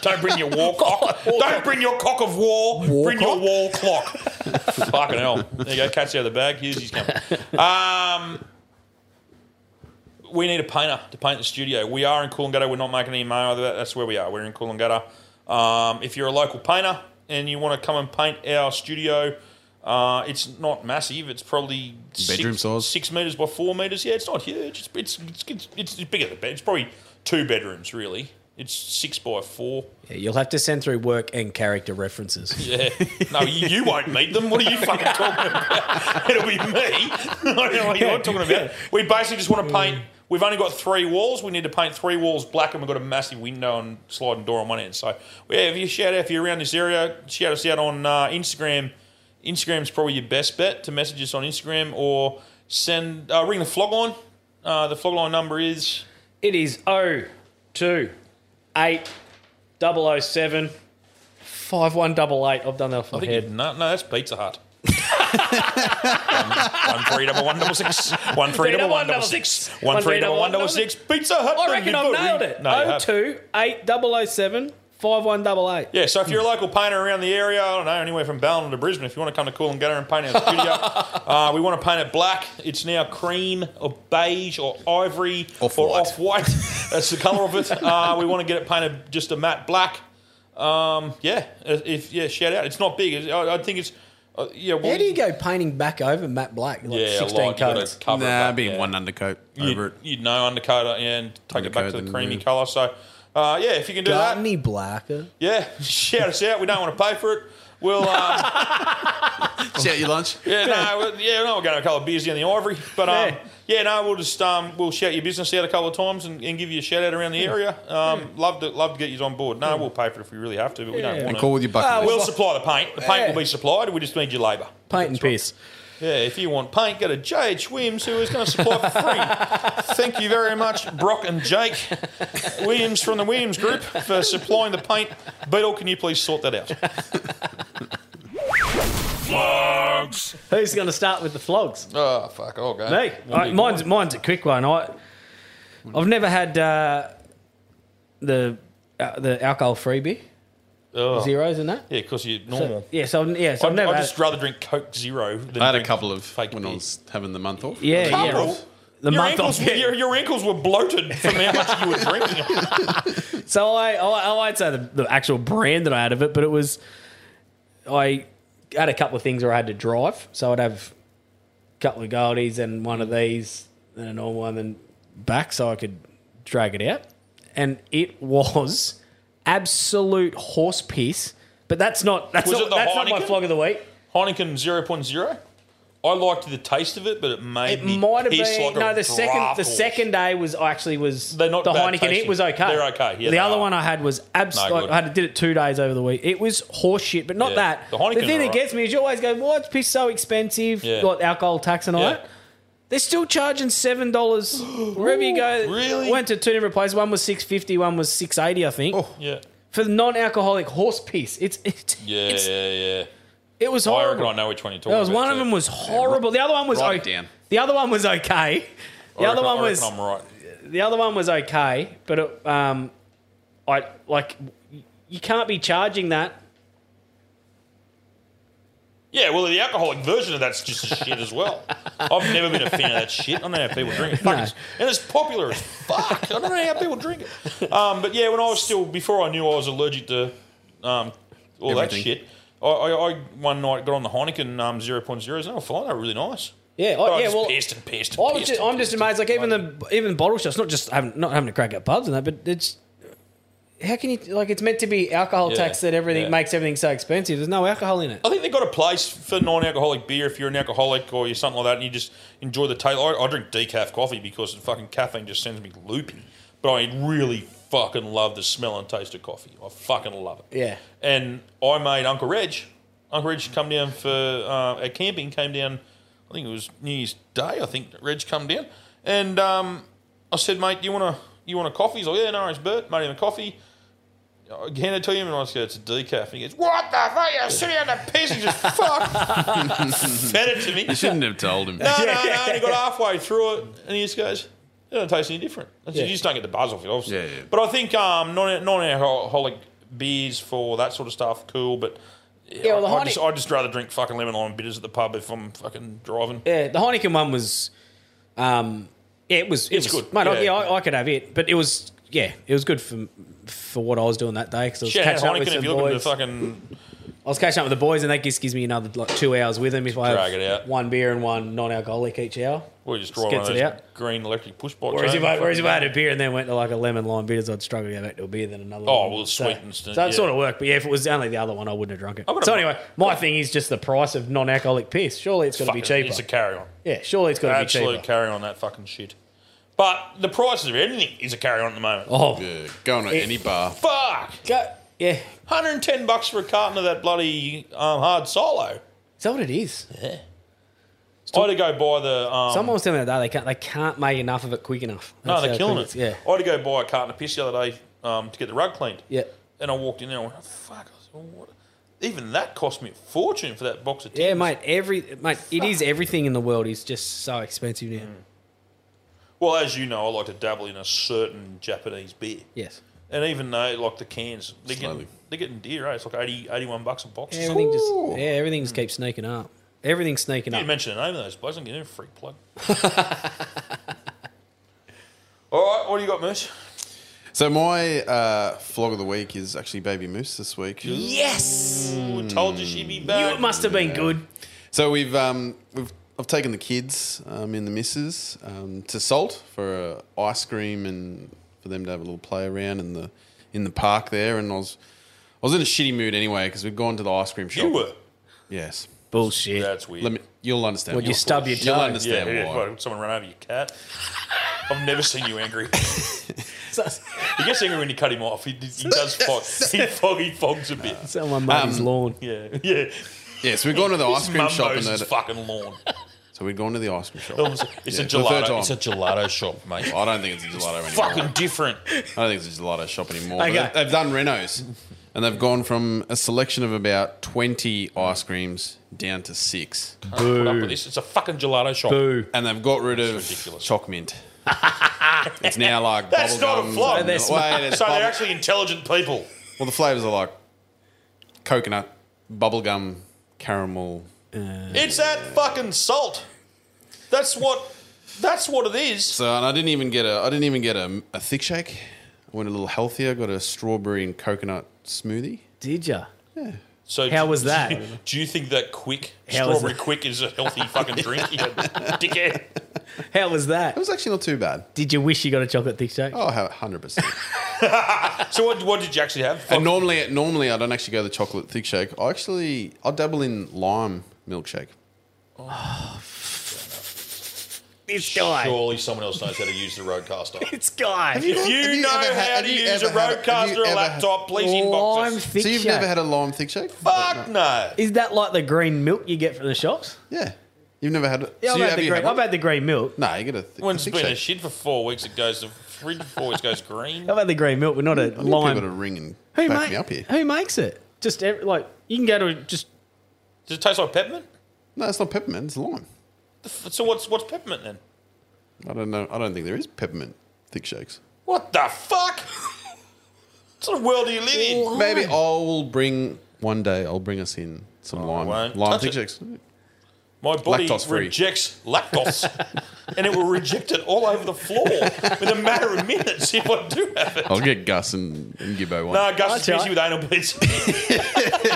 Don't bring your wall clock. Don't bring your cock of war. bring your wall clock. Fucking hell. There you go. Catch you out of the bag. Hughesy's coming. Um, we need a painter to paint the studio. We are in Coolangatta. We're not making any money out of that. That's where we are. We're in Coolangatta. Um, if you're a local painter and you want to come and paint our studio, uh, it's not massive. It's probably
Bedroom
six,
size?
six meters by four meters. Yeah, it's not huge. It's it's it's, it's, it's bigger than a bed. It's probably two bedrooms really. It's six by four.
Yeah, you'll have to send through work and character references.
Yeah. No, you, you won't meet them. What are you fucking talking about? It'll be me. I don't know what you're talking about. We basically just
Mm.
want to paint. We've only got three walls. We need to paint three walls black, and we've got a massive window and sliding door on one end. So, yeah, if you shout out if you're around this area, shout us out on uh, Instagram. Instagram's probably your best bet to message us on Instagram or send uh, ring the flog line. Uh, the flog line number is
It is 02 8 007 5188. I've done that off my
I think
head.
you, no, no, that's Pizza Hut. one, one three double one double six. One three double one double six. One three double one double six. Pizza Hut.
I reckon I've
delivery.
nailed it.
No, you
Oh
haven't.
two eight double oh seven five one double eight.
Yeah, so if you're a local painter around the area, I don't know, anywhere from Ballina to Brisbane, if you want to come to Coolangatta and paint our studio, uh, we want to paint it black. It's now cream or beige or ivory or off white. That's the colour of it. Uh, we want to get it painted just a matte black. Um, yeah, if yeah, shout out. It's not big. I, I think it's uh, yeah. well,
How do you go painting back over Matt Black? Like
Yeah, a
16
lot. You gotta
coats.
cover it
nah,
up,
being
yeah.
one
undercoat
you'd, you'd know undercoat yeah, and take it back
Undercoat
to the
and
creamy
move.
colour. So, uh, yeah, if you can do that,
Garney Blacker.
yeah, shout us out. We don't want to pay for it. We'll um,
shout your lunch.
Yeah, no, we'll- yeah, no, we're going to a couple of beers down the ivory, but um, yeah. no, we'll just um, we'll shout your business out a couple of times and, and give you a shout out around the
Yeah.
area. Um, Love to love to get you on board. No, we'll pay for it if we really have to, but we
Yeah.
don't
And
want to.
call with your bucket Ah, list.
we'll supply the paint. The paint will be supplied. We just need your labour.
Paint and piss.
Yeah, if you want paint, go to JH Williams, who is going to supply for free. Thank you very much, Brock and Jake Williams from the Williams Group, for supplying the paint. Beetle, can you please sort that out?
Flogs. Who's going to start with the flogs?
Oh fuck! I'll go.
Me.
One
All right,
big
mine's
one.
mine's a quick one. I I've never had uh, the uh, the alcohol free beer.
Oh.
Zeros and that.
Yeah, because you're
So-
normal.
yeah, so I've- yeah, so I've
I'd,
never
I'd
had-
just rather drink Coke Zero than
I had a
drink
couple of when I was having the month off.
A couple?
The
your
month
ankles,
off, yeah.
your, your ankles were bloated from how much you were drinking.
So I, I, I won't say the, the actual brand that I had of it, but it was I had a couple of things where I had to drive, so I'd have a couple of goldies and one of these and a normal one, and back, so I could drag it out, and it was absolute horse piss. But that's not that's
was
not,
it the
that's
Heineken?
not my flog of the week.
Heineken 0.0. I liked the taste of it, but it made
It
me
might have
piss
been
like a
no. The second the
brothel.
second day was actually was
not
the
bad
Heineken.
tasting.
It was okay.
They're okay, yeah,
the
they
other
are.
one I had was
No
absolutely.
good.
I had, did it two days over the week. It was horseshit, but not
Yeah.
that.
The Heineken
thing
are
that
right.
gets me is you always go, "Why is piss so expensive?
Yeah.
Got alcohol tax and all
Yeah.
that." They're still charging seven dollars wherever you go. Really? Went to two different places. One was six fifty. One was six eighty. I think.
Yeah.
For non-alcoholic horse piss, it's it's
Yeah, yeah, yeah.
It was
I reckon
horrible.
I know which one you're talking
That was
about.
one of them was horrible. The other one was
Write it
okay.
down.
The other one was okay. The
I
other
reckon-
one
I
was
reckon I'm right.
the other one was okay, but it, um, I like y- you can't be charging that.
Yeah, well, the alcoholic version of that's just as shit as well. I've never been a fan of that shit. I don't know how people drink it. Fuck, it's- And it's popular as fuck. I don't know how people drink it. Um, but yeah, when I was still, before I knew I was allergic to um, all that
Everything.
shit, I, I, I one night got on the Heineken um, 0.0s and I was fine. They were really nice.
Yeah,
But
I, yeah.
just
Well,
pissed and pissed and
I was
pissed
just,
and
I'm just amazed. Like even the even the bottle shots, not just having, not having to crack at pubs and that, but it's how can you like it's meant to be alcohol
Yeah,
tax that everything
yeah.
makes everything so expensive. There's no alcohol in it.
I think they've got a place for non-alcoholic beer if you're an alcoholic or you're something like that and you just enjoy the taste. I, I drink decaf coffee because the fucking caffeine just sends me loopy. But I really fucking love the smell and taste of coffee. I fucking love it.
Yeah.
And I made Uncle Reg. Uncle Reg come down for uh, a camping. Came down, I think it was New Year's Day. I think Reg come down, and um, I said, "Mate, do you want a you want a coffee?" He's like, "Yeah, no worries, Bert." Made him a coffee. I hand it to him, and I just go, "It's a decaf." And he goes, "What the fuck? You're sitting on the piss and just fuck." Fed it to me.
You shouldn't have told him.
No, no, no. And he got halfway through it, and he just goes, "It don't taste any different." I said,
Yeah.
You just don't get the buzz off it, obviously.
Yeah, yeah.
But I think um, non alcoholic beers for that sort of stuff, cool. But
Yeah, well, the
I, I just,
Heine-
I'd just rather drink fucking lemon lime bitters at the pub if I'm fucking driving.
Yeah, the Heineken one was, um, yeah, it was. It
It's
was,
good.
mate. I-
Yeah.
Yeah, I, I could have it, but it was, yeah, it was good for for what I was doing that day because I was
Shout out
catching up with
Heineken if
some
you're looking to
boys.
fucking
I was catching up with the boys, and that just gives me another like two hours with them if I
Drag
have
it out.
one beer and one non-alcoholic each hour.
we just
Just
drive one of
gets it
those green electric push bikes.
Whereas if,
home.
I, whereas if I had a beer and then went to like a lemon lime bitters, I'd struggle to go back to a beer then another.
Oh,
one.
well,
So-
sweetens
So,
it,
it
yeah.
sort of worked, but yeah, if it was only the other one, I wouldn't have drunk it.
I've got
So
a-
anyway, my thing is just the price of non-alcoholic piss. Surely it's got to be
Fucking-
cheaper.
It's a carry on.
yeah, surely it's got to be cheaper.
Absolute carry on that fucking shit. But the prices of anything is a carry on at the moment.
Oh.
yeah,
going to any bar.
Fuck.
yeah.
110 bucks for a carton of that bloody um, hard solo.
Is that what it is?
Yeah. I had to go buy the. Um,
Someone was telling me that they can't they can't make enough of it quick enough.
No,
That's
they're
how
killing
quick
it.
it's- Yeah,
I had to go buy a carton of piss the other day um, to get the rug cleaned.
yeah.
And I walked in there and went, fuck. I said, well, what? Even that cost me a fortune for that box of tickets.
Yeah, mate. Every mate, it is everything in the world is just so expensive now.
Mm. Well, as you know, I like to dabble in a certain Japanese beer.
Yes.
And even though, like the cans, they're
Slowly.
getting, they're getting dear, eh? It's like 80, 81 bucks a box.
Everything just yeah, everything just keeps sneaking up. Everything's sneaking
You
up.
didn't mention the name of those boys. I'm getting a freak plug. All right, what do you got, Moose?
So my uh, flog of the week is actually Baby Moose this week.
Yes.
told you she'd be
back. it must have been good.
So we've um, we've I've taken the kids um, and the missus um, to Salt for uh, ice cream and for them to have a little play around in the in the park there. And I was I was in a shitty mood anyway because we'd gone to the ice cream shop.
were?
Yes.
Bullshit.
That's weird.
Let me, you'll understand.
Would
why. You'll understand
yeah,
why.
yeah, what, Someone ran over your cat. I've never seen you angry. he gets angry when you cut him off. He, he does fog. He, fog, he fogs a bit. Um,
Someone made his lawn.
Yeah, yeah.
Yeah, so we've gone to the
This
ice cream shop and
Mumbo's his
that-
fucking lawn.
So we'd gone to the ice cream shop.
It was- it's a
for the third
gelato-
time.
it's a gelato shop, mate.
I don't think it's a gelato anymore.
fucking different.
I don't think it's a gelato shop anymore. but
Okay.
they- They've done renos, and they've gone from a selection of about twenty ice creams down to six.
Can't put up with this. It's a fucking gelato shop.
And they've got rid of chalk mint. it's now like
That's
bubblegum.
not a flop.
Wait,
so they're
it's bubble-
actually intelligent people.
Well, the flavors are like coconut, bubblegum, caramel.
It's that fucking salt. That's what. That's what it is.
So, and I didn't even get a I didn't even get a, a thick shake. I went a little healthier. Got a strawberry and coconut smoothie.
Did ya?
Yeah.
So
How
do-
was that?
Do you, do you think that quick
How was
strawberry
that?
quick is a healthy fucking drink? You dickhead.
How was that? It
was actually not too bad.
Did you wish you got a chocolate thick shake?
Oh, hundred percent.
So what, what did you actually have?
And normally, normally I don't actually go the chocolate thick shake. I actually I dabble in lime milkshake.
This
guy. Surely someone else knows how to use the Roadcaster.
This guy.
If you, know how to use a Roadcaster or a laptop, please inbox us.
Lime thick
So you've
shake.
never had a lime thick shake?
Fuck no.
Is that like the green milk you get from the shops?
Yeah. You've never had it. So
Yeah, I've,
you-
had
have
the
you
green,
had
I've
one?
had the green milk.
No, you get a thick,
When it's
thick
been a
shake.
shit for four weeks, it goes to fridge for four weeks goes green.
I've had the green milk, but not a
I need
lime.
people to ring and
Who,
back
ma-
me up here.
who makes it? Just every, like you can go to just.
Does it taste like peppermint?
No, it's not peppermint. It's lime.
So what's what's peppermint then?
I don't know. I don't think there is peppermint thick shakes.
What the fuck? what sort of world do you live in?
Maybe I'll bring one day. I'll bring us in some lime
Oh, won't
lime
touch
thick
it.
shakes.
My body
Lactose-free.
rejects lactose, and it will reject it all over the floor within a matter of minutes if I do have it.
I'll get Gus and, and Gibbo one.
No, Gus is
I'll
busy with anal beads.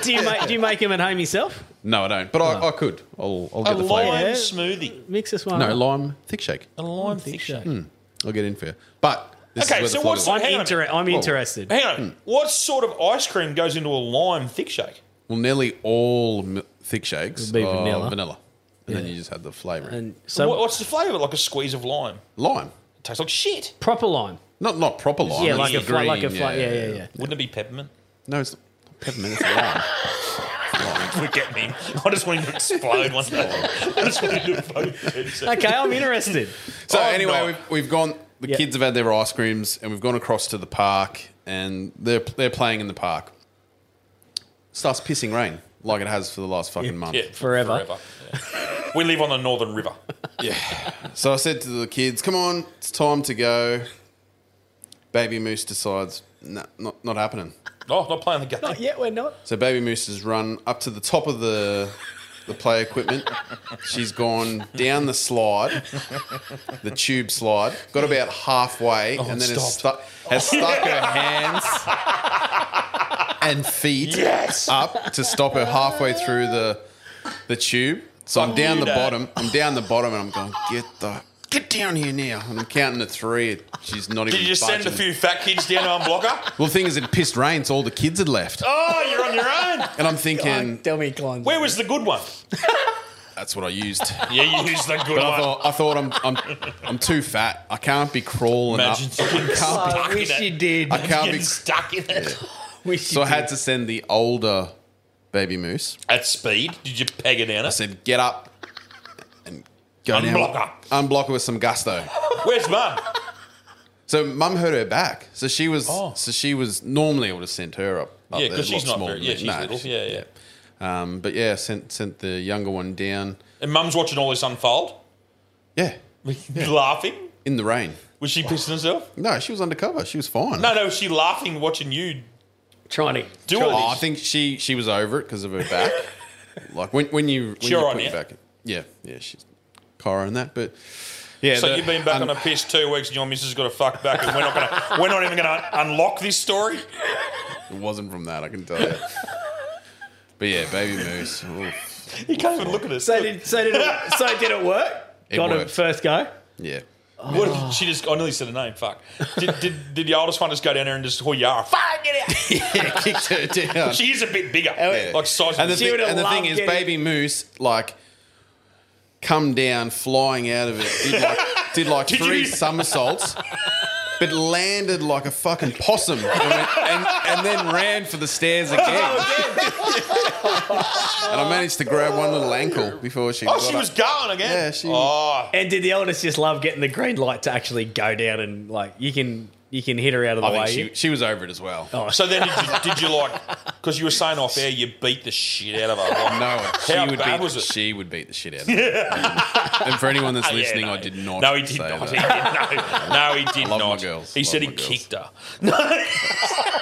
do you make Do you make them at home yourself?
No, I don't. But I, I could. I'll, I'll
A
get the flavour.
lime smoothie.
Mix this one.
No,
up.
lime thick shake.
A lime thick shake.
Hmm. I'll get in for you. But this
okay,
is
so
where
what's
the
I'm inter- I'm
Whoa. Hmm.
interested.
Hang on. What sort of ice cream goes into a lime thick shake?
Well, nearly all mi- thick shakes
It'll be
are
vanilla.
vanilla. And then you just had the flavouring.
So what's the flavour? Like a squeeze of lime.
lime.
It tastes like shit.
Proper lime.
Not not proper lime.
Yeah,
it's
like a
the
fla- like a
green,
fla- yeah, yeah, yeah.
Wouldn't it be peppermint?
No, it's not peppermint. It's lime.
Forget me. I just want him to explode once more. I just want him to fucking-
Okay, I'm interested.
So
I'm
anyway,
not.
we've, we've gone. The
Yeah.
kids have had their ice creams, and we've gone across to the park, and they're they're playing in the park. Starts pissing rain like it has for the last fucking month.
Yeah, Forever. Yeah. We live on the Northern River.
So I said to the kids, "Come on, it's time to go." Baby Moose decides, "No, not not happening."
Oh, not playing the game.
Not yet. We're not.
So Baby Moose has run up to the top of the the play equipment. She's gone down the slide, the tube slide, got about halfway,
Oh,
and
it
then has, stu-
stopped.
has stuck her hands and feet
Yes!
up to stop her halfway through the the tube. So I'm
Fuck
down
you,
the
Dad.
bottom. I'm down the bottom, and I'm going get the get down here now. And I'm counting to three. and She's not even.
Did you just send a
budging.
few fat kids down to unblocker?
Well, the thing is, it pissed rain, so all the kids had left,
Oh, you're on your own.
and I'm thinking,
tell me, Klein.
Where was the good one?
That's what I used.
Yeah, you used the good
But I
one.
thought, I thought I'm, I'm, I'm too fat. I can't be crawling
Imagine
up.
getting
Oh,
I
stuck
can't
in
be,
it.
I can't
Getting
be.
stuck in it.
So I had to send the older baby moose.
At speed, did you peg it down? I
said, get up and go
Unblock
down. Unblock her with some gusto.
Where's mum?
So mum hurt her back. So she was. So she was. Normally I would have sent her up. up
Oh. Yeah,
there,
because
a lot
she's not
smaller
very. Yeah,
than me.
she's
No,
little.
she-
Yeah, yeah.
Um, but yeah, sent sent the younger one down
And mum's watching all this unfold.
Yeah.
Laughing.
in the rain.
Was she pissing herself?
No, she was undercover. She was fine.
No, no, was she laughing watching you
trying to
do
Oh,
all
I
this?
think she she was over it because of her back. like when when you when
She
you
all right now?
put your back, yeah, yeah, she's Kyra and that. But yeah,
so
the- um,
you've been back
un-
on a piss two weeks, and your missus has got a fuck back, and we're not gonna, we're not even gonna unlock this story.
It wasn't from that, I can tell you. but yeah, baby moose. oof.
You can't even look at us.
So did so did it, so did it work?
It
Got it
worked.
first go.
Yeah.
What did she just? I nearly said a name. Fuck. Did, did, did the oldest one just go down there and just oh yeah, fuck get out?
yeah, kicked her down.
She is a bit bigger,
Yeah.
like size.
And the, thing, and the thing is, baby moose like come down flying out of it. Did like, did like
Did
three
you-
somersaults. But landed like a
Oh,
fucking possum and, went- and, and then ran for the stairs again. and I managed to grab one little ankle before she.
Oh,
got
she
up.
was going again. Oh.
Yeah, she.
And did the eldest just love getting the green light to actually go down and like you can you can hit her out of the
I think
way?
she, she was over it as well.
So then, did you, did you like? Because you were saying off air, you beat the shit out of her. Like,
no, she
how
would
bad
beat,
was it?
She would beat the shit out of me. and for anyone that's
Yeah,
listening,
no.
I did not.
No, he did
say
not. He
that.
did not. No, he did
I love
not.
My girls.
He
Love
said
my
he
girls.
kicked her. No.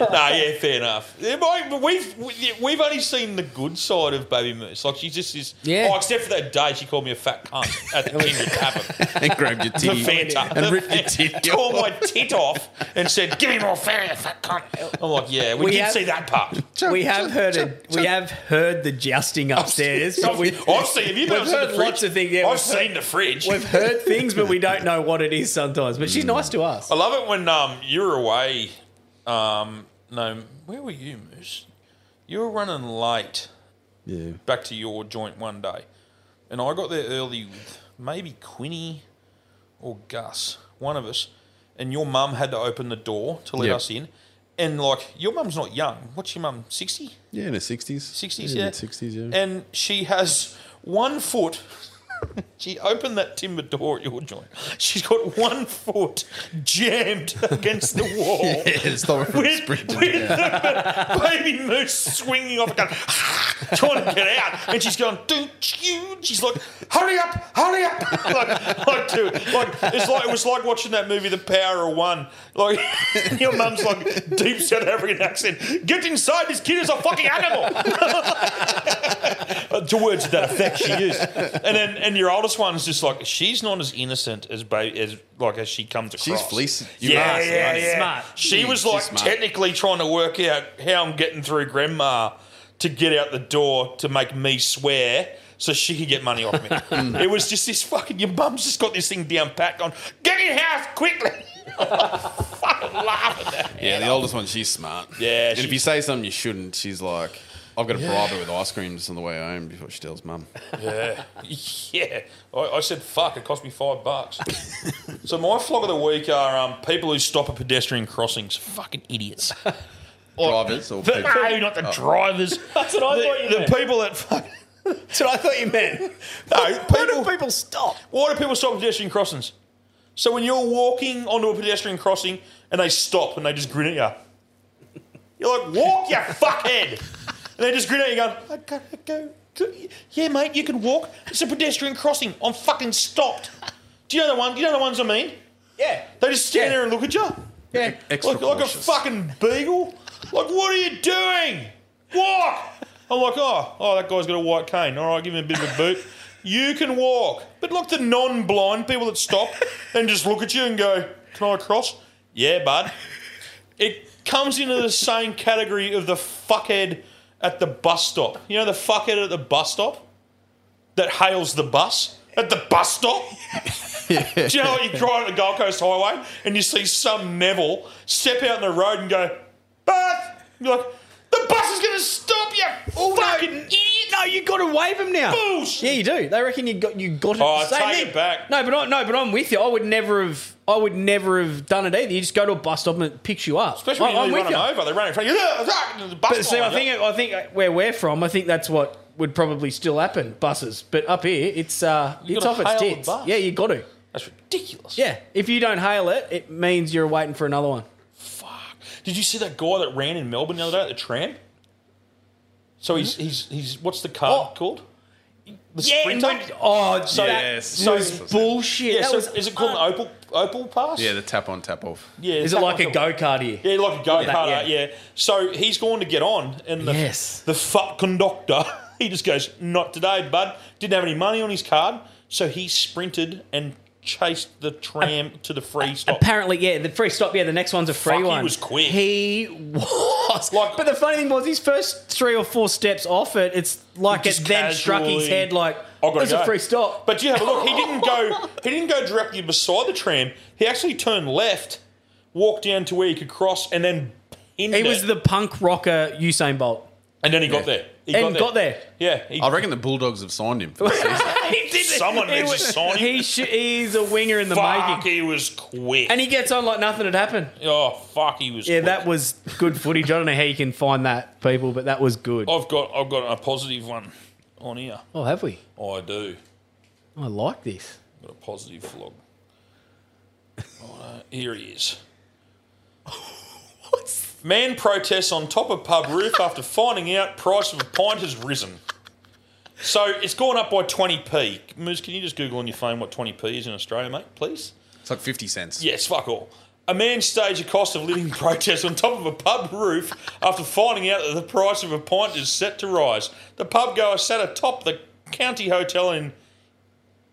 no, yeah, fair enough. Yeah, but We've we've only seen the good side of Baby Moose. Like she just is.
Yeah.
Oh, except for that day she called me a fat cunt at the Kindred Tavern
and grabbed your titty
The Fanta.
and
The-
ripped your titty
Tore
off.
my tit off and said, "Give me more fat, you fat cunt." I'm like, yeah, we,
We
did
have-
see that part.
we have heard it. We have heard the jousting upstairs. but we,
I've seen. Have you been
we've
upstairs
heard
to the
lots
fridge?
of things. Yeah,
I've
we've heard-
seen the fridge.
We've heard things, but we don't know what it is sometimes. But she's nice to us.
I love it when um, you were away. Um, no, where were you, Moose? You were running late
Yeah.
back to your joint one day, and I got there early with maybe Quinny or Gus, one of us, and your mum had to open the door to let
Yep.
us in. And like, your mum's not young. What's your mum? Sixty?
Yeah, in her sixties.
60s,
yeah.
yeah.
Sixties, yeah.
And she has one foot. she opened that timber door at your joint. She's got one foot jammed against the wall.
Yeah, stop it from
with,
sprinting
with
down.
the baby moose swinging off, going, trying to get out, and she's going, "Don't you?" She's like, "Hurry up, hurry up!" Like, like, dude, like it's like it was like watching that movie, The Power of One. Like, your mum's like deep South African accent. Get inside, this kid is a fucking animal. Uh, to words to that effect she is and then and your oldest one is just like she's not as innocent as ba- as like as she comes across
She's fleecing you
yeah,
ass,
yeah,
right?
yeah.
Smart.
she
Yeah,
was
she's
like
smart.
technically trying to work out how I'm getting through grandma to get out the door to make me swear so she could get money off me
Hmm.
it was just this fucking your mum's just got this thing down packed on get in house quickly fucking laugh at that
Yeah, the oldest one, she's smart.
Yeah,
and if
she-
you say something you shouldn't, she's like, "I've got to
Yeah.
bribe her with ice creams on the way home before she tells mum."
Yeah, yeah. I, I said fuck. It cost me five bucks. so my flog of the week are um, people who stop at pedestrian crossings. Fucking idiots.
Drivers or
The-
people?
No, not the
Oh.
drivers. That's what I thought you The
meant.
people that fuck. That's what I thought you meant. No, people, why do people stop? Why do people stop at pedestrian crossings? So when you're walking onto a pedestrian crossing and they stop and they just grin at you, you're like, walk, you fuckhead. And they just grin at you going, I gotta go. Yeah, mate, you can walk. It's a pedestrian crossing. I'm fucking stopped. Do you know the one? Do you know the ones I mean? Yeah. They just stand there and look at you. Yeah.
Extra
like, like a
cautious.
fucking beagle. Like, what are you doing? Walk. I'm like, oh, oh, that guy's got a white cane. All right, give him a bit of a boot. You can walk. But like the non-blind people that stop and just look at you and go, can I cross? Yeah, bud it comes into the same category of the fuckhead at the bus stop. You know the fuckhead at the bus stop that hails the bus at the bus stop. Do you know what you drive on the Gold Coast Highway and you see some Neville step out on the road and go, "Beth," you're like, "The bus is going to stop you, fucking idiot!"
Oh, No, you got to wave them now. Yeah, you do. They reckon you got you got it.
Oh, I
the same
take
thing.
it back.
No, but I, no, but I'm with you. I would never have. I would never have done it either. You just go to a bus stop and it picks you up.
Especially when
I,
you
I'm
run
with
them
you.
over, they run in front of you. "Ah, ah," and the bus
But see, I
behind you.
think I think where we're from, I think that's what would probably still happen. Buses, but up here, it's uh, it's
gotta
off its
hail the
tits.
bus.
Yeah, you got to.
That's ridiculous.
Yeah, if you don't hail it, it means you're waiting for another one.
Did you see that guy that ran in Melbourne the other day at the tram? So he's he's he's what's the car called? The
Oh. Yeah,
sprinter.
when- oh, that was bullshit.
Yeah,
That
so
was
is it called an opal opal pass?
Yeah, the tap on, tap off.
Yeah,
Is it
tap
like
on
a go kart here?
Yeah, like a go
Yeah.
kart.
Yeah.
Yeah. So he's going to get on, and the the fuck conductor he just goes, "Not today, bud." Didn't have any money on his card, so he sprinted and chased the tram to the free stop.
Apparently, yeah, the free stop. Yeah, the next one's a free
Fuck, he
one.
was quick.
He was. but the funny thing was, his first three or four steps off it, it's like it
Just
then struck his
casually,
head like,
"I've gotta
"There's
go."
a free stop."
But you have a look. He didn't go. He didn't go directly beside the tram. He actually turned left, walked down to where he could cross, and then pinned
He was the punk rocker Usain Bolt.
And then he got there. He
and got there.
Yeah, he,
I reckon the Bulldogs have signed him. For the season.
he did
Someone
He
needs to
was-
sign him.
He sh- he's a winger in the
Fuck,
making.
he was quick.
And he gets on like nothing had happened.
Oh fuck, he was.
Yeah,
quick.
that was good footage. I don't know how you can find that, people, but that was good.
I've got I've got a positive one on here.
Oh, have we? Oh,
I do.
I like this.
Got a positive vlog. Right, here he is. Man protests on top of pub roof after finding out price of a pint has risen. So it's gone up by 20p. Moose, can you just Google on your phone what 20p is in Australia, mate, please?
It's like 50 cents.
Yes, fuck all. A man staged a cost of living protest on top of a pub roof after finding out that the price of a pint is set to rise. The pub goer sat atop the county hotel in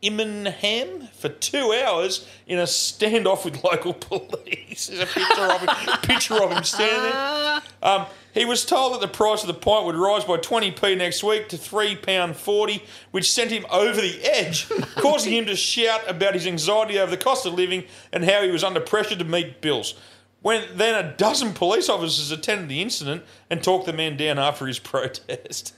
Immenham for two hours in a standoff with local police. There's a picture of him, picture of him standing there. Um, he was told that the price of the pint would rise by 20p next week to £3.40, which sent him over the edge, causing him to shout about his anxiety over the cost of living and how he was under pressure to meet bills. When then a dozen police officers attended the incident and talked the man down after his protest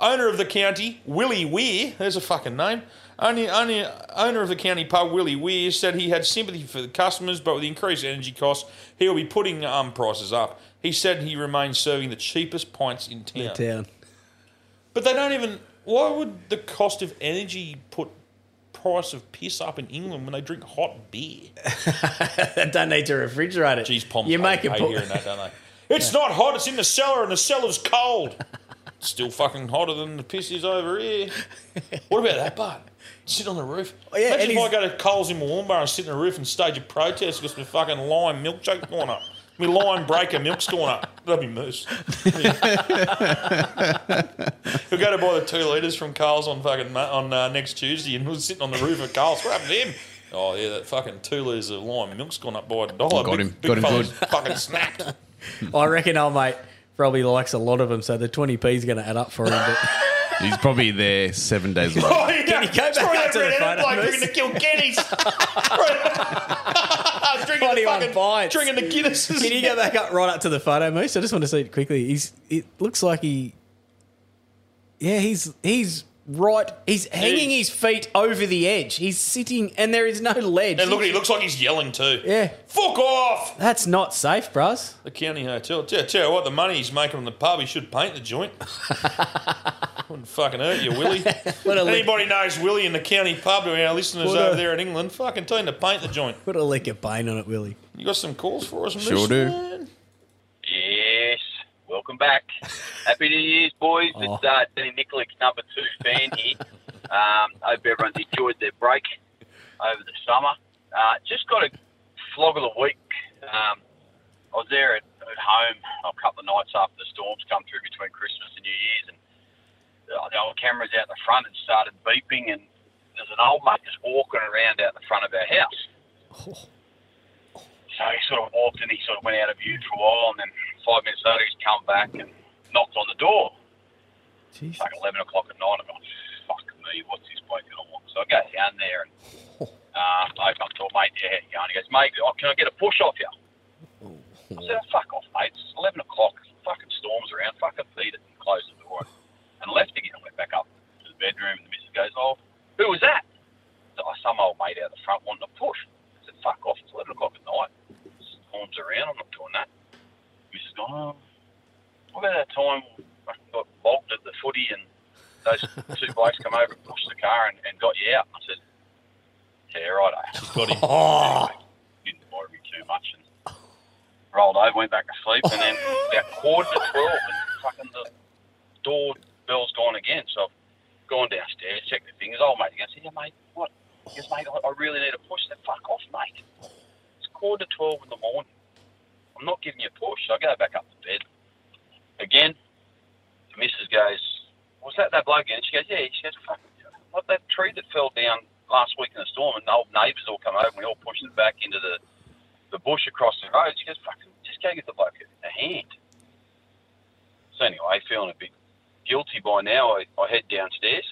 owner of the county, Willie Weir, there's a fucking name, only, only, owner of the county pub, Willie Weir, said he had sympathy for the customers, but with the increased energy costs, he'll be putting um, prices up. He said he remains serving the cheapest pints in town. But they don't even. Why would the cost of energy put price of piss up in England when they drink hot beer?
don't need to refrigerate it.
Jeez, Pom's
You make a
hate
po-
hearing that, don't they? It's not hot. It's in the cellar, and the cellar's cold. Still fucking hotter than the piss is over here. What about that part? Sit on the roof.
Oh, yeah,
Imagine
and
if I
he's-
go to Coles in Wollumbar and sit on the roof and stage a protest because my fucking lime milkshake's gone up. My lime breaker milk's gone up. That'd be moose. He'll go to buy the two litres from Carl's on fucking ma- on uh, next Tuesday and we're sitting on the roof of Carl's. What happened to him? Oh, yeah, that fucking two litres of lime milk's gone up by a dollar.
Got
Big-
him.
big
Got him
fella's
good.
Fucking snapped.
I reckon old mate probably likes a lot of them, so the 20p is going to add up for him. But
He's probably there seven days a
Oh,
week.
yeah.
Can you go back
Throw
up
that
to the
red
photo,
envelope, you're
Moose?
going to kill Guinness. drinking, the fucking, drinking the Guinness.
Can you go back up right up to the photo, Moose? I just want to see it quickly. He's. It looks like he. Yeah, he's he's right. He's hanging his feet over the edge. He's sitting, and there is no ledge.
And look, he looks like he's yelling too.
Yeah.
Fuck off!
That's not safe, bros.
The county hotel. Tell, tell you what, the money he's making on the pub, he should paint the joint. Wouldn't fucking hurt you, Willie. Anybody knows Willie in the county pub to our listeners
What a-
over there in England, fucking tell him to paint the joint.
Put a lick of pain on it, Willie.
You got some calls for us, Moose?
Sure do.
man?
Yes, welcome back. Happy New Year's, boys.
Oh.
It's uh, Danny Nikolic, number two fan here. Um, hope everyone's enjoyed their break over the summer. Uh, just got a flog of the week. Um, I was there at, at home a couple of nights after the storms come through between Christmas and New Year's, and uh, the old cameras out the front and started beeping, and there's an old mate just walking around out the front of our house. So he sort of walked and he sort of went out of view for a while, and then five minutes later he's come back and knocked on the door. It's like 11 o'clock at night. I'm like, fuck me, what's this bloke going to want? So I go down there and um, I open up the door, mate, yeah, you know, and he goes, mate, oh, can I get a push off you? I said, "Oh, fuck off, mate, it's 11 o'clock, fucking storms around, fucking feed it, and closed the door and left again. I went back up to the bedroom and the missus goes, oh, who was that? I said, oh, some old mate out the front wanting a push. I said, fuck off, it's 11 o'clock at night storms around. I'm not doing that. He says, oh, what about that time I got bogged at the footy and those two blokes come over and pushed the car and, and got you out? I said, yeah, right. eh?" She's
got him.
Didn't bother me too much and rolled over, went back to sleep, and then about quarter to 12 and fucking the door bell's gone again. So I've gone downstairs, checked the fingers. Old mate, he goes, yeah, mate, what? He goes, mate, I, I really need a push. I said, fuck off, mate. It's quarter to 12 in the morning. I'm not giving you a push. So I go back up to bed. Again, the missus goes, Was that that bloke again? She goes, Yeah. She goes, Fuck. What that tree that fell down last week in the storm and the old neighbours all come over and we all push it back into the, the bush across the road. She goes, Fucking, just go give the bloke a, a hand. So anyway, feeling a bit guilty by now, I, I head downstairs.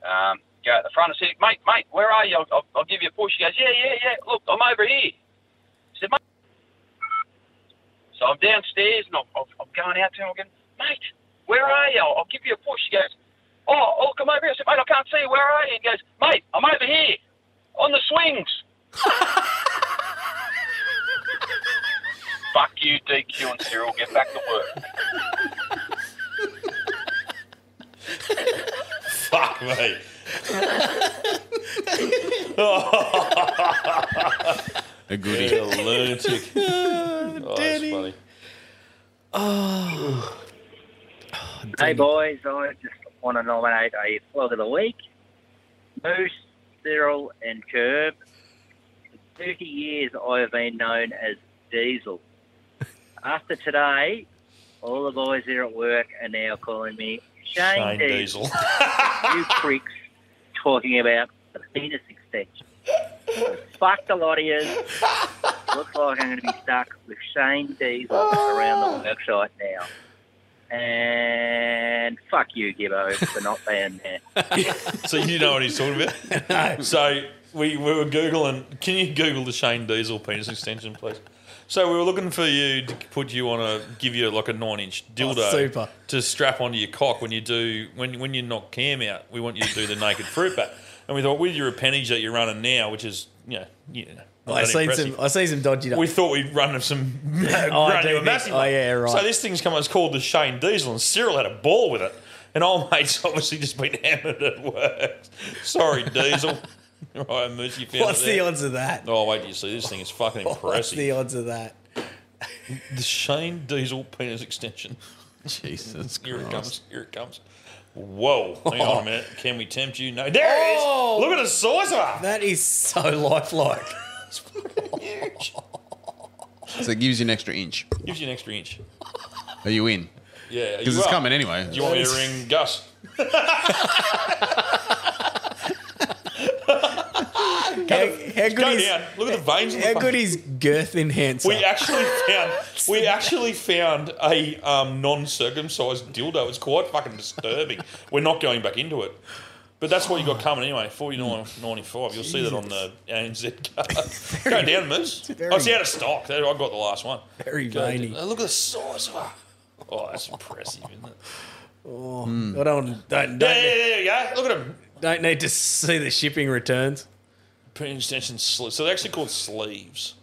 Um, go at the front and said, Mate, mate, where are you? I'll, I'll, I'll give you a push. She goes, Yeah, yeah, yeah. Look, I'm over here. I said, Mate, so I'm downstairs and I'm, I'm I'm going out to him. I'm going, mate, where are you? I'll give you a push. She goes, oh, oh, come over here. I said, mate, I can't see you. Where are you? He goes, mate, I'm over here on the swings. Fuck you, DQ and Cyril. Get back to work.
Fuck me.
Oh,
A goodie.
Yeah, lunatic.
oh,
Danny. funny.
Oh. hey boys, I just want to nominate a flog of the week. Moose, Cyril, and Curb. For 30 years I have been known as Diesel. After today, all the boys here at work are now calling me
Shane
Shane,
Diesel.
Diesel. you pricks talking about the penis extension. So fuck the lot of you. Looks like I'm going to be stuck with Shane Diesel around the workshop now. And fuck you, Gibbo, for not being there.
so you know what he's talking about. So we, we were googling. Can you Google the Shane Diesel penis extension, please? So we were looking for you to put you on a give you like a nine inch dildo
Oh, super.
to strap onto your cock when you do when when you knock cam out. We want you to do the naked fruit bat. And we thought with your appendage that you're running now, which is you know, yeah. not
I
that
seen
impressive.
some. I seen some dodgy.
We thought we'd run some.
I
run
do
you a
think-
massive
oh,
one.
yeah, right.
So this thing's come. It's called the Shane Diesel, and Cyril had a ball with it. And old mate's obviously just been hammered at work. Sorry, Diesel. right, Moose, you found
What's
it
the
out.
odds of that?
Oh wait, till you see this thing is fucking
What's
impressive.
the odds of that?
The Shane Diesel penis extension.
Jesus
Here it
Christ.
comes. Here it comes. Whoa! Hang on a minute. Can we tempt you? No. There it is.
Oh!
Look at the size of it.
That is so lifelike.
So it gives you an extra inch.
Gives you an extra inch.
Are you in?
Yeah,
Because
you
it's
are.
coming anyway.
Do you
Oh,
want me to ring Gus?
how
Go
good is
down. Look at the veins. in the
how
fucking-
good is girth enhancer?
We actually found we actually found a um, non-circumcised dildo. It's quite fucking disturbing. We're not going back into it. But that's what you
Oh.
got coming anyway. Forty nine ninety five. You'll see that on the ANZ card. Go down, Moose.
very-
Oh, it's out of stock. That- I got the last one.
Very
Go
veiny.
down. Oh, Look at the size of her. Oh, that's impressive, isn't it?
Oh, I don't. Don't. don't
Yeah, yeah, yeah, yeah. Look at him.
Don't need to see the shipping returns.
Penis extension sleeves. So they're actually called sleeves.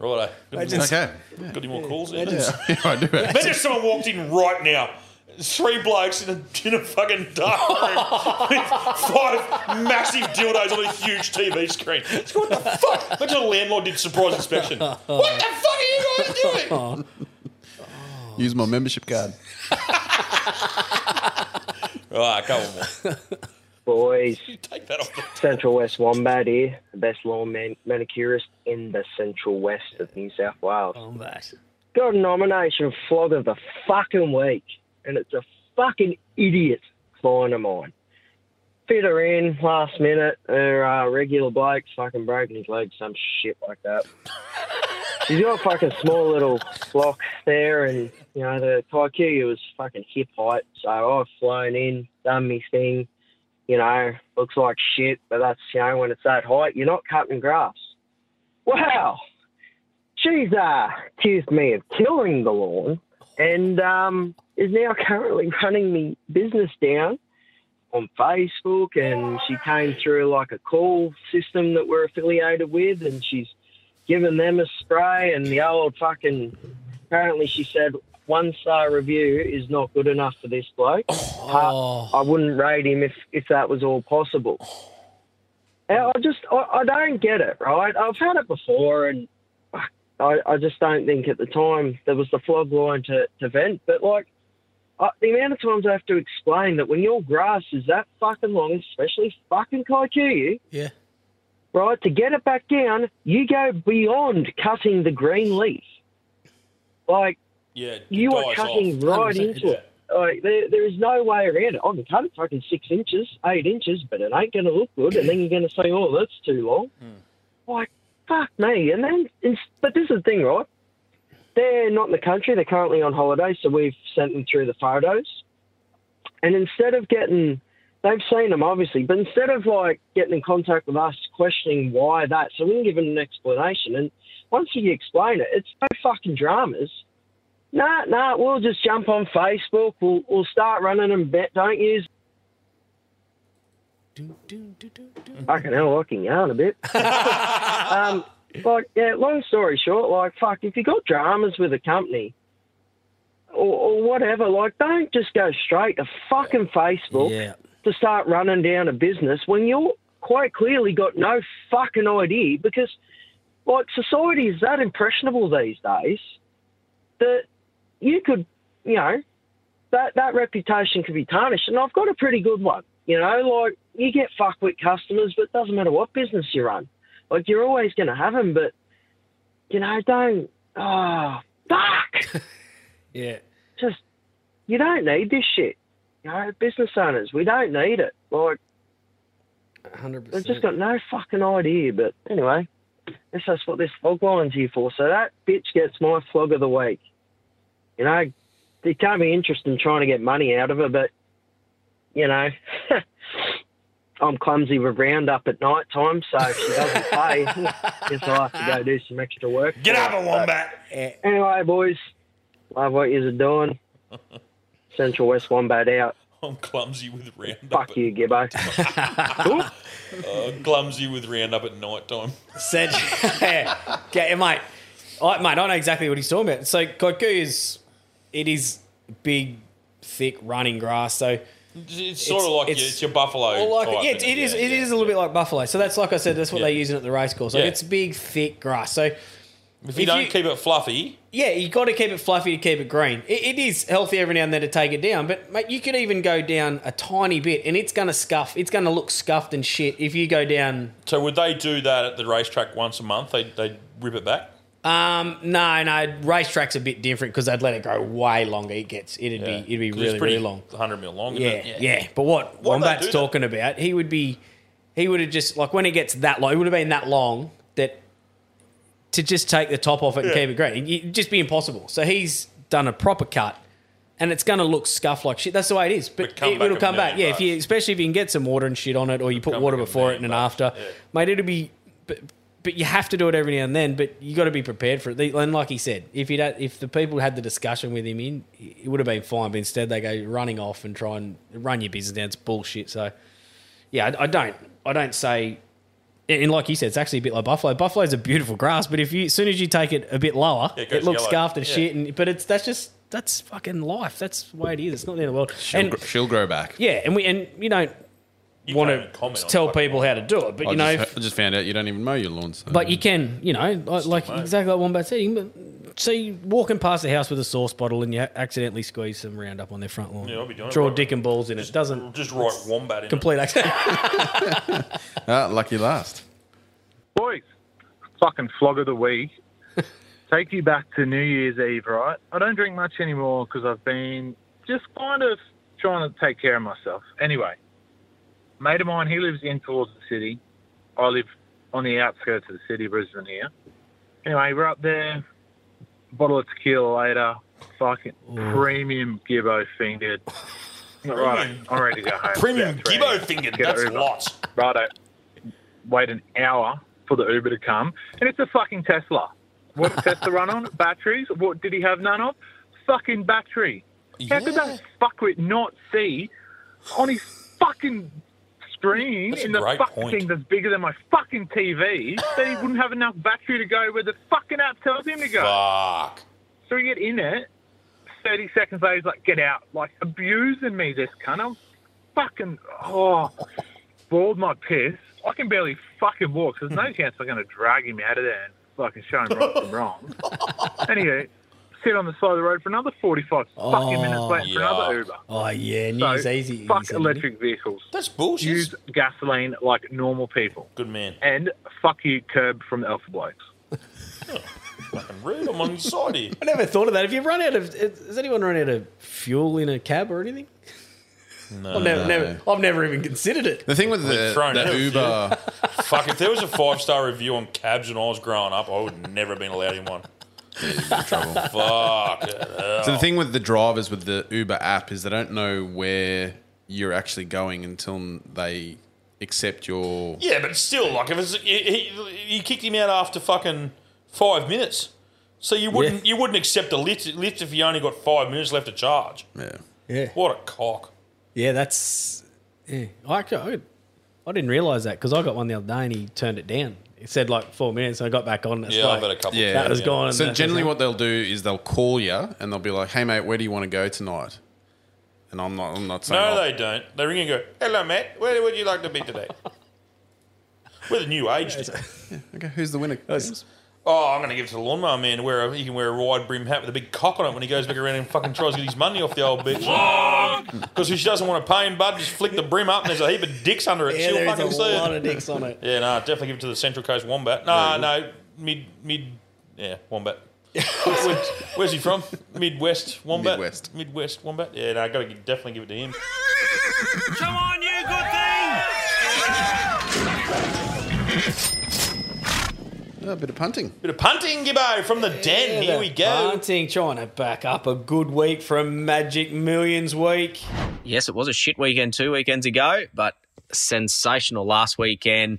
Right.
Imagine- Okay.
Got any more calls?
Yeah,
in?
imagine-
I do
Imagine if someone walked in right now. Three blokes in a, in a fucking dark room with five massive dildos on a huge TV screen. It's What the fuck? Imagine a landlord did surprise inspection. What the fuck are you guys doing?
Use my membership card.
Right, a couple more.
Boys,
Take that off.
Central West Wombat here, the best lawn man- manicurist in the Central West of New South Wales.
Wombat.
Got a nomination flog of the fucking week, and it's a fucking idiot client of mine. Fit her in last minute. Her uh, regular bloke fucking broken his leg, some shit like that. She's got a fucking small little block there, and you know the Taikiri was fucking hip height, so I've flown in, done me thing. You know, looks like shit, but that's you know when it's that height, you're not cutting grass. Wow, she's uh, accused me of tilling the lawn, and um, is now currently running me business down on Facebook, and she came through like a call system that we're affiliated with, and she's given them a spray, and the old fucking. Apparently, she said one star review is not good enough for this bloke. Uh, I, I wouldn't rate him if if that was all possible. And I just I, I don't get it, right? I've had it before, and I, I just don't think at the time there was the flog line to, to vent, but like uh, the amount of times I have to explain that when your grass is that fucking long, especially fucking Kaikuyu,
Yeah.
right, to get it back down, you go beyond cutting the green leaf. Like,
Yeah,
you
it
are
dies
cutting
off.
right into it. Like, there, there is no way around it. I can cut it fucking six inches, eight inches, but it ain't going to look good. And then you're going to say, oh, that's too long. Like, fuck me. And then, it's, but this is the thing, right? They're not in the country. They're currently on holiday. So we've sent them through the photos. And instead of getting, they've seen them obviously, but instead of like getting in contact with us, questioning why that, so we can give them an explanation. And once you explain it, it's no fucking dramas. Nah, nah, we'll just jump on Facebook. We'll, we'll start running them. Bet. Don't use Fucking hell, I can yarn a bit. um, like, yeah, long story short, like, fuck, if you got dramas with a company or, or whatever, like, don't just go straight to fucking Facebook
Yeah.
to start running down a business when you're quite clearly got no fucking idea because, like, society is that impressionable these days that you could, you know, that that reputation could be tarnished. And I've got a pretty good one. You know, like you get fuckwit customers, but it doesn't matter what business you run. Like you're always going to have them, but you know, don't. Oh, fuck!
Yeah.
Just you don't need this shit. You know, business owners, we don't need it. Like,
hundred
I've just got no fucking idea. But anyway, that's just what this flog line's here for. So that bitch gets my flog of the week. You know, it can't be interesting trying to get money out of her, but you know, I'm clumsy with roundup at night time, so if she doesn't pay, guess I'll have to go do some extra work.
Get up, a wombat.
Anyway, boys, love what you're doing. Central West Wombat out.
I'm clumsy with roundup.
Fuck you, Gibbo. Ooh.
Uh, clumsy with roundup at night time.
Said, yeah, yeah, mate. I, mate, I know exactly what he's talking about. So Koku is, it is big, thick running grass. So
It's sort of like your, it's your buffalo.
Well, like,
type,
yeah, it,
isn't
it is.
Yeah,
it
yeah.
is a little bit like buffalo. So that's like I said. That's what
Yeah.
they're using at the race course. Like
Yeah.
it's big, thick grass. So
If you don't keep it fluffy,
yeah, you got to keep it fluffy to keep it green. It, it is healthy every now and then to take it down, but mate, you could even go down a tiny bit, and it's going to scuff. It's going to look scuffed and shit if you go down.
So would they do that at the racetrack once a month? They they rip it back.
Um, no, no, racetrack's a bit different because they'd let it go way longer. It gets, it'd
Yeah.
be, it'd be
'Cause
really,
it's pretty
really long.
100 mil long.
Yeah,
isn't
yeah,
it?
But what
Why'd they
Wombat's
do that?
talking about, he would be, he would have just like when it gets that long, it would have been that long that to just take the top off it and
Yeah.
keep it green, it'd just be impossible. So he's done a proper cut, and it's going to look scuffed like shit. That's the way it is. But,
come
it,
back
will
a
come back, yeah.
million
If you, especially if you can get some water and shit on it, or you put water before it and then after, mate, it'll be. But, but you have to do it every now and then. But you got to be prepared for it. The- And like he said, if you don't, if the people had the discussion with him in, it would have been fine. But instead, they go running off and try and run your business down. It's bullshit. So, yeah, I, I don't, I don't say. And like you said, it's actually a bit like buffalo. Buffalo's a beautiful grass, but if you as soon as you take it a bit lower,
Yeah, it
it,
goes
looks
yellow.
scuffed and
Yeah.
shit. And but it's that's just that's fucking life. That's the way it is. It's not the end of the world.
She'll,
and
gr- she'll grow back.
yeah, and we and you don't want to tell people how to do it, but
I
you know,
just, Mm. I just found out you don't even mow your lawn. So.
but you can, you know, like, like
mate.
exactly like Wombat said. You can, so you walking past the house with a sauce bottle and you accidentally squeeze some Roundup on their front lawn.
Yeah, I'll be doing it,
Draw
bro.
dick and balls in it. Doesn't
Just write wombat in.
complete accident.
ah, lucky last.
Boys, fucking flog of the week. Take you back to New Year's Eve, right? I don't drink much anymore because I've been just kind of trying to take care of myself. Anyway, mate of mine, he lives in towards the city. I live on the outskirts of the city, Brisbane here. Anyway, we're up there. Bottle of tequila later. Fucking premium gibbo fingered. Right, I'm ready to go home.
Premium
About three.
gibbo fingered,
Get
that's
an Uber.
lots.
Righto. Wait an hour for the Uber to come, and it's a fucking Tesla. What did Tesla run on? Batteries. What did he have none of? Fucking battery. How could that fuckwit not see on his fucking screen
That's a
in the
great
fucking
point.
thing that's bigger than my fucking TV that he wouldn't have enough battery to go where the fucking app tells him to go?
Fuck.
So we get in it. 30 seconds later, he's like, get out. Like, abusing me, this cunt. I'm fucking, oh, balled my piss. I can barely fucking walk. So there's no chance I'm going to drag him out of there and fucking show him right from wrong. anyway, sit on the side of the road for another 45 fucking minutes waiting for another Uber.
Oh yeah,
So,
news easy.
Fuck
easy.
electric vehicles.
That's bullshit.
Use gasoline like normal people.
Good man.
And fuck you, Curb from the Alpha Blokes.
Fucking rude. I'm on your side here.
I never thought of that. Have you run out of? Has anyone run out of fuel in a cab or anything?
No.
I've never, never, I've never even considered it.
The thing with
We've
the,
thrown out a
the
few.
Uber,
Fuck, if there was a five star review on cabs when I was growing up, I would never have been allowed in one. Fuck.
so
Oh.
the thing with the drivers with the Uber app is they don't know where you're actually going until they accept your.
Yeah, but still, like, if it's he, he, you kicked him out after fucking five minutes, so you wouldn't you wouldn't accept a lift, lift if you only got five minutes left to charge.
Yeah.
Yeah.
What a cock.
Yeah, that's. Yeah. I, could- I could- I didn't realise that because I got one the other day and he turned it down. It said like four minutes and I got back on. and It's
Yeah,
like,
I've had a couple.
Yeah, that was gone.
So
and-
generally, what they'll do is they'll call you and they'll be like, "Hey mate, where do you want to go tonight?" And I'm not. I'm not saying.
no,
I'll-
they don't. They ring and go, "Hello, Matt. Where would you like to be today?" We're the new age.
okay, who's the winner?
Oh, I'm going to give it to the lawnmower man. to Wear a, he can wear a wide brim hat with a big cock on it when he goes back around and fucking tries to get his money off the old bitch. Because if she doesn't want to pay him, bud, just flick the brim up and there's a heap of dicks under it.
Yeah,
She'll
there is
fucking
a
see it.
lot of dicks on it.
Yeah, no, definitely give it to the Central Coast Wombat. No, no, mid, mid, yeah, Wombat. Where- where's he from? Midwest Wombat. Midwest. Midwest Wombat. Yeah, no, I got to definitely give it to him.
Come on, you good thing!
Oh, a bit of punting.
Bit of punting, Gibbo, from the den. Here we go.
Bunting trying to back up a good week from Magic Millions week.
Yes, it was a shit weekend two weekends ago, but sensational last weekend.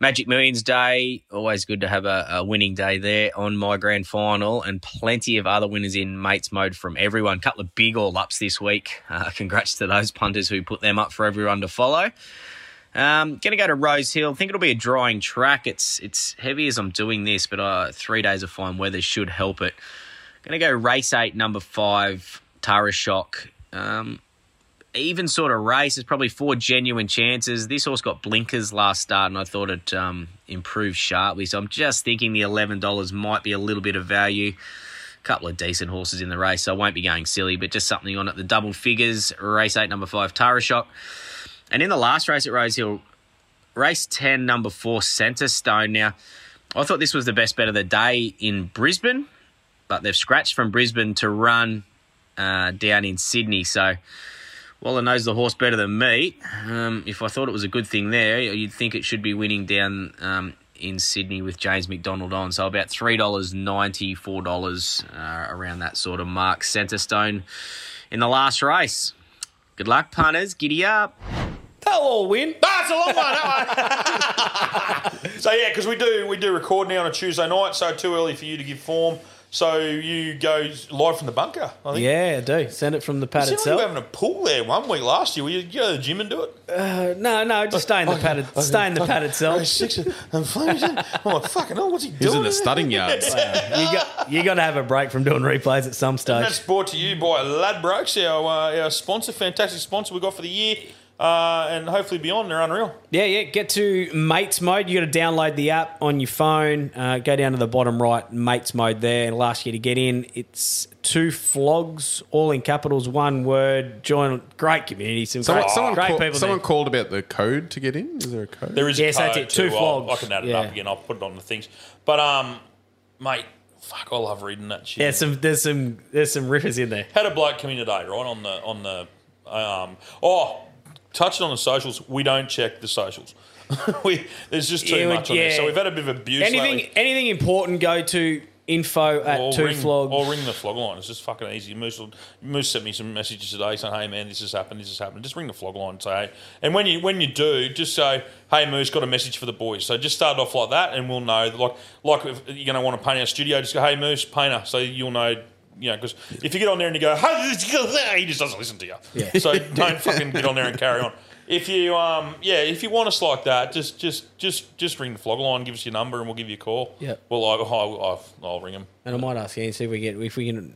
Magic Millions Day, always good to have a, a winning day there on my grand final, and plenty of other winners in mates mode from everyone. Couple of big all ups this week. Uh, congrats to those punters who put them up for everyone to follow. Um, gonna go to Rose Hill. Think it'll be a drying track. It's it's heavy as I'm doing this, but uh, three days of fine weather should help it. Gonna go race eight, number five, Tara Shock. Um, even sort of race. It's probably four genuine chances. This horse got blinkers last start, and I thought it um, improved sharply. So I'm just thinking the eleven dollars might be a little bit of value. A couple of decent horses in the race. So I won't be going silly, but just something on it. The double figures, race eight, number five, Tara Shock, and in the last race at Rosehill, race ten, number four, Centre Stone. Now, I thought this was the best bet of the day in Brisbane, but they've scratched from Brisbane to run uh, down in Sydney. So. Waller knows the horse better than me. Um, if I thought it was a good thing there, you'd think it should be winning down um, in Sydney with James McDonald on. So about three dollars ninety, four dollars uh, around that sort of mark. Centerstone in the last race. Good luck, punters. Giddy up.
They'll all win.
That's a long one. that one. so yeah, because we do we do record now on a Tuesday night, so too early for you to give form. So you go live from the bunker. I think.
Yeah, I do. Send it from the pad
You said you
itself.
were having a pool there one week last year. Were you, did you go to the gym and do it?
Uh, no, no, just stay in the pad. Stay in the pad itself.
I'm Oh fucking hell! What's he
He's
doing?
in the studying yards.
you got you got to have a break from doing replays at some
And
stage.
that's brought to you by Ladbrokes, our, uh, our sponsor, fantastic sponsor we got for the year, uh, and hopefully beyond. They're unreal.
Yeah, yeah. Get to Mates Mode. You got to download the app on your phone. Uh, go down to the bottom right, Mates Mode. There, it'll ask you to get in. It's two flogs, all in capitals, one word. Join great community. Some
Someone,
great,
someone,
great
call-
people.
someone
there.
called about the code to get in. Is there a code?
There is
Yes,
a code
that's it,
too.
two
I'll- I
flogs.
can add it
Yeah.
up again. I'll put it on the things. But um, mate, fuck, I love reading that shit.
Yeah, some there's some there's some rippers in there.
Had a bloke come in today, right? On the on the um oh touching on the socials, we don't check the socials. we there's just too
Yeah, we-
much on there.
yeah.
So we've had a bit of abuse
anything
lately.
anything important? Go to info at
Or
two
ring,
flogs.
or ring the flog line. It's just fucking easy. Moose, will- Moose sent me some messages today saying, "Hey man, this has happened. This has happened." Just ring the flog line and say, "Hey." And when you when you do, just say, "Hey Moose, got a message for the boys." So just start off like that, and we'll know. Like like if you're going to want to paint our studio, just go, "Hey Moose, painter," so you'll know. You know, because if you get on there and you go, "Hey," he just doesn't listen to you.
Yeah.
So don't fucking get on there and carry on. If you um yeah, if you want us like that, just just just just ring the flog line, give us your number, and we'll give you a call.
Yeah.
Well, I, I, I'll ring them.
And I might ask you and see if we get if we can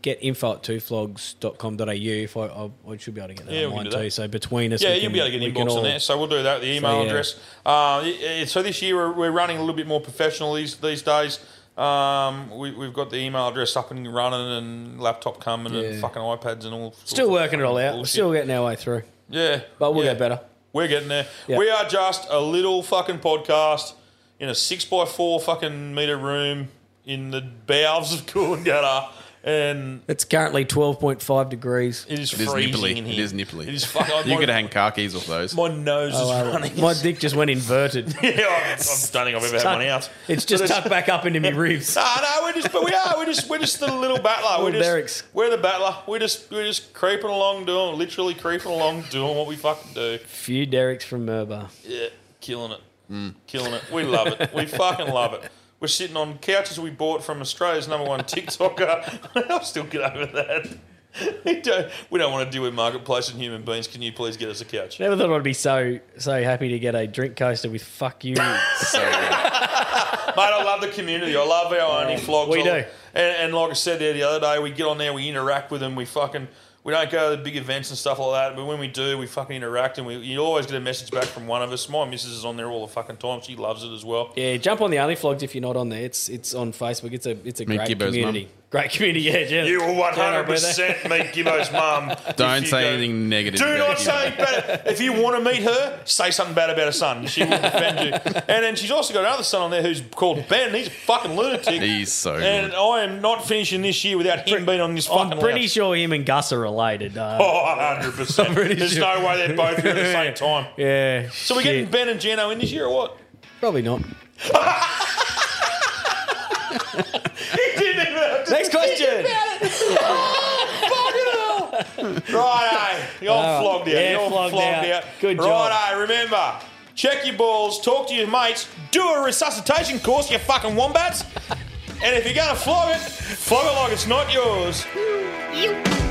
get info at twoflogs.com.au if I, I, I should be able to get that
Yeah, we can
online
do that.
too. So between us,
yeah,
we
you'll
can-
be able to get
we
an
can
inbox
all-
on there. So we'll do that. The email
So, yeah.
address. Uh, y- y- so this year we're, we're running a little bit more professional these these days. Um, we, we've got the email address up and running, and laptop coming,
Yeah.
and fucking iPads and all. sorts
Still
of
working it all out.
bullshit.
Still getting our way through.
Yeah,
but we'll get better.
We're getting there.
Yeah.
We are just a little fucking podcast in a six by four fucking meter room in the bowels of Coolangatta, and
It's currently twelve point five degrees.
It is It is freezing nipply. in here. It is
nipply.
It is fucking-
you
my-
could hang car keys off those.
my nose
Oh,
is
wow.
running.
My dick just went inverted.
yeah, I, I don't think I've ever had
Tuck-
one out.
It's
So
just
there's-
tucked back up into my ribs.
No, no, we're just, but we are. We're just, we're just the little battler. We're
Little
just,
Derek's.
we're the battler. We're just, we're just creeping along, doing, literally creeping along, doing what we fucking do.
Few Derek's from Merba.
Yeah, killing it,
Mm.
killing it. We love it. We fucking love it. We're sitting on couches we bought from Australia's number one TikToker. I'll still get over that. we don't want to deal with marketplace and human beings. Can you please get us a couch?
Never thought I'd be so so happy to get a drink coaster with "fuck you."
Mate, I love the community. I love our only flogs.
we
I-
do.
And, and like I said there the other day, we get on there, we interact with them, we fucking. We don't go to the big events and stuff like that, but when we do, we fucking interact and we, you always get a message back from one of us. My missus is on there all the fucking time. She loves it as well.
yeah, jump on the Only Flogged if you're not on there. It's it's on Facebook. It's a it's a
Meet
great
Gibbo's
community.
mum.
Great community. Yeah, Jen.
You will
Jen,
100%
our brother.
meet Gibbo's mum. if
Don't
you
say
go-
anything negative.
Do
about
not
Gibbo.
say bad. If you want to meet her, say something bad about her son. She will defend you. And then she's also got another son on there who's called Ben. He's a fucking lunatic.
He's so
And
good.
I am not finishing this year without him being on this fucking
I'm pretty
lounge.
sure him and Gus are related. Uh,
Oh, 100%. There's no way they're both here at the same time.
Yeah.
So we're getting Ben and Geno in this year or what?
Probably not.
Next
question.
Righto, you're
Oh,
flogged out.
yeah,
you're
flogged
flogged, out.
out. Good
Righto,
job.
remember, check your balls, talk to your mates, do a resuscitation course, you fucking wombats. and if you're gonna flog it, flog it like it's not yours.
You.